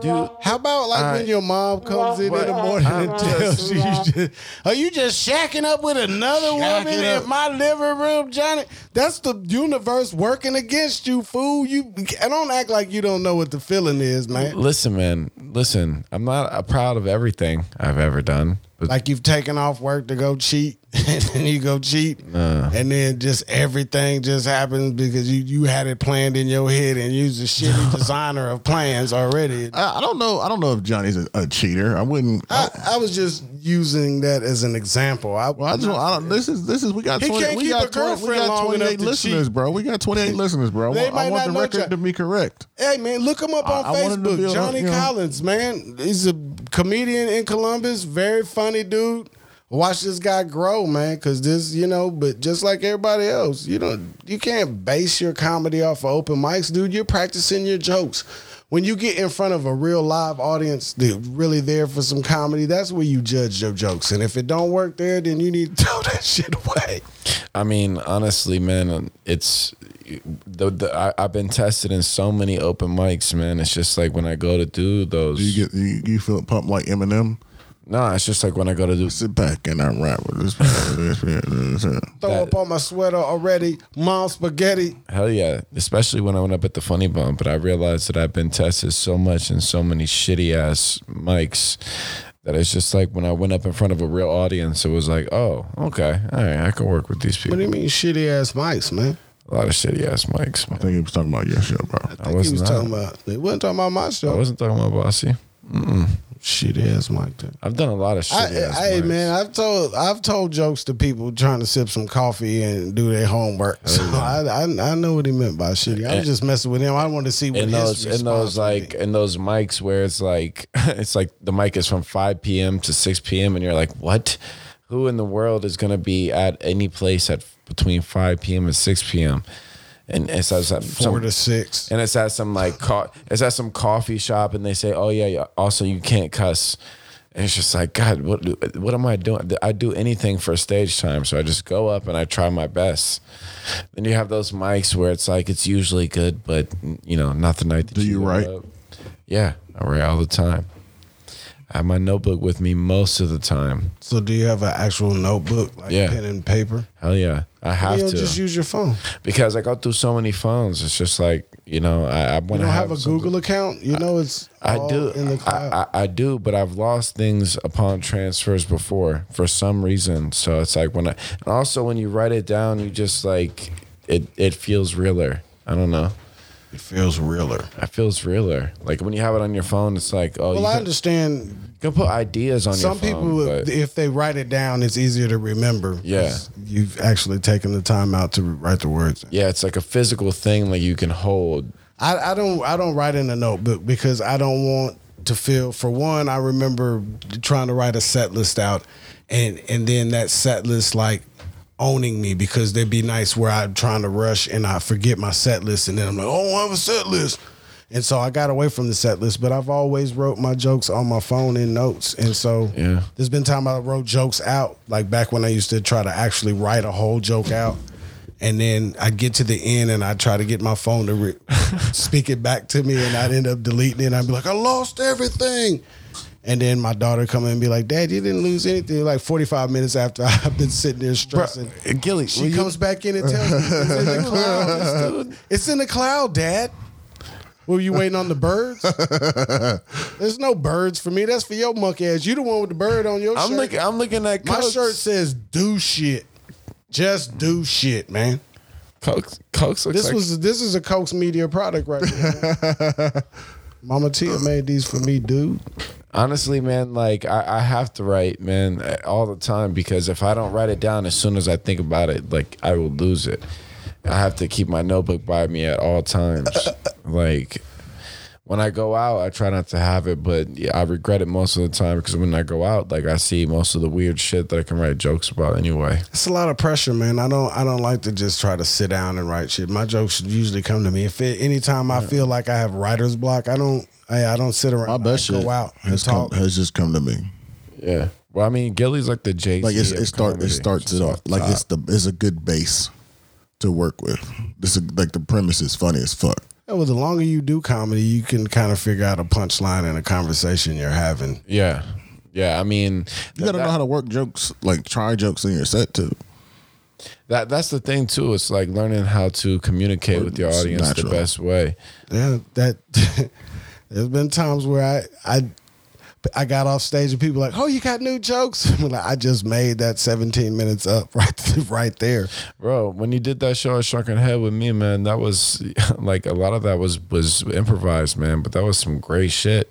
[SPEAKER 3] dude.
[SPEAKER 4] How about like
[SPEAKER 3] All right.
[SPEAKER 4] when your mom comes in in the
[SPEAKER 3] But
[SPEAKER 4] morning
[SPEAKER 3] I'm
[SPEAKER 4] and tells you, you just, "Are you just shacking up with another woman
[SPEAKER 2] up.
[SPEAKER 4] in my living room, Johnny?" That's the universe working against you, fool. You I don't act like you don't know what the feeling is, man.
[SPEAKER 3] Listen, man. Listen, I'm not uh, proud of everything I've ever done. But
[SPEAKER 4] Like you've taken off work to go cheat, and then you go cheat, and then just everything just happens because you you had it planned in your head and you was a shitty designer of plans already.
[SPEAKER 2] I, I don't know. I don't know if Johnny's a, a cheater. I wouldn't. I,
[SPEAKER 4] I, I was just using that as an example. I,
[SPEAKER 2] well, I just. I don't, this is this is. We got.
[SPEAKER 4] He
[SPEAKER 2] 20,
[SPEAKER 4] can't
[SPEAKER 2] we
[SPEAKER 4] keep
[SPEAKER 2] got
[SPEAKER 4] a girlfriend long enough
[SPEAKER 2] twenty-eight
[SPEAKER 4] to
[SPEAKER 2] listeners,
[SPEAKER 4] cheat.
[SPEAKER 2] bro. We got twenty-eight listeners, bro. I
[SPEAKER 4] They
[SPEAKER 2] want, I
[SPEAKER 4] might
[SPEAKER 2] want
[SPEAKER 4] not
[SPEAKER 2] the
[SPEAKER 4] know
[SPEAKER 2] record
[SPEAKER 4] John-
[SPEAKER 2] to be correct.
[SPEAKER 4] Hey man, look him up
[SPEAKER 2] I-
[SPEAKER 4] on
[SPEAKER 2] I wanted to
[SPEAKER 4] Facebook.
[SPEAKER 2] be on-
[SPEAKER 4] Johnny
[SPEAKER 2] you know.
[SPEAKER 4] Collins, man, he's a comedian in Columbus. Very funny dude. Watch this guy grow, man, because this, you know, but just like everybody else, you know, you can't base your comedy off of open mics, dude. You're practicing your jokes. When you get in front of a real live audience, they're really there for some comedy. That's where you judge your jokes, and if it don't work there, then you need to throw that shit away.
[SPEAKER 3] I mean, honestly, man, it's the, the I, I've been tested in so many open mics, man. It's just like when I go to do those.
[SPEAKER 2] Do you get you, you feel pumped like Eminem?
[SPEAKER 3] nah, it's just like when I go to do.
[SPEAKER 2] Sit back and I rap with this. this, this, this.
[SPEAKER 4] Throw
[SPEAKER 3] That-
[SPEAKER 4] up on my sweater already, mom spaghetti.
[SPEAKER 3] Hell yeah, especially when I went up at the Funny Bone. But I realized that I've been tested so much in so many shitty ass mics that it's just like when I went up in front of a real audience, it was like, oh, okay, all right, I can work with these
[SPEAKER 4] What
[SPEAKER 3] people.
[SPEAKER 4] do you mean shitty ass mics, man?
[SPEAKER 3] A lot of shitty ass mics. Man.
[SPEAKER 2] I think he was talking about your shit, bro.
[SPEAKER 3] I,
[SPEAKER 4] he was
[SPEAKER 3] wasn't.
[SPEAKER 4] talking about. They wasn't talking about my
[SPEAKER 3] I
[SPEAKER 4] show.
[SPEAKER 3] wasn't talking about bossy.
[SPEAKER 4] Shit ass Mike. Then.
[SPEAKER 3] I've done a lot of shitty
[SPEAKER 4] I,
[SPEAKER 3] ass
[SPEAKER 4] I, hey
[SPEAKER 3] mics.
[SPEAKER 4] man, I've told I've told jokes to people trying to sip some coffee and do their homework.
[SPEAKER 3] Oh,
[SPEAKER 4] So I, I I know what he meant by shitty. I was just messing with him. I wanted to see what
[SPEAKER 3] in
[SPEAKER 4] his
[SPEAKER 3] those in
[SPEAKER 4] response
[SPEAKER 3] those
[SPEAKER 4] would
[SPEAKER 3] like
[SPEAKER 4] be.
[SPEAKER 3] in those mics where it's like it's like the mic is from 5 p.m. to 6 p.m. and you're like, what? Who in the world is gonna be at any place at between 5 p.m. and 6 p.m. And it's at some,
[SPEAKER 4] four to six.
[SPEAKER 3] and it's at some like co- it's at some coffee shop and they say, oh yeah, yeah, also you can't cuss. And it's just like God, what do- what am I doing? I do anything for stage time, so I just go up and I try my best. Then you have those mics where it's like it's usually good, but you know, not the night. That
[SPEAKER 2] Do you
[SPEAKER 3] go
[SPEAKER 2] write?
[SPEAKER 3] up. Yeah, I write all the time. I have my notebook with me most of the time.
[SPEAKER 4] So do you have an actual notebook, like
[SPEAKER 3] Yeah.
[SPEAKER 4] pen and paper?
[SPEAKER 3] Hell yeah, I have
[SPEAKER 4] You don't
[SPEAKER 3] to
[SPEAKER 4] just use your phone.
[SPEAKER 3] because I go through so many phones. It's just like you know, I, I
[SPEAKER 4] You
[SPEAKER 3] want
[SPEAKER 4] don't
[SPEAKER 3] to
[SPEAKER 4] have, a
[SPEAKER 3] something-
[SPEAKER 4] Google account. You know it's
[SPEAKER 3] I
[SPEAKER 4] all
[SPEAKER 3] do.
[SPEAKER 4] in the cloud.
[SPEAKER 3] I, I, I do, but I've lost things upon transfers before for some reason. So it's like when I, and also when you write it down, you just like it. It feels realer. I don't know.
[SPEAKER 4] it feels realer.
[SPEAKER 3] It feels realer. Like when you have it on your phone, it's like oh,
[SPEAKER 4] Well,
[SPEAKER 3] you,
[SPEAKER 4] I
[SPEAKER 3] can,
[SPEAKER 4] understand
[SPEAKER 3] you can put ideas on
[SPEAKER 4] Some
[SPEAKER 3] your phone.
[SPEAKER 4] people,
[SPEAKER 3] um,
[SPEAKER 4] uh,
[SPEAKER 3] but-
[SPEAKER 4] if they write it down, it's easier to remember. 'cause
[SPEAKER 3] Yeah.
[SPEAKER 4] you've actually taken the time out to write the words.
[SPEAKER 3] yeah, it's like a physical thing. Like you can hold.
[SPEAKER 4] I, I don't. I don't write in a notebook because I don't want to feel. For one, I remember trying to write a set list out, and and then that set list like owning me because they'd be nice where I'm trying to rush and I forget my set list, and then I'm like, oh, I have a set list. And so I got away from the set list, but I've always wrote my jokes on my phone in notes. And so
[SPEAKER 3] Yeah.
[SPEAKER 4] there's been time I wrote jokes out, like back when I used to try to actually write a whole joke out. And then I get to the end and I try to get my phone to re- speak it back to me, and I'd end up deleting it. And I'd be like, I lost everything. And then my daughter come in and be like, Dad, you didn't lose anything. Like 45 minutes after I've been sitting there stressing.
[SPEAKER 3] Gilly,
[SPEAKER 4] She comes back in and tells me it's in the cloud. It's in the cloud, Dad. Were you waiting on the birds? There's no birds for me. That's for your monkey ass. You the one with the bird on your
[SPEAKER 3] I'm
[SPEAKER 4] shirt.
[SPEAKER 3] looking. I'm looking at
[SPEAKER 4] My
[SPEAKER 3] Coke's-
[SPEAKER 4] shirt says do shit. Just do shit, man.
[SPEAKER 3] Coke's, Coke's looks
[SPEAKER 4] This
[SPEAKER 3] like
[SPEAKER 4] was this is a Coke's media product right here. man. Mama Tia made these for me, dude.
[SPEAKER 3] Honestly, man, like I, I have to write, man, eh, all the time because if I don't write it down as soon as I think about it, like I will lose it. I have to keep my notebook by me at all times. like when I go out, I try not to have it, but yeah, I regret it most of the time because when I go out, like I see most of the weird shit that I can write jokes about anyway.
[SPEAKER 4] It's a lot of pressure, man. I don't I don't like to just try to sit down and write shit. My jokes should usually come to me. If it, anytime I feel like I have writer's block, I don't I, I don't sit around.
[SPEAKER 2] My best
[SPEAKER 4] I go
[SPEAKER 2] shit
[SPEAKER 4] out and
[SPEAKER 2] has, come,
[SPEAKER 4] talk.
[SPEAKER 2] has just come to me.
[SPEAKER 3] Yeah. Well, I mean, Gilly's like the Jay.
[SPEAKER 2] Like it's, it start it starts it off. Like it's the it's a good base to work with. This is, like the premise is funny as fuck.
[SPEAKER 4] Yeah, well, the longer you do comedy, you can kind of figure out a punchline in a conversation you're having.
[SPEAKER 3] Yeah. Yeah, I mean,
[SPEAKER 2] You gotta know how to work jokes, like try jokes in your set too.
[SPEAKER 3] that that's the thing too. It's like learning how to communicate with your
[SPEAKER 2] It's
[SPEAKER 3] audience
[SPEAKER 2] natural.
[SPEAKER 3] the best way.
[SPEAKER 4] Yeah, that there's been times where I I I got off stage and people like, "Oh, you got new jokes." I'm like, I just made that 17 minutes up right right there.
[SPEAKER 3] Bro, when you did that show at Shrunken Head with me, man, that was like a lot of that was was improvised, man, but that was some great shit.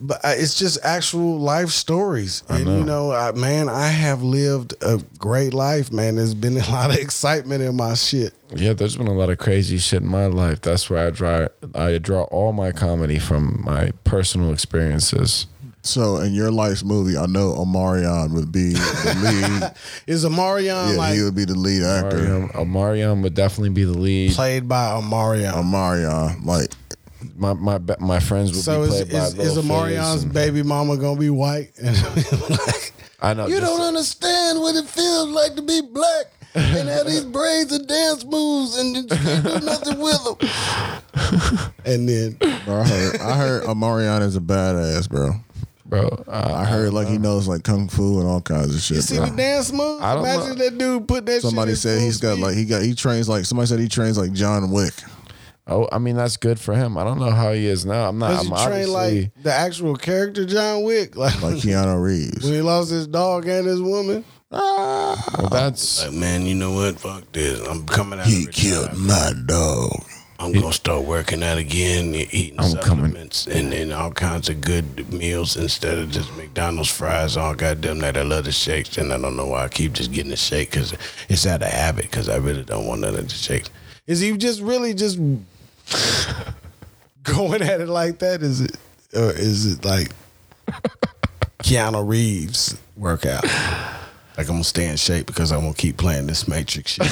[SPEAKER 4] but I- it's just actual life stories. and you know, I, man, I have lived a great life, man. There's been a lot of excitement in my shit.
[SPEAKER 3] Yeah, there's been a lot of crazy shit in my life. That's where I draw I draw all my comedy from my personal experiences.
[SPEAKER 2] So in your life's movie, I know Omarion would be the lead.
[SPEAKER 4] Is Amarion
[SPEAKER 2] yeah,
[SPEAKER 4] like
[SPEAKER 2] he would be the lead actor.
[SPEAKER 3] Mariam, uh, Mariam would definitely be the lead.
[SPEAKER 4] played by Amarion?
[SPEAKER 2] Omarion, like
[SPEAKER 3] My my be- my friends would
[SPEAKER 4] So
[SPEAKER 3] be
[SPEAKER 4] is
[SPEAKER 3] played by
[SPEAKER 4] is, is
[SPEAKER 3] Lil Fizz
[SPEAKER 4] Amarion's
[SPEAKER 3] and-
[SPEAKER 4] baby mama gonna be white? And
[SPEAKER 3] I know.
[SPEAKER 4] you
[SPEAKER 3] just-
[SPEAKER 4] don't understand what it feels like to be black and have these braids and dance moves and you can't do nothing with them. And then
[SPEAKER 2] bro, I heard I heard Omarion is a badass, bro.
[SPEAKER 3] bro. Uh,
[SPEAKER 2] I heard like he knows like kung fu and all kinds of shit.
[SPEAKER 4] see
[SPEAKER 2] bro.
[SPEAKER 4] the dance moves.
[SPEAKER 3] I don't
[SPEAKER 4] Imagine
[SPEAKER 3] know.
[SPEAKER 4] that dude put that.
[SPEAKER 2] Somebody
[SPEAKER 4] shit in
[SPEAKER 2] said
[SPEAKER 4] full
[SPEAKER 2] he's got
[SPEAKER 4] speed.
[SPEAKER 2] like he got he trains like somebody said he trains like John Wick.
[SPEAKER 3] oh, I mean that's good for him. I don't know how he is now. I'm not.
[SPEAKER 4] Does
[SPEAKER 3] I'm
[SPEAKER 4] he train
[SPEAKER 3] obviously.
[SPEAKER 4] like the actual character John Wick? Like,
[SPEAKER 2] Like Keanu Reeves.
[SPEAKER 4] when he lost his dog and his woman?
[SPEAKER 3] well, that's
[SPEAKER 7] man, you know what? Fuck this. I'm coming out.
[SPEAKER 2] He
[SPEAKER 7] of
[SPEAKER 2] killed my dog.
[SPEAKER 7] I'm gonna start working out again, and eating
[SPEAKER 3] I'm coming.
[SPEAKER 7] supplements and, and all kinds of good meals instead of just McDonald's fries all goddamn night. I love the shakes, and I don't know why I keep just getting a shake because it's out of habit. Because I really don't want none of the shakes.
[SPEAKER 4] Is he just really just going at it like that? Is it or is it like Keanu Reeves workout? Like I'm gonna stay in shape because I'm gonna keep playing this Matrix shit.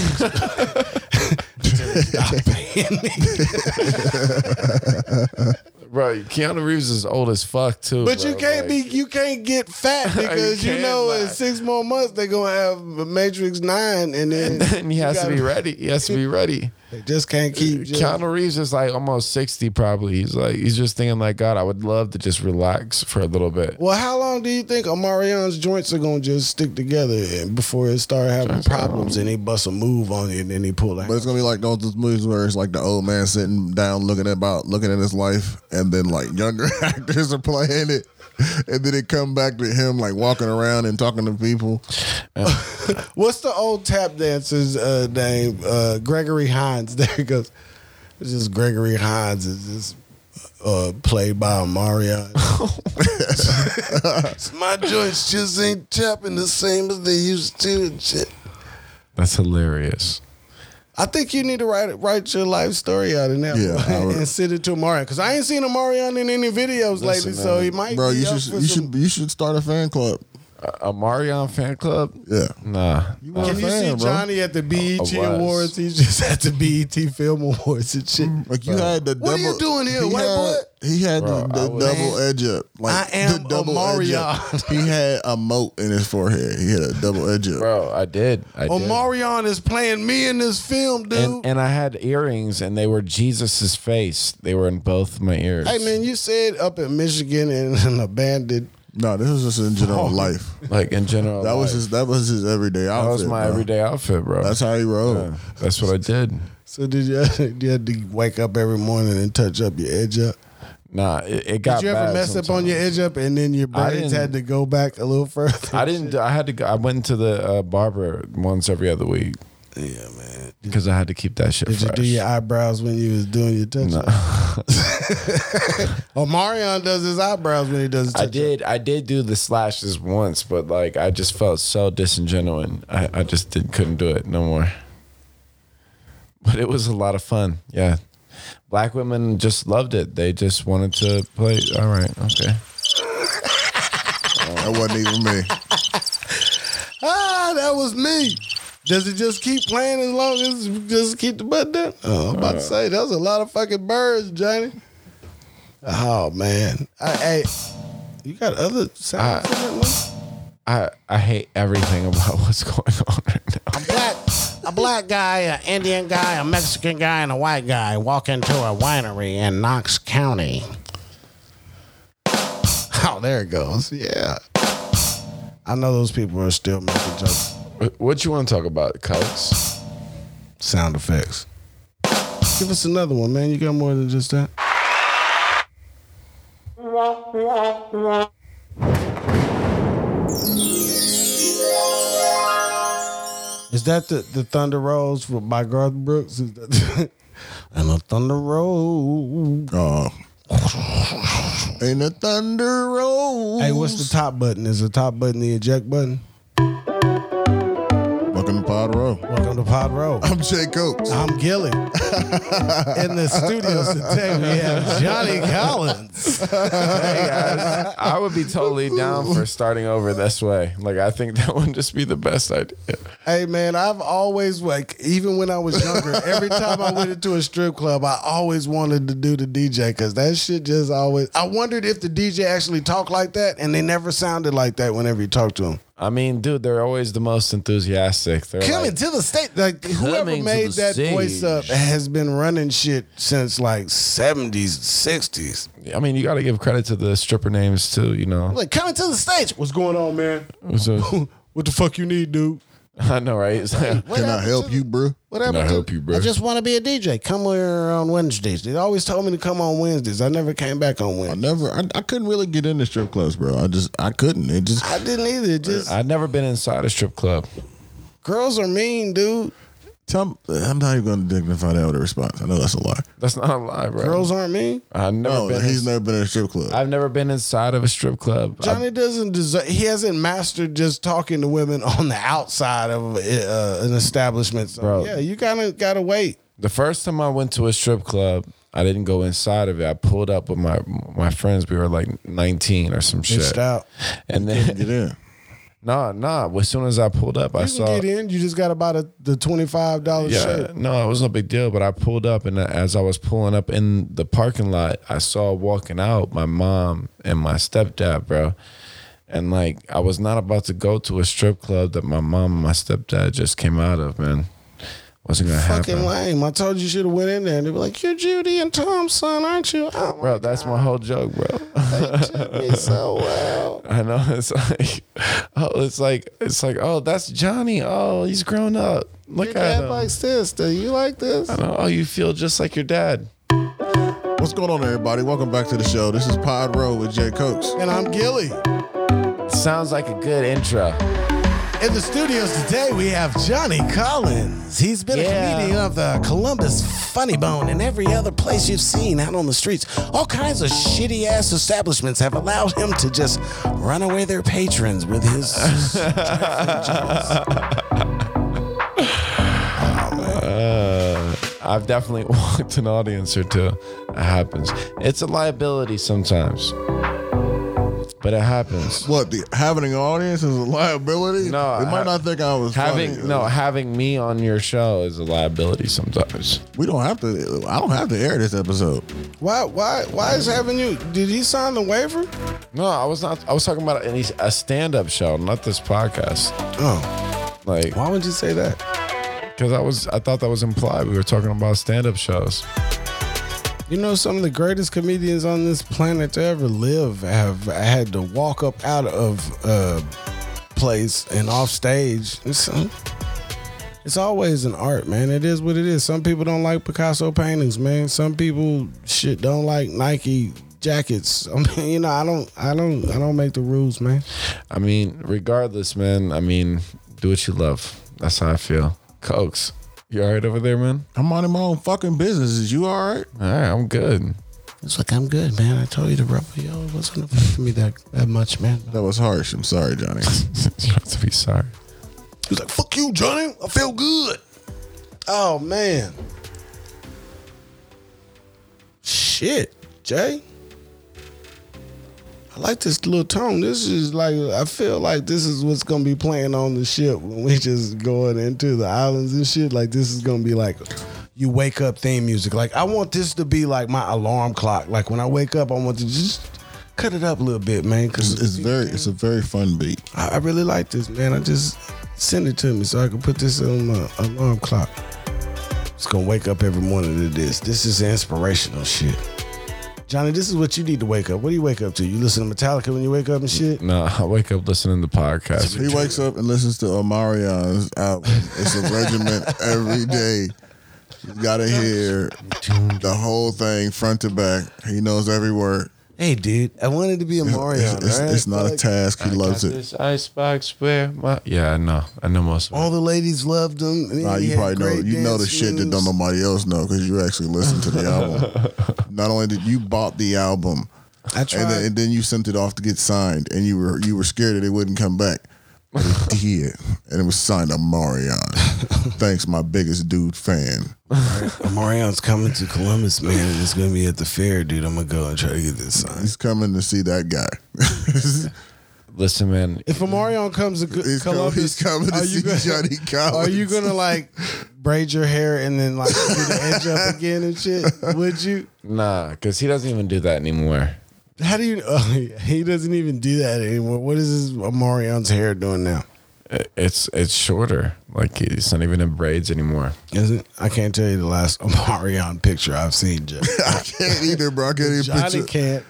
[SPEAKER 3] bro. Keanu Reeves is old as fuck too.
[SPEAKER 4] But
[SPEAKER 3] bro.
[SPEAKER 4] you can't
[SPEAKER 3] Like,
[SPEAKER 4] be you can't get fat because you,
[SPEAKER 3] can't,
[SPEAKER 4] know in
[SPEAKER 3] like-
[SPEAKER 4] six more months they're gonna have Matrix Nine and then
[SPEAKER 3] And he
[SPEAKER 4] you
[SPEAKER 3] has to
[SPEAKER 4] gotta-
[SPEAKER 3] be ready. He has to be ready.
[SPEAKER 4] They just can't keep just,
[SPEAKER 3] Keanu Reeves is like almost sixty, probably. He's like he's just thinking like God. I would love to just relax for a little bit.
[SPEAKER 4] Well, how long do you think Omarion's joints are gonna just stick together and before it start having problems and he bust a move on it and then he pull out?
[SPEAKER 2] But it's gonna be like those those movies where it's like the old man sitting down looking about looking at his life and then like younger actors are playing it. And then it come back to him like walking around and talking to people.
[SPEAKER 4] What's the old tap dancer's uh, name? Uh, Gregory Hines. There he goes. It's just Gregory Hines is just uh, played by Omarion. My joints just ain't tapping the same as they used to and shit.
[SPEAKER 3] That's hilarious.
[SPEAKER 4] I think you need to write write your life story out in that
[SPEAKER 2] Yeah, I would-
[SPEAKER 4] and send it to Amarion because I ain't seen Amarion in any videos lately, so he might.
[SPEAKER 2] Bro,
[SPEAKER 4] be
[SPEAKER 2] you
[SPEAKER 4] up
[SPEAKER 2] should
[SPEAKER 4] for
[SPEAKER 2] you
[SPEAKER 4] some-
[SPEAKER 2] should you should start a fan club.
[SPEAKER 3] A, a Marion fan club?
[SPEAKER 2] Yeah.
[SPEAKER 3] Nah.
[SPEAKER 2] were-
[SPEAKER 4] Can you
[SPEAKER 2] fan,
[SPEAKER 4] see
[SPEAKER 2] bro.
[SPEAKER 4] Johnny at the BET
[SPEAKER 3] I was.
[SPEAKER 4] Awards? He's just at the BET Film Awards and shit.
[SPEAKER 2] Like you had the
[SPEAKER 4] What are
[SPEAKER 2] double.
[SPEAKER 4] you doing here, white
[SPEAKER 2] had,
[SPEAKER 4] boy?
[SPEAKER 2] He had
[SPEAKER 3] Bro,
[SPEAKER 2] the, the
[SPEAKER 3] I was-
[SPEAKER 2] double edge up. Like
[SPEAKER 4] I am
[SPEAKER 2] the double edge up.
[SPEAKER 4] Omarion.
[SPEAKER 2] He had a moat in his forehead. He had a double edge up.
[SPEAKER 3] Bro, I did. I did.
[SPEAKER 4] Omarion is playing me in this film, dude.
[SPEAKER 3] and, and I had earrings, and they were Jesus's face. They were in both my ears.
[SPEAKER 4] hey man, you said up in Michigan in an abandoned.
[SPEAKER 2] No, this was just in
[SPEAKER 4] Oh.
[SPEAKER 2] general life.
[SPEAKER 3] like in general,
[SPEAKER 2] That was
[SPEAKER 3] like,
[SPEAKER 2] his. That was his everyday outfit.
[SPEAKER 3] that was my
[SPEAKER 2] bro.
[SPEAKER 3] everyday outfit, bro.
[SPEAKER 2] That's how he rode.
[SPEAKER 3] Yeah, that's what I did.
[SPEAKER 4] So did you, you had to wake up every morning and touch up your edge up?
[SPEAKER 3] Nah, it, it got.
[SPEAKER 4] Did you ever
[SPEAKER 3] bad
[SPEAKER 4] mess up on
[SPEAKER 3] sometimes.
[SPEAKER 4] your edge up and then your
[SPEAKER 3] I
[SPEAKER 4] braids
[SPEAKER 3] didn't-
[SPEAKER 4] had to go back a little further?
[SPEAKER 3] I didn't. I had to. go I went to the uh, barber once every other week. Yeah, man. Because I had to keep that shit
[SPEAKER 4] Did you
[SPEAKER 3] fresh.
[SPEAKER 4] do your eyebrows when you was doing your touch up? Omarion does his eyebrows when he does his touch
[SPEAKER 3] I did. I did do the slashes once, but like I just felt so disingenuous. I, I just did, couldn't do it no more. But it was a lot of fun. Yeah, black women just loved it. They just wanted to play. All right, okay.
[SPEAKER 2] That wasn't even me.
[SPEAKER 4] Ah, that was me. Does it just keep playing as long as you just keep the butt down? Oh, I'm about to say that was a lot of fucking birds, Johnny. Oh man, I, hey, you got other sounds in that one?
[SPEAKER 3] I I hate everything about what's going on right now.
[SPEAKER 4] Black. I'm a black guy, an Indian guy, a Mexican guy, and a white guy walk into a winery in Knox County. Oh, there it goes. Yeah. I know those people are still making jokes.
[SPEAKER 3] What you want to talk about, Cox?
[SPEAKER 4] Sound effects. Give us another one, man. You got more than just that. Is that the, the Thunder Rolls for, by Garth Brooks? Is that- and a Thunder Roll.
[SPEAKER 2] Oh. In the thunder roll.
[SPEAKER 4] Hey, what's the top button? Is the top button the eject button?
[SPEAKER 2] Welcome to Pod Row.
[SPEAKER 4] Welcome to Pod Row.
[SPEAKER 2] I'm Jay Coates.
[SPEAKER 4] I'm Gilly. In the studios today, we have Johnny Collins.
[SPEAKER 3] Hey, guys, I would be totally down for starting over this way. Like, I think that would just be the best idea.
[SPEAKER 4] Hey, man, I've always, like, even when I was younger, every time I went into a strip club, I always wanted to do the DJ because that shit just always. I wondered if the DJ actually talked like that, and they never sounded like that whenever you talked to them.
[SPEAKER 3] I mean, dude, they're always the most enthusiastic. They're
[SPEAKER 4] Coming
[SPEAKER 3] like,
[SPEAKER 4] to the state. Like, whoever
[SPEAKER 3] Coming to
[SPEAKER 4] made
[SPEAKER 3] the
[SPEAKER 4] that voice
[SPEAKER 3] stage.
[SPEAKER 4] up has been running shit since, like, 70s, 60s.
[SPEAKER 3] I mean, you got to give credit to the stripper names too. You know,
[SPEAKER 4] Like, coming to the stage. What's going on, man?
[SPEAKER 3] So-
[SPEAKER 4] What the fuck you need, dude?
[SPEAKER 3] I know, right? It's like-
[SPEAKER 2] Can I help you, bro?
[SPEAKER 4] Whatever.
[SPEAKER 3] Can I help you, bro?
[SPEAKER 4] I just want to be a DJ. Come here on Wednesdays. They always told me to come on Wednesdays. I never came back on
[SPEAKER 2] I
[SPEAKER 4] Wednesdays.
[SPEAKER 2] never, I, I couldn't really get into strip clubs, bro. I just, I couldn't. It just,
[SPEAKER 4] I didn't either. Just
[SPEAKER 3] I've never been inside a strip club.
[SPEAKER 4] girls are mean, dude.
[SPEAKER 2] tell, I'm not even going to dignify that with a response. I know that's a lie.
[SPEAKER 3] That's not a lie, bro.
[SPEAKER 4] Girls aren't mean.
[SPEAKER 3] I've never
[SPEAKER 2] No,
[SPEAKER 3] been.
[SPEAKER 2] he's never been in a strip club.
[SPEAKER 3] I've never been inside of a strip club. I-
[SPEAKER 4] Johnny doesn't deserve. He hasn't mastered just talking to women on the outside of uh, an establishment. So,
[SPEAKER 3] Bro.
[SPEAKER 4] Yeah, you kind of gotta wait.
[SPEAKER 3] the first time I went to a strip club, I didn't go inside of it. I pulled up with my my friends. We were like 19 or some shit.
[SPEAKER 4] Bitched out.
[SPEAKER 3] And then
[SPEAKER 2] get in.
[SPEAKER 3] nah, nah. As soon as I pulled up, I
[SPEAKER 4] You
[SPEAKER 3] saw
[SPEAKER 4] can get in. You just gotta buy the, the twenty five dollar
[SPEAKER 3] Yeah,
[SPEAKER 4] shirt.
[SPEAKER 3] no, it was no big deal. But I pulled up, and as I was pulling up in the parking lot, I saw walking out my mom and my stepdad, bro. And like, I was not about to go to a strip club that my mom and my stepdad just came out of, man. Wasn't gonna
[SPEAKER 4] Fucking
[SPEAKER 3] happen,
[SPEAKER 4] lame. I told you should have went in there and they were like, "You're Judy and Tom's son, aren't you?" Oh,
[SPEAKER 3] bro. That's my whole joke, bro.
[SPEAKER 4] me so well.
[SPEAKER 3] I know it's like, oh, it's like, it's like, oh, that's Johnny. Oh, he's grown up. Look
[SPEAKER 4] Your
[SPEAKER 3] at
[SPEAKER 4] dad
[SPEAKER 3] him.
[SPEAKER 4] likes this. Do you like this?
[SPEAKER 3] I know, oh, you feel just like your dad.
[SPEAKER 2] What's going on, everybody? Welcome back to the show. This is Pod Row with Jay Coates.
[SPEAKER 4] And I'm Gilly.
[SPEAKER 3] Sounds like a good intro.
[SPEAKER 4] In the studios today, we have Johnny Collins. He's been a
[SPEAKER 3] Yeah.
[SPEAKER 4] comedian of the Columbus Funny Bone and every other place you've seen out on the streets. All kinds of shitty ass establishments have allowed him to just run away their patrons with his.
[SPEAKER 3] I've definitely walked an audience or two. It happens. It's a liability sometimes, but it happens.
[SPEAKER 2] What, the, having an audience is a liability?
[SPEAKER 3] No,
[SPEAKER 2] They
[SPEAKER 3] I-
[SPEAKER 2] might not think I was
[SPEAKER 3] Having
[SPEAKER 2] funny.
[SPEAKER 3] no having me on your show is a liability sometimes.
[SPEAKER 2] We don't have to, I don't have to air this episode.
[SPEAKER 4] why? Why? Why is having you? Did he sign the waiver?
[SPEAKER 3] No, I was not. I was talking about any a stand up show, not this podcast.
[SPEAKER 4] Oh,
[SPEAKER 3] Like,
[SPEAKER 4] why would you say that?
[SPEAKER 3] because I was I thought that was implied. We were talking about stand up shows.
[SPEAKER 4] You know, some of the greatest comedians on this planet to ever live have had to walk up out of uh, place and off stage. It's, uh, it's always an art, man. It is what it is. Some people don't like Picasso paintings, man. Some people shit don't like Nike jackets. I mean, you know, I don't, I don't, I don't make the rules, man.
[SPEAKER 3] I mean, regardless, man. I mean, do what you love. That's how I feel. Cokes, you all right over there, man?
[SPEAKER 2] I'm minding my own fucking business. Is you all right?
[SPEAKER 3] All right, I'm good.
[SPEAKER 4] It's like I'm good, man. I told you to rub yo, it wasn't affecting me that that much, man.
[SPEAKER 2] That was harsh. I'm sorry, Johnny.
[SPEAKER 3] you have to be sorry.
[SPEAKER 4] He was like, "Fuck you, Johnny. I feel good." Oh man. Shit, Jay. I like this little tone. This is like I feel like this is what's gonna be playing on the ship when we just going into the islands and shit. Like this is gonna be like you wake up theme music. Like I want this to be like my alarm clock. Like when I wake up, I want to just cut it up a little bit, man. Cause
[SPEAKER 2] It's very, it's a very fun beat.
[SPEAKER 4] I, I really like this, man. I just
[SPEAKER 7] Send it to me so I can put this on my alarm clock. It's gonna wake up every morning to this. This is inspirational shit. Johnny, this is what you need to wake up. What do you wake up to? You listen to Metallica when you wake up and shit?
[SPEAKER 3] No, I wake up listening to podcasts.
[SPEAKER 2] He wakes up and listens to Omarion's album. It's a regiment every day. You gotta hear the whole thing front to back. He knows every word.
[SPEAKER 7] Hey, dude, I wanted to be a Mario.
[SPEAKER 2] It's, it's-
[SPEAKER 7] right?
[SPEAKER 2] it's not a
[SPEAKER 7] Like,
[SPEAKER 2] task. He loves it.
[SPEAKER 3] This icebox spare my yeah, I know. I know most of it.
[SPEAKER 7] All the ladies loved him.
[SPEAKER 2] Nah, you probably know you know the shit that don't nobody else know because you actually listened to the album. Not only did you bought the album,
[SPEAKER 7] I tried.
[SPEAKER 2] and then, and then you sent it off to get signed, and you were you were scared that it wouldn't come back. But it did, and it was signed Omarion. Thanks, my biggest dude fan.
[SPEAKER 7] Marion's coming to Columbus, man. and It's gonna be at the fair, dude. I'm gonna go and try to get this sign.
[SPEAKER 2] He's coming to see that guy. he's,
[SPEAKER 3] Listen, man.
[SPEAKER 4] If Omarion comes to
[SPEAKER 2] he's coming,
[SPEAKER 4] Columbus,
[SPEAKER 2] he's coming to
[SPEAKER 4] are
[SPEAKER 2] see
[SPEAKER 4] you gonna,
[SPEAKER 2] Johnny Collins.
[SPEAKER 4] Are you gonna like braid your hair and then like do the edge up again and shit? Would you?
[SPEAKER 3] Nah, cause he doesn't even do that anymore.
[SPEAKER 4] How do you? Oh, yeah, he doesn't even do that anymore. What is his Omarion's hair doing now?
[SPEAKER 3] I- It's it's shorter. Like it's not even in braids anymore.
[SPEAKER 7] Is it? I can't tell you the last Omarion picture I've seen, Jeff.
[SPEAKER 2] I can't either, bro. I can't even
[SPEAKER 4] Johnny
[SPEAKER 2] picture.
[SPEAKER 4] can't.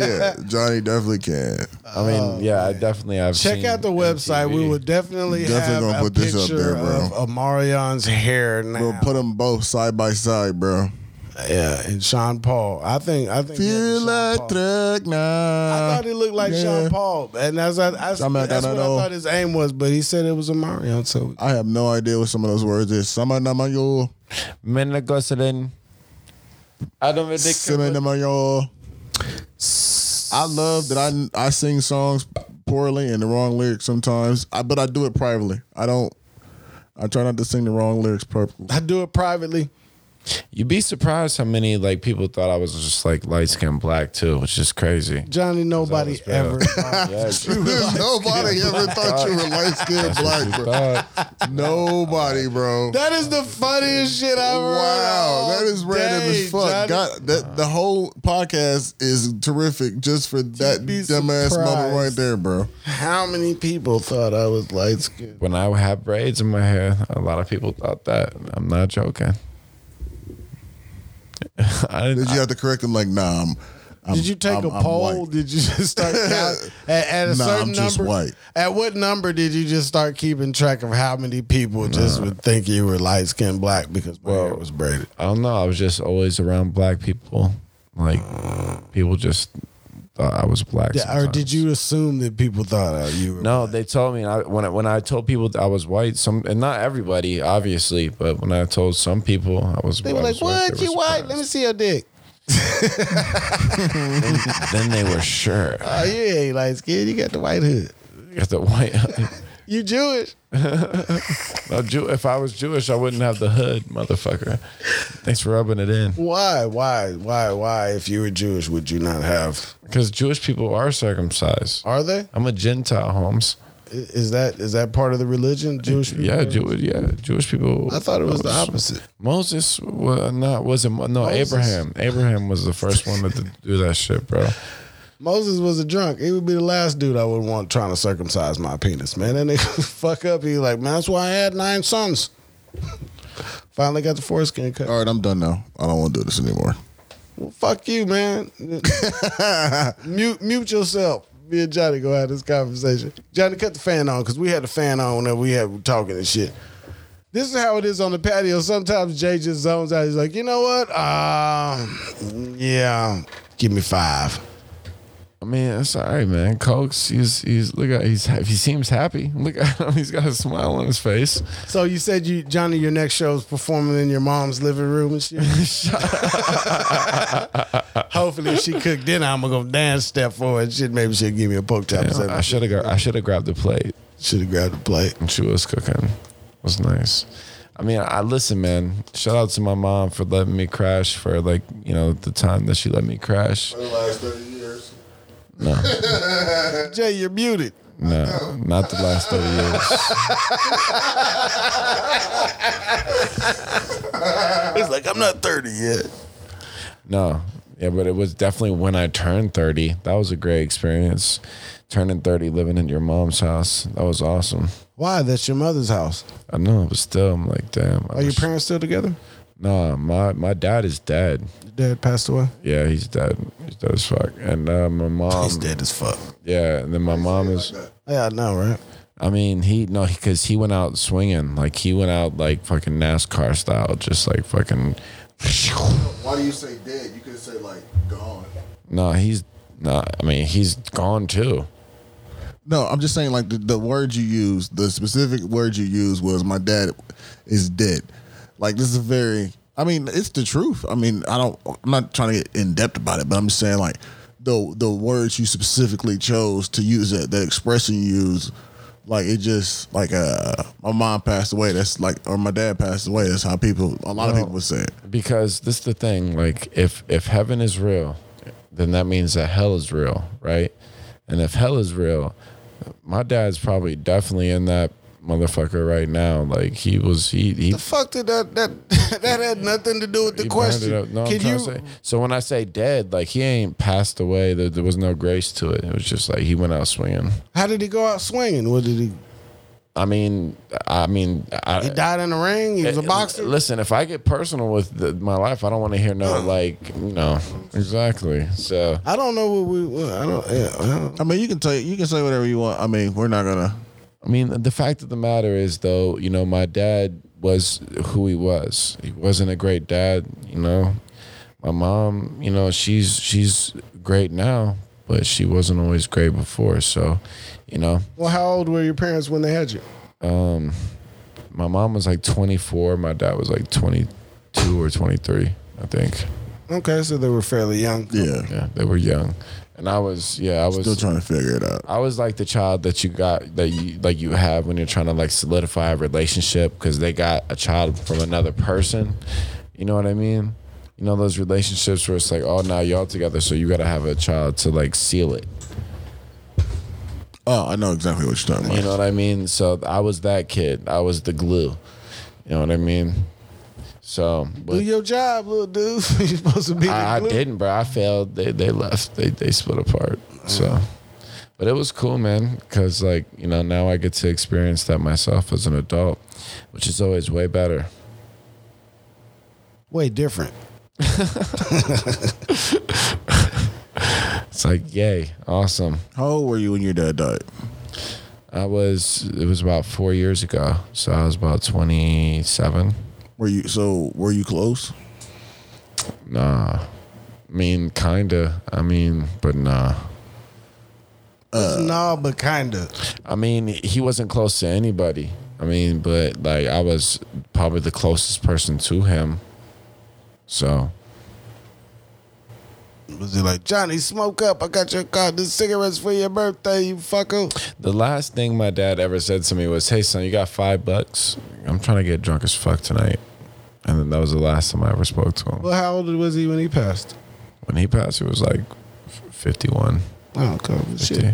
[SPEAKER 2] Yeah, Johnny definitely can.
[SPEAKER 3] I mean, yeah, I definitely have.
[SPEAKER 4] Oh, Check
[SPEAKER 3] seen
[SPEAKER 4] out the website. We
[SPEAKER 3] MTV.
[SPEAKER 4] will definitely,
[SPEAKER 2] Definitely
[SPEAKER 4] have
[SPEAKER 2] gonna
[SPEAKER 4] a
[SPEAKER 2] put
[SPEAKER 4] picture
[SPEAKER 2] this up there, bro.
[SPEAKER 4] of Omarion's hair now.
[SPEAKER 2] We'll put them both side by side, bro.
[SPEAKER 4] yeah, and Sean Paul. I think. I think.
[SPEAKER 2] Feel
[SPEAKER 4] Sean Paul.
[SPEAKER 2] like drug now.
[SPEAKER 4] I thought he looked like Sean Paul, and that's, I, that's,
[SPEAKER 2] I'm not
[SPEAKER 4] that's
[SPEAKER 2] gonna
[SPEAKER 4] what
[SPEAKER 2] know.
[SPEAKER 4] I thought his aim was. But he said it was a Mario. So
[SPEAKER 2] I have no idea what some of those words is. Sama namayo,
[SPEAKER 3] Menagosilin. I don't really
[SPEAKER 2] sima namayo. I love that I I sing songs poorly and the wrong lyrics sometimes, I, but I do it privately. I don't. I try not to sing the wrong lyrics purposely.
[SPEAKER 4] I do it privately.
[SPEAKER 3] You'd be surprised how many like people thought I was just like light skinned black too, which is crazy.
[SPEAKER 4] Johnny, nobody
[SPEAKER 3] That
[SPEAKER 4] ever.
[SPEAKER 3] was bad. Yeah, it's-
[SPEAKER 2] Nobody ever thought you were light skinned black,
[SPEAKER 3] it's
[SPEAKER 2] bro.
[SPEAKER 3] bad.
[SPEAKER 2] Nobody, bro.
[SPEAKER 4] that is the funniest shit I've ever heard.
[SPEAKER 2] Wow,
[SPEAKER 4] all
[SPEAKER 2] that is random
[SPEAKER 4] day,
[SPEAKER 2] as fuck.
[SPEAKER 4] Johnny.
[SPEAKER 2] God, that the whole podcast is terrific just for that
[SPEAKER 4] be
[SPEAKER 2] dumbass moment
[SPEAKER 4] surprised.
[SPEAKER 2] right there, bro.
[SPEAKER 4] How many people thought I was light skinned?
[SPEAKER 3] when I had braids in my hair, a lot of people thought that. I'm not joking. I
[SPEAKER 2] Did
[SPEAKER 3] didn't,
[SPEAKER 2] you have to correct him? Like, nah, I'm. I'm
[SPEAKER 4] Did you take
[SPEAKER 2] I'm-
[SPEAKER 4] a
[SPEAKER 2] I'm
[SPEAKER 4] poll?
[SPEAKER 2] white.
[SPEAKER 4] Did you just start count- at, at a
[SPEAKER 2] Nah,
[SPEAKER 4] certain
[SPEAKER 2] I'm just
[SPEAKER 4] number?
[SPEAKER 2] white.
[SPEAKER 4] At what number did you just start keeping track of how many people just would think you were light skinned black because my hair was braided?
[SPEAKER 3] I don't know. I was just always around black people. Like people just thought I was black.
[SPEAKER 4] Yeah, or did
[SPEAKER 3] sometimes.
[SPEAKER 4] you assume that people thought uh, you were?
[SPEAKER 3] No, they told me I, when I, when I told people that I was white. Some and not everybody, obviously, but when I told some people I was,
[SPEAKER 4] They were
[SPEAKER 3] I
[SPEAKER 4] like,
[SPEAKER 3] was white,
[SPEAKER 4] "What?
[SPEAKER 3] they
[SPEAKER 4] You
[SPEAKER 3] were
[SPEAKER 4] white? Let me see your dick."
[SPEAKER 3] surprised. Then they were sure.
[SPEAKER 4] Oh, you ain't light skinned. You got the white hood.
[SPEAKER 3] If the white,
[SPEAKER 4] You Jewish.
[SPEAKER 3] No, Jew, if I was Jewish, I wouldn't have the hood, motherfucker. Thanks for rubbing it in.
[SPEAKER 4] Why? Why? Why? Why? If you were Jewish, would you not have?
[SPEAKER 3] Because Jewish people are circumcised.
[SPEAKER 4] Are they?
[SPEAKER 3] I'm a Gentile, Holmes.
[SPEAKER 4] I- Is that is that part of the religion? Jewish? people?
[SPEAKER 3] Yeah, Jew, yeah, Jewish people.
[SPEAKER 4] I thought it was the opposite.
[SPEAKER 3] Moses was not wasn't no
[SPEAKER 4] Moses.
[SPEAKER 3] Abraham. Abraham was the first one to do that shit, bro.
[SPEAKER 4] Moses was a drunk. He would be the last dude I would want trying to circumcise my penis, man. That nigga would fuck up. He like, man, that's why I had nine sons. Finally got the foreskin cut.
[SPEAKER 2] All right, I'm done now. I don't want to do this anymore.
[SPEAKER 4] Well, fuck you, man. mute, mute yourself. Me and Johnny go have this conversation. Johnny, cut the fan on because we had the fan on whenever we had we were talking and shit. This is how it is on the patio. Sometimes Jay just zones out. He's like, you know what? Um, yeah, give me five.
[SPEAKER 3] I mean, it's all right, man. Cokes, he's he's look at he's ha- he seems happy. Look at him, he's got a smile on his face.
[SPEAKER 4] So you said you, Johnny, your next show is performing in your mom's living room and shit. Hopefully, if she cooked dinner, I'm gonna go dance step for her and shit. Maybe she'll give me a poke chop.
[SPEAKER 3] Damn, I should have got I should have grabbed the plate.
[SPEAKER 4] should have grabbed the plate.
[SPEAKER 3] when she was cooking. It was nice. I mean, I listen, man. Shout out to my mom for letting me crash for like you know the time that she let me crash.
[SPEAKER 2] The last 30 years.
[SPEAKER 4] Jay, you're muted.
[SPEAKER 3] No, not the last thirty years.
[SPEAKER 4] It's like I'm not 30 yet.
[SPEAKER 3] No, Yeah, but it was definitely when I turned 30. That was a great experience. Turning 30, living in your mom's house. That was awesome.
[SPEAKER 4] Why? That's your mother's house.
[SPEAKER 3] I know, but still, I'm like, damn. I
[SPEAKER 4] Are your
[SPEAKER 3] wish-
[SPEAKER 4] parents still together?
[SPEAKER 3] Nah, my, my dad is dead.
[SPEAKER 4] Your dad passed away.
[SPEAKER 3] Yeah, he's dead. He's dead as fuck. And uh, my mom.
[SPEAKER 4] dead as fuck.
[SPEAKER 3] Yeah, and then my mom is.
[SPEAKER 4] Yeah, I know, right?
[SPEAKER 3] I mean, he no, because he went out swinging, like he went out like fucking NASCAR style, just like fucking.
[SPEAKER 2] Why do you say dead? You could say like gone.
[SPEAKER 3] No, he's not. I mean, he's gone too.
[SPEAKER 2] No, I'm just saying like the, the word you used, the specific word you used was my dad is dead. Like this is very I mean, it's the truth. I mean, I don't I'm not trying to get in depth about it, but I'm just saying like the the words you specifically chose to use that the expression you use like it just like uh my mom passed away that's like or my dad passed away that's how people a lot of people would say it
[SPEAKER 3] because this is the thing like if if heaven is real then that means that hell is real right and if hell is real my dad's probably definitely in that motherfucker right now like he was he he
[SPEAKER 4] The fuck did that that that had nothing to do with the
[SPEAKER 3] he burned
[SPEAKER 4] question?
[SPEAKER 3] it up. No, I'm
[SPEAKER 4] Can
[SPEAKER 3] trying
[SPEAKER 4] you?
[SPEAKER 3] to say. So when I say dead, like he ain't passed away. There, there was no grace to it. It was just like he went out swinging.
[SPEAKER 4] How did he go out swinging? What did he?
[SPEAKER 3] I mean, I mean, I,
[SPEAKER 4] He died in the ring. He was a
[SPEAKER 3] Hey,
[SPEAKER 4] boxer.
[SPEAKER 3] Listen, if I get personal with the, my life, I don't want to hear no like you know exactly. So
[SPEAKER 4] I don't know what we. what- I don't. Yeah, I don't-
[SPEAKER 2] i mean you can tell you can say whatever you want i mean we're not gonna
[SPEAKER 3] I mean, the fact of the matter is though, you know, my dad was who he was. He wasn't a great dad, you know. My mom, you know, she's she's great now, but she wasn't always great before. So, you know,
[SPEAKER 4] Well, how old were your parents when they had you?
[SPEAKER 3] my mom was like 24, my dad was like 22 or 23, I think.
[SPEAKER 4] Okay, so they were fairly young.
[SPEAKER 2] yeah
[SPEAKER 3] Yeah, they were young. And I was yeah, I was
[SPEAKER 2] still trying to figure it out
[SPEAKER 3] I was like the child that you got that you like you have when you're trying to like solidify a relationship because they got a child from another person. You know what I mean? You know those relationships where it's like, oh, now y'all together, so you got to have a child to like seal it.
[SPEAKER 2] oh i know exactly what you're talking about
[SPEAKER 3] You know what I mean? So I was that kid. I was the glue. You know what I mean? So,
[SPEAKER 4] Do
[SPEAKER 3] but
[SPEAKER 4] your job, little dude. You're supposed to be. the
[SPEAKER 3] I, I
[SPEAKER 4] glue.
[SPEAKER 3] didn't, bro. I failed. They they left. They they split apart. So, but it was cool, man. Cause like you know now I get to experience that myself as an adult, which is always way better.
[SPEAKER 4] Way different.
[SPEAKER 3] It's like yay, awesome.
[SPEAKER 2] How old were you when your dad died?
[SPEAKER 3] I was it was about four years ago, so I was about twenty seven.
[SPEAKER 2] Were you so? Were you close?
[SPEAKER 3] Nah, I mean kinda. I mean, but nah.
[SPEAKER 4] no, but kinda.
[SPEAKER 3] I mean, he wasn't close to anybody. I mean, but like I was probably the closest person to him. So
[SPEAKER 4] Was he like Johnny? Smoke up! I got your card. This cigarettes for your birthday. You fucker.
[SPEAKER 3] The last thing my dad ever said to me was, "Hey son, you got five bucks? I'm trying to get drunk as fuck tonight." And then that was the last time I ever spoke to him.
[SPEAKER 4] Well, how old was he when he passed?
[SPEAKER 3] When he passed, he was like f- 51,
[SPEAKER 4] Oh, okay. well,
[SPEAKER 3] 50,
[SPEAKER 4] Shit.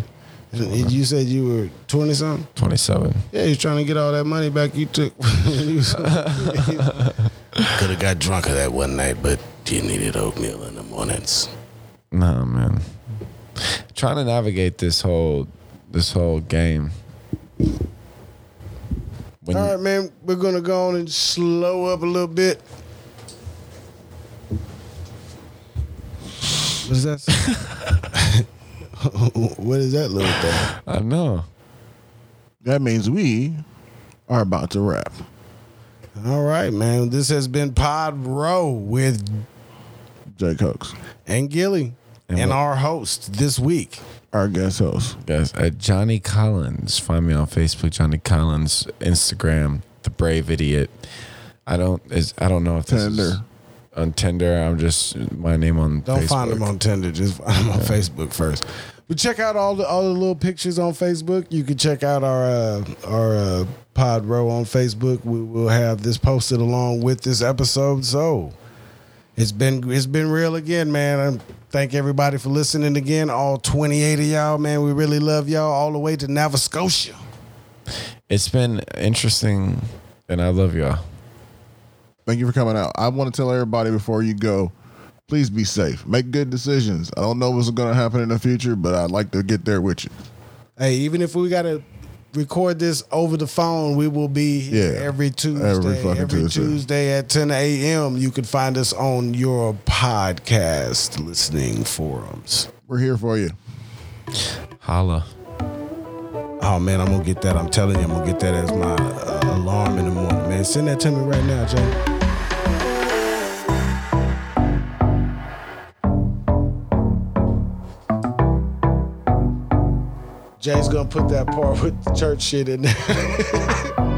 [SPEAKER 4] And You said you were twenty something.
[SPEAKER 3] 27.
[SPEAKER 4] Yeah, he's trying to get all that money back you took.
[SPEAKER 8] Could have got drunker that one night, but you needed oatmeal in the mornings.
[SPEAKER 3] Nah, man. Trying to navigate this whole this whole game. When
[SPEAKER 4] all
[SPEAKER 3] you-
[SPEAKER 4] right, man. We're gonna go on and slow up a little bit. What is that? what is that little thing?
[SPEAKER 3] I know.
[SPEAKER 2] That means we are about to wrap.
[SPEAKER 4] All right, man. This has been Pod Row with
[SPEAKER 2] Jake Hooks,
[SPEAKER 4] and Gilly and,
[SPEAKER 3] what-
[SPEAKER 4] our host this week.
[SPEAKER 2] our guest host.
[SPEAKER 3] Guys, at Johnny Collins. Find me on Facebook, Johnny Collins, Instagram, The Brave Idiot. I don't is I don't know if this is
[SPEAKER 2] Tinder.
[SPEAKER 3] on Tinder. I'm just my name on
[SPEAKER 4] Don't find
[SPEAKER 3] Facebook.
[SPEAKER 4] them on Tinder. Just find them on Facebook first. But check out all the all the little pictures on Facebook. You can check out our uh, our uh, pod row on Facebook. We will have this posted along with this episode. So it's been it's been real again, man. I thank everybody for listening again. All twenty eight of y'all, man. We really love y'all all the way to Nova Scotia.
[SPEAKER 3] It's been interesting and I love y'all.
[SPEAKER 2] Thank you for coming out. I want to tell everybody before you go, Please be safe. Make good decisions. I don't know what's going to happen in the future, but I'd like to get there with you.
[SPEAKER 4] Hey, even if we gotta record this over the phone, we will be here
[SPEAKER 2] Yeah.
[SPEAKER 4] every Tuesday.
[SPEAKER 2] Every
[SPEAKER 4] Every,
[SPEAKER 2] fucking Tuesday.
[SPEAKER 4] Tuesday at 10 a.m. You can find us on your podcast listening forums.
[SPEAKER 2] We're here for you.
[SPEAKER 3] Holla.
[SPEAKER 4] Oh man, I'm gonna get that. I'm telling you, I'm gonna get that as my uh, alarm in the morning, man. Send that to me right now, Jay. Jay's gonna put that part with the church shit in there.